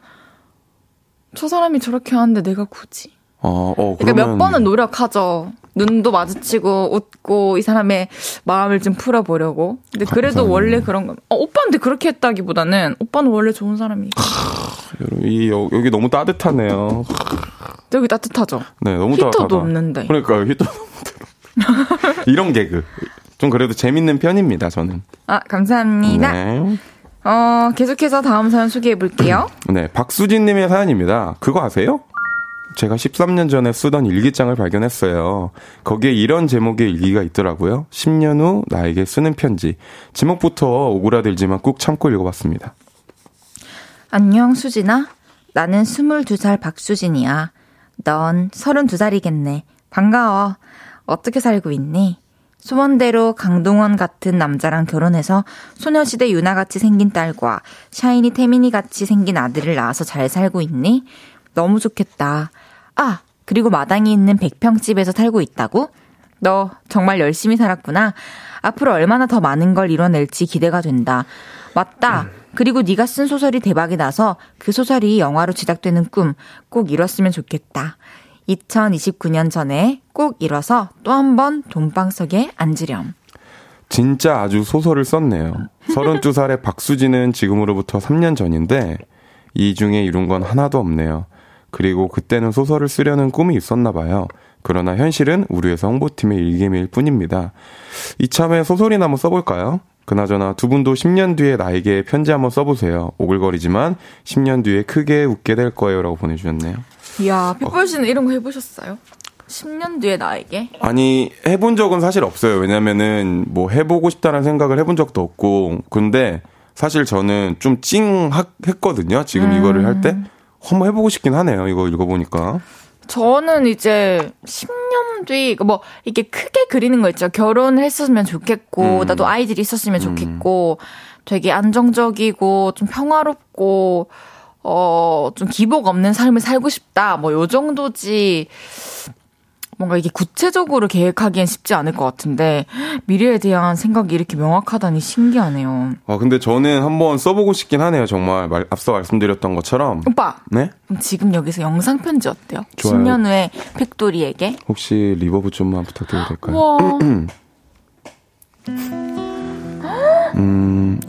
[SPEAKER 1] 저 사람이 저렇게 하는데 내가 굳이.
[SPEAKER 6] 아, 어,
[SPEAKER 1] 그러니까 몇
[SPEAKER 6] 그러면-
[SPEAKER 1] 번은 노력하죠. 눈도 마주치고 웃고 이 사람의 마음을 좀 풀어보려고. 근데 그래도
[SPEAKER 6] 감사합니다.
[SPEAKER 1] 원래 그런 건 어, 오빠한테 그렇게 했다기보다는 오빠는 원래 좋은 사람이.
[SPEAKER 6] 여러분, 이 여- 여기 너무 따뜻하네요.
[SPEAKER 1] 여기 따뜻하죠.
[SPEAKER 6] 네, 너무
[SPEAKER 1] 히터도
[SPEAKER 6] 따뜻하다.
[SPEAKER 1] 없는데.
[SPEAKER 6] 그러니까 히터 이런 개그 좀 그래도 재밌는 편입니다 저는.
[SPEAKER 1] 아 감사합니다.
[SPEAKER 6] 네.
[SPEAKER 1] 어 계속해서 다음 사연 소개해 볼게요.
[SPEAKER 6] 네, 박수진님의 사연입니다. 그거 아세요? 제가 13년 전에 쓰던 일기장을 발견했어요. 거기에 이런 제목의 일기가 있더라고요. 10년 후 나에게 쓰는 편지. 제목부터 오그라들지만 꾹 참고 읽어봤습니다.
[SPEAKER 8] 안녕, 수진아. 나는 22살 박수진이야. 넌 32살이겠네. 반가워. 어떻게 살고 있니? 소원대로 강동원 같은 남자랑 결혼해서 소녀시대 유나같이 생긴 딸과 샤이니 태민이 같이 생긴 아들을 낳아서 잘 살고 있니? 너무 좋겠다. 아, 그리고 마당이 있는 백평집에서 살고 있다고? 너 정말 열심히 살았구나. 앞으로 얼마나 더 많은 걸 이뤄낼지 기대가 된다. 맞다. 그리고 네가 쓴 소설이 대박이 나서 그 소설이 영화로 제작되는 꿈 꼭 이뤘으면 좋겠다. 2029년 전에 꼭 이뤄서 또 한 번 돈방석에 앉으렴.
[SPEAKER 6] 진짜 아주 소설을 썼네요. 32살의 박수진은 지금으로부터 3년 전인데 이 중에 이룬 건 하나도 없네요. 그리고 그때는 소설을 쓰려는 꿈이 있었나 봐요. 그러나 현실은 우리 회사 홍보팀의 일개미일 뿐입니다. 이참에 소설이나 한번 써볼까요? 그나저나 두 분도 10년 뒤에 나에게 편지 한번 써보세요. 오글거리지만 10년 뒤에 크게 웃게 될 거예요. 라고 보내주셨네요.
[SPEAKER 1] 이야 핏볼 씨는 이런 거 해보셨어요? 10년 뒤에 나에게
[SPEAKER 6] 아니 해본 적은 사실 없어요. 왜냐면은 뭐 해보고 싶다는 생각을 해본 적도 없고 근데 사실 저는 좀 찡했거든요. 지금 이거를 할 때 한번 해보고 싶긴 하네요. 이거 읽어보니까
[SPEAKER 1] 저는 이제 10년 뒤, 그뭐 이렇게 크게 그리는 거 있죠. 결혼을 했었으면 좋겠고,
[SPEAKER 6] 음.
[SPEAKER 1] 나도 아이들이 있었으면 좋겠고, 되게 안정적이고 좀 평화롭고 어, 좀 기복 없는 삶을 살고 싶다. 뭐 요 정도지. 뭔가 이게 구체적으로 계획하기엔 쉽지 않을 것 같은데 미래에 대한 생각이 이렇게 명확하다니 신기하네요.
[SPEAKER 6] 아 근데 저는 한번 써보고 싶긴 하네요. 정말 말- 앞서 말씀드렸던 것처럼
[SPEAKER 1] 오빠,
[SPEAKER 6] 네
[SPEAKER 1] 그럼 지금 여기서 영상 편지 어때요?
[SPEAKER 6] 좋아요. 네.
[SPEAKER 1] 10년 후에 팩토리에게.
[SPEAKER 6] 혹시 리버브 좀만 부탁드려도 될까요?
[SPEAKER 1] 와,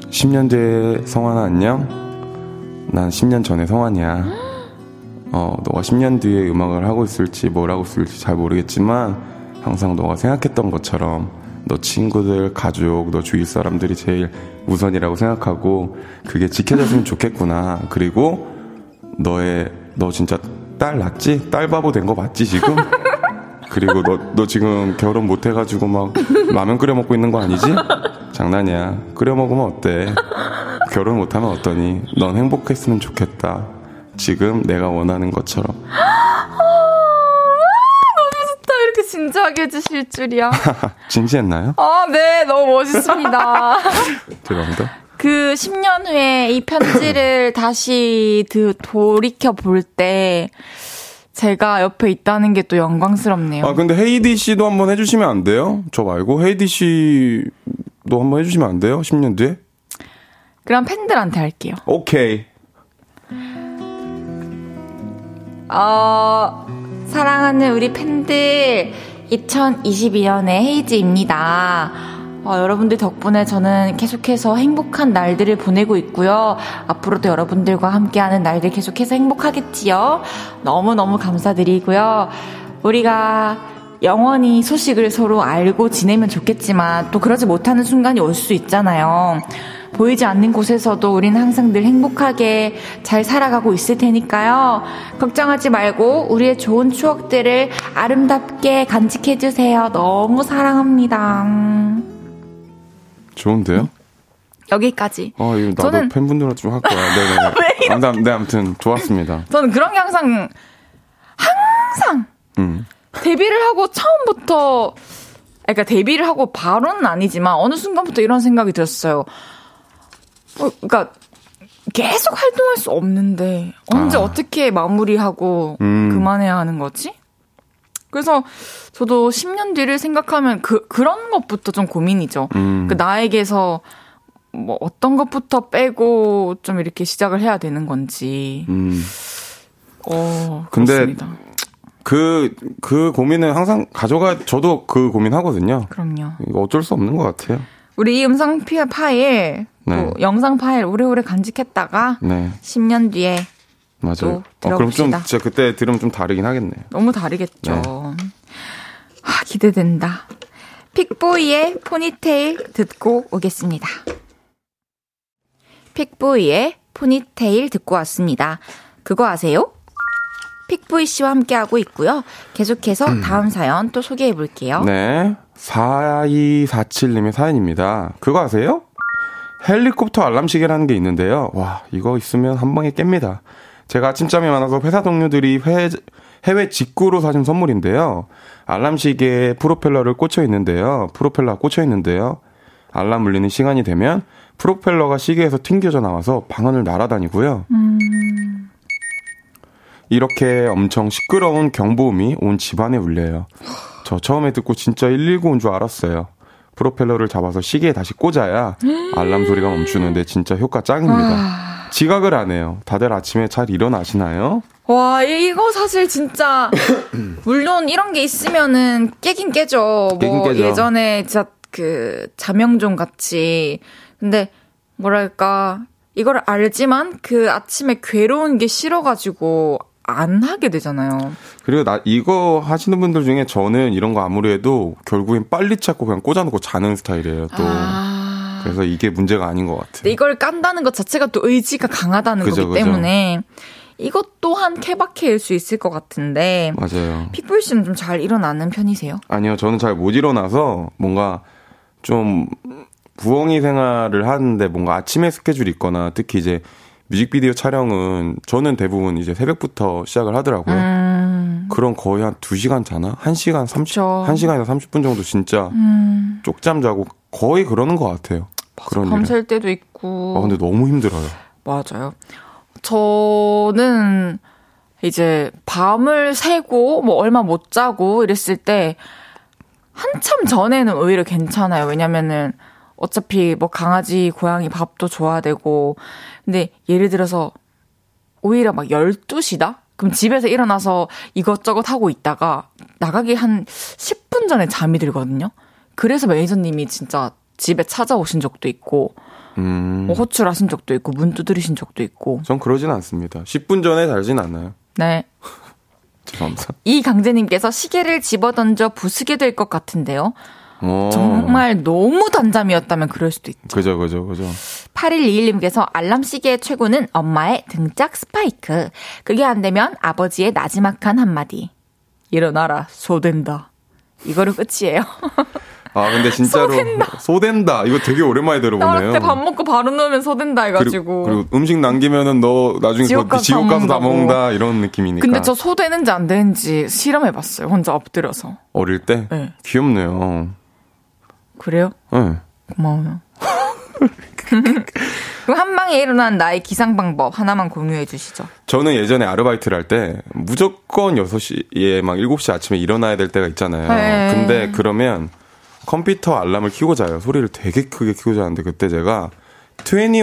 [SPEAKER 6] 10년 뒤에 성환아 안녕. 난 10년 전에 성환이야. 어, 너가 10년 뒤에 음악을 하고 있을지 뭘 하고 있을지 잘 모르겠지만 항상 너가 생각했던 것처럼 너 친구들, 가족, 너 주위 사람들이 제일 우선이라고 생각하고 그게 지켜졌으면 좋겠구나. 그리고 너의 너 진짜 딸 낳지? 딸 바보 된 거 맞지 지금? 그리고 너, 너 지금 결혼 못 해가지고 막 라면 끓여 먹고 있는 거 아니지? 장난이야. 끓여 먹으면 어때? 결혼 못하면 어떠니? 넌 행복했으면 좋겠다. 지금 내가 원하는 것처럼.
[SPEAKER 1] 또 아, 이렇게 진지하게 해주실 줄이야.
[SPEAKER 6] 진지했나요?
[SPEAKER 1] 아, 네, 너무 멋있습니다.
[SPEAKER 6] 죄송합니다.
[SPEAKER 1] 그 10년 후에 이 편지를 다시 그 돌이켜 볼 때 제가 옆에 있다는 게 또 영광스럽네요.
[SPEAKER 6] 아, 근데 헤이디 씨도 한번 해주시면 안 돼요? 저 말고 헤이디 씨도 한번 해주시면 안 돼요? 10년 뒤에?
[SPEAKER 1] 그럼 팬들한테 할게요.
[SPEAKER 6] 오케이.
[SPEAKER 1] 어, 사랑하는 우리 팬들, 2022년의 헤이즈입니다. 어, 여러분들 덕분에 저는 계속해서 행복한 날들을 보내고 있고요. 앞으로도 여러분들과 함께하는 날들 계속해서 행복하겠지요. 너무너무 감사드리고요. 우리가 영원히 소식을 서로 알고 지내면 좋겠지만 또 그러지 못하는 순간이 올 수 있잖아요. 보이지 않는 곳에서도 우리는 항상 늘 행복하게 잘 살아가고 있을 테니까요. 걱정하지 말고 우리의 좋은 추억들을 아름답게 간직해주세요. 너무 사랑합니다.
[SPEAKER 6] 좋은데요?
[SPEAKER 1] 여기까지.
[SPEAKER 6] 아, 이거 나도
[SPEAKER 1] 저는-
[SPEAKER 6] 팬분들한테 좀 할 거야. 네네네. 아무튼, 네, 아무튼 좋았습니다.
[SPEAKER 1] 저는 그런 게 항상, 항상
[SPEAKER 6] 음.
[SPEAKER 1] 데뷔를 하고 처음부터, 그러니까 데뷔를 하고 바로는 아니지만 어느 순간부터 이런 생각이 들었어요. 어, 그러니까 계속 활동할 수 없는데 언제
[SPEAKER 6] 아.
[SPEAKER 1] 어떻게 마무리하고
[SPEAKER 6] 음.
[SPEAKER 1] 그만해야 하는 거지? 그래서 저도 10년 뒤를 생각하면 그 그런 것부터 좀 고민이죠.
[SPEAKER 6] 음.
[SPEAKER 1] 그 나에게서 뭐 어떤 것부터 빼고 좀 이렇게 시작을 해야 되는 건지.
[SPEAKER 6] 음.
[SPEAKER 1] 어,
[SPEAKER 6] 근데-
[SPEAKER 1] 그렇습니다.
[SPEAKER 6] 그, 그 고민은 항상 가져가, 저도 그 고민하거든요.
[SPEAKER 1] 그럼요.
[SPEAKER 6] 이거 어쩔 수 없는 것 같아요.
[SPEAKER 1] 우리 이 음성 피- 파일, 또
[SPEAKER 6] 네.
[SPEAKER 1] 영상 파일 오래오래 간직했다가
[SPEAKER 6] 네,
[SPEAKER 1] 10년 뒤에
[SPEAKER 6] 맞아요.
[SPEAKER 1] 또
[SPEAKER 6] 어, 그럼 좀,
[SPEAKER 1] 들어봅시다.
[SPEAKER 6] 진짜 그때 들으면 좀 다르긴 하겠네요.
[SPEAKER 1] 너무 다르겠죠. 아, 기대된다. 픽보이의 포니테일 듣고 오겠습니다. 픽보이의 포니테일 듣고 왔습니다. 그거 아세요? 픽보이 씨와 함께하고 있고요. 계속해서 다음 사연 또 소개해 볼게요.
[SPEAKER 6] 네. 4247님의 사연입니다. 그거 아세요? 헬리콥터 알람 시계라는 게 있는데요. 와, 이거 있으면 한 방에 깹니다. 제가 아침잠이 많아서 회사 동료들이 회- 해외 직구로 사준 선물인데요. 알람 시계에 프로펠러를 꽂혀 있는데요. 프로펠러가 꽂혀 있는데요. 알람 울리는 시간이 되면 프로펠러가 시계에서 튕겨져 나와서 방안을 날아다니고요. 이렇게 엄청 시끄러운 경보음이 온 집안에 울려요. 저 처음에 듣고 진짜 119 온 줄 알았어요. 프로펠러를 잡아서 시계에 다시 꽂아야
[SPEAKER 1] 음.
[SPEAKER 6] 알람 소리가 멈추는데 진짜 효과 짱입니다.
[SPEAKER 1] 아.
[SPEAKER 6] 지각을 안 해요. 다들 아침에 잘 일어나시나요?
[SPEAKER 1] 와, 이거 사실 진짜, 물론 이런 게 있으면은 깨긴 깨죠.
[SPEAKER 6] 깨긴
[SPEAKER 1] 뭐,
[SPEAKER 6] 깨죠.
[SPEAKER 1] 예전에 진짜 그, 자명종 같이. 근데, 뭐랄까, 이걸 알지만 그 아침에 괴로운 게 싫어가지고 안 하게 되잖아요.
[SPEAKER 6] 그리고 나 이거 하시는 분들 중에 저는 이런 거 아무리 해도 결국엔 빨리 찾고 그냥 꽂아놓고 자는 스타일이에요. 또
[SPEAKER 1] 아.
[SPEAKER 6] 그래서 이게 문제가 아닌 것 같아요.
[SPEAKER 1] 근데 이걸 깐다는 것 자체가 또 의지가 강하다는
[SPEAKER 6] 그죠,
[SPEAKER 1] 거기
[SPEAKER 6] 그죠.
[SPEAKER 1] 때문에, 이것 또한 케바케일 수 있을 것 같은데,
[SPEAKER 6] 맞아요.
[SPEAKER 1] 픽볼 씨는 좀 잘 일어나는 편이세요?
[SPEAKER 6] 아니요, 저는 잘 못 일어나서 뭔가 좀 부엉이 생활을 하는데 뭔가 아침에 스케줄이 있거나 특히 이제 뮤직비디오 촬영은 저는 대부분 이제 새벽부터 시작을 하더라고요. 그럼 거의 한 2시간 자나? 1시간 30,
[SPEAKER 1] 음, 그쵸. 음.
[SPEAKER 6] 1시간에서 30분 정도 진짜 쪽잠 자고 거의 그러는 것 같아요. 그런 일은.
[SPEAKER 1] 밤샐 때도 있고.
[SPEAKER 6] 아, 근데 너무 힘들어요.
[SPEAKER 1] 맞아요. 저는 이제 밤을 새고 뭐 얼마 못 자고 이랬을 때 한참 전에는 오히려 괜찮아요. 왜냐면은 어차피 뭐 강아지, 고양이 밥도 줘야 되고. 근데 예를 들어서 오히려 막 12시다? 그럼 집에서 일어나서 이것저것 하고 있다가 나가기 한 10분 전에 잠이 들거든요. 그래서 매니저님이 진짜 집에 찾아오신 적도 있고
[SPEAKER 6] 음.
[SPEAKER 1] 뭐 호출하신 적도 있고 문 두드리신 적도 있고
[SPEAKER 6] 전 그러진 않습니다. 10분 전에 자진 않아요.
[SPEAKER 1] 네
[SPEAKER 6] 죄송합니다.
[SPEAKER 1] 이강재님께서 시계를 집어던져 부수게 될 것 같은데요
[SPEAKER 6] 어.
[SPEAKER 1] 정말 너무 단잠이었다면 그럴 수도 있
[SPEAKER 6] 그죠, 그죠, 그죠.
[SPEAKER 1] 8121님께서 알람시계의 최고는 엄마의 등짝 스파이크 그게 안 되면 아버지의 나지막한 한마디 일어나라 소된다 이거로 끝이에요
[SPEAKER 6] 아 근데 진짜로
[SPEAKER 1] 소댄다.
[SPEAKER 6] 소댄다. 이거 되게 오랜만에
[SPEAKER 1] 나올
[SPEAKER 6] 들어보네요.
[SPEAKER 1] 때 밥 먹고 바로 누우면 소된다
[SPEAKER 6] 그리고,
[SPEAKER 1] 해가지고
[SPEAKER 6] 그리고 음식 남기면은 너 나중에
[SPEAKER 1] 지옥
[SPEAKER 6] 그거
[SPEAKER 1] 가서
[SPEAKER 6] 지옥 가서 다
[SPEAKER 1] 먹는다고.
[SPEAKER 6] 먹는다 이런 느낌이니까.
[SPEAKER 1] 근데 저 소되는지 안 되는지 실험해봤어요 혼자 엎드려서
[SPEAKER 6] 어릴 때
[SPEAKER 1] 네.
[SPEAKER 6] 귀엽네요.
[SPEAKER 1] 그래요?
[SPEAKER 6] 네.
[SPEAKER 1] 고마워요. 그럼 한 방에 일어난 나의 기상 방법 하나만 공유해 주시죠.
[SPEAKER 6] 저는 예전에 아르바이트를 할 때 무조건 6시에 막 7시 아침에 일어나야 될 때가 있잖아요.
[SPEAKER 1] 네.
[SPEAKER 6] 근데 그러면 컴퓨터 알람을 키고 자요. 소리를 되게 크게 키고 자는데 그때 제가 21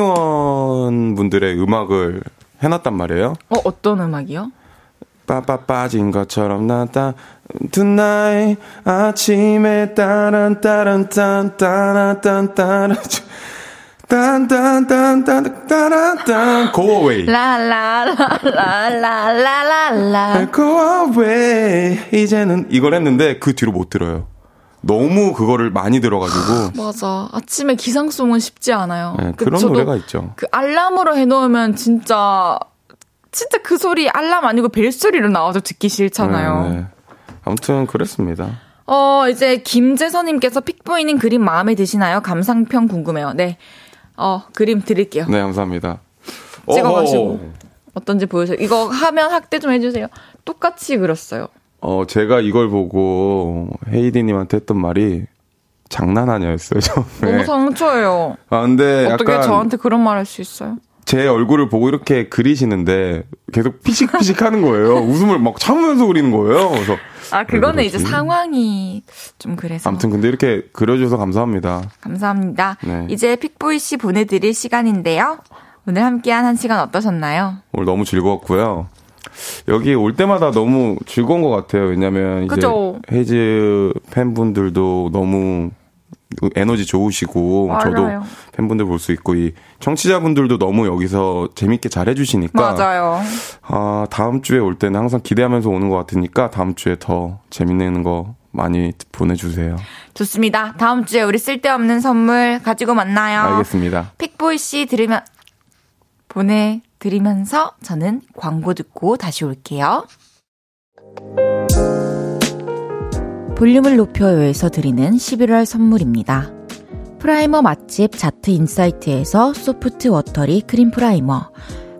[SPEAKER 6] 분들의 음악을 해놨단 말이에요.
[SPEAKER 1] 어, 어떤 음악이요?
[SPEAKER 6] 빠빠 빠진 것처럼 나다 tonight 아침에 따란 따란 딴 따란 딴 따란 딴딴딴딴 따란 딴 go away
[SPEAKER 1] 라라라라라라라.
[SPEAKER 6] go away 이제는 이걸 했는데 그 뒤로 못 들어요. 너무 그거를 많이 들어가지고
[SPEAKER 1] 맞아. 아침에 기상송은 쉽지 않아요.
[SPEAKER 6] 네,
[SPEAKER 1] 그
[SPEAKER 6] 그런
[SPEAKER 1] 저도
[SPEAKER 6] 노래가 있죠.
[SPEAKER 1] 그 알람으로 해놓으면 진짜 진짜 그 소리 알람 아니고 벨 소리로 나와도 듣기 싫잖아요.
[SPEAKER 6] 네, 네. 아무튼 그랬습니다.
[SPEAKER 1] 어, 이제 김재선님께서 픽 보이는 그림 마음에 드시나요? 감상평 궁금해요. 네. 어, 그림 드릴게요.
[SPEAKER 6] 네 감사합니다.
[SPEAKER 1] 찍어가시고.
[SPEAKER 6] 어허.
[SPEAKER 1] 어떤지 보여주세요. 이거 하면 학대 좀 해주세요. 똑같이 그렸어요.
[SPEAKER 6] 어, 제가 이걸 보고 헤이디님한테 했던 말이 장난하냐였어요,
[SPEAKER 1] 너무
[SPEAKER 6] 처음에.
[SPEAKER 1] 상처예요.
[SPEAKER 6] 아, 근데
[SPEAKER 1] 어떻게
[SPEAKER 6] 네. 약간
[SPEAKER 1] 저한테 그런 말 할 수 있어요?
[SPEAKER 6] 제 얼굴을 보고 이렇게 그리시는데 계속 피식피식 하는 거예요. 웃음을 막 참으면서 그리는 거예요. 그래서.
[SPEAKER 1] 아, 그거는
[SPEAKER 6] 왜
[SPEAKER 1] 이제
[SPEAKER 6] 그러지?
[SPEAKER 1] 상황이 좀 그래서.
[SPEAKER 6] 아무튼 근데 이렇게 그려주셔서 감사합니다.
[SPEAKER 1] 감사합니다.
[SPEAKER 6] 네.
[SPEAKER 1] 이제 픽보이 씨 보내드릴 시간인데요. 오늘 함께한 한 시간 어떠셨나요?
[SPEAKER 6] 오늘 너무 즐거웠고요. 여기 올 때마다 너무 즐거운 것 같아요. 왜냐면 이제
[SPEAKER 1] 그죠.
[SPEAKER 6] 헤이즈 팬분들도 너무 에너지 좋으시고
[SPEAKER 1] 맞아요.
[SPEAKER 6] 저도 팬분들 볼 수 있고 이 청취자분들도 너무 여기서 재밌게 잘 해주시니까
[SPEAKER 1] 맞아요.
[SPEAKER 6] 아, 다음 주에 올 때는 항상 기대하면서 오는 것 같으니까 다음 주에 더 재밌는 거 많이 보내주세요.
[SPEAKER 1] 좋습니다. 다음 주에 우리 쓸데없는 선물 가지고 만나요.
[SPEAKER 6] 알겠습니다.
[SPEAKER 1] 픽보이 씨 들으면 보내드리면서 저는 광고 듣고 다시 올게요. 볼륨을 높여요에서 드리는 11월 선물입니다. 프라이머 맛집 자트 인사이트에서 소프트 워터리 크림 프라이머,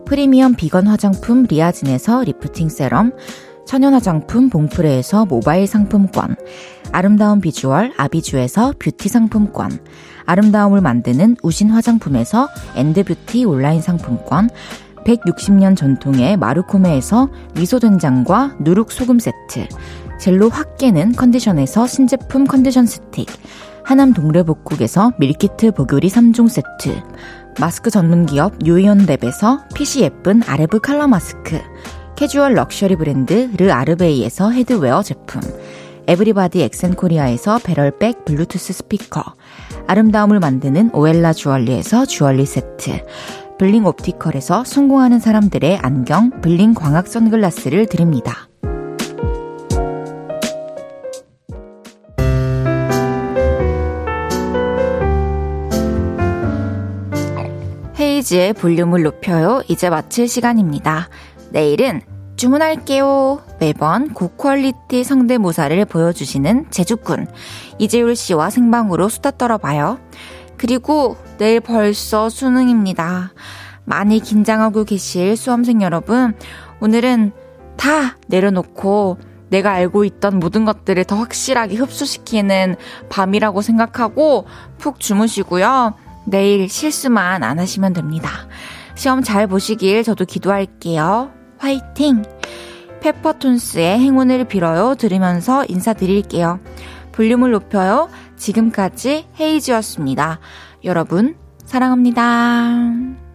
[SPEAKER 1] 프리미엄 비건 화장품 리아진에서 리프팅 세럼, 천연 화장품 봉프레에서 모바일 상품권, 아름다운 비주얼 아비주에서 뷰티 상품권, 아름다움을 만드는 우신 화장품에서 엔드뷰티 온라인 상품권, 160년 전통의 마루코메에서 미소된장과 누룩소금 세트, 젤로 확 깨는 컨디션에서 신제품 컨디션 스틱, 하남 동래복국에서 밀키트 보교리 3종 세트, 마스크 전문 기업 유이온랩에서 핏이 예쁜 아레브 칼라 마스크, 캐주얼 럭셔리 브랜드 르 아르베이에서 헤드웨어 제품, 에브리바디 엑센코리아에서 배럴백 블루투스 스피커, 아름다움을 만드는 오엘라 주얼리에서 주얼리 세트, 블링 옵티컬에서 성공하는 사람들의 안경 블링 광학 선글라스를 드립니다. 헤이지의 볼륨을 높여요. 이제 마칠 시간입니다. 내일은 주문할게요. 매번 고퀄리티 성대모사를 보여주시는 제주꾼 이재율 씨와 생방으로 수다 떨어봐요. 그리고 내일 벌써 수능입니다. 많이 긴장하고 계실 수험생 여러분, 오늘은 다 내려놓고 내가 알고 있던 모든 것들을 더 확실하게 흡수시키는 밤이라고 생각하고 푹 주무시고요. 내일 실수만 안 하시면 됩니다. 시험 잘 보시길 저도 기도할게요. 화이팅! 페퍼톤스의 행운을 빌어요 들으면서 인사드릴게요. 볼륨을 높여요. 지금까지 헤이즈였습니다. 여러분, 사랑합니다.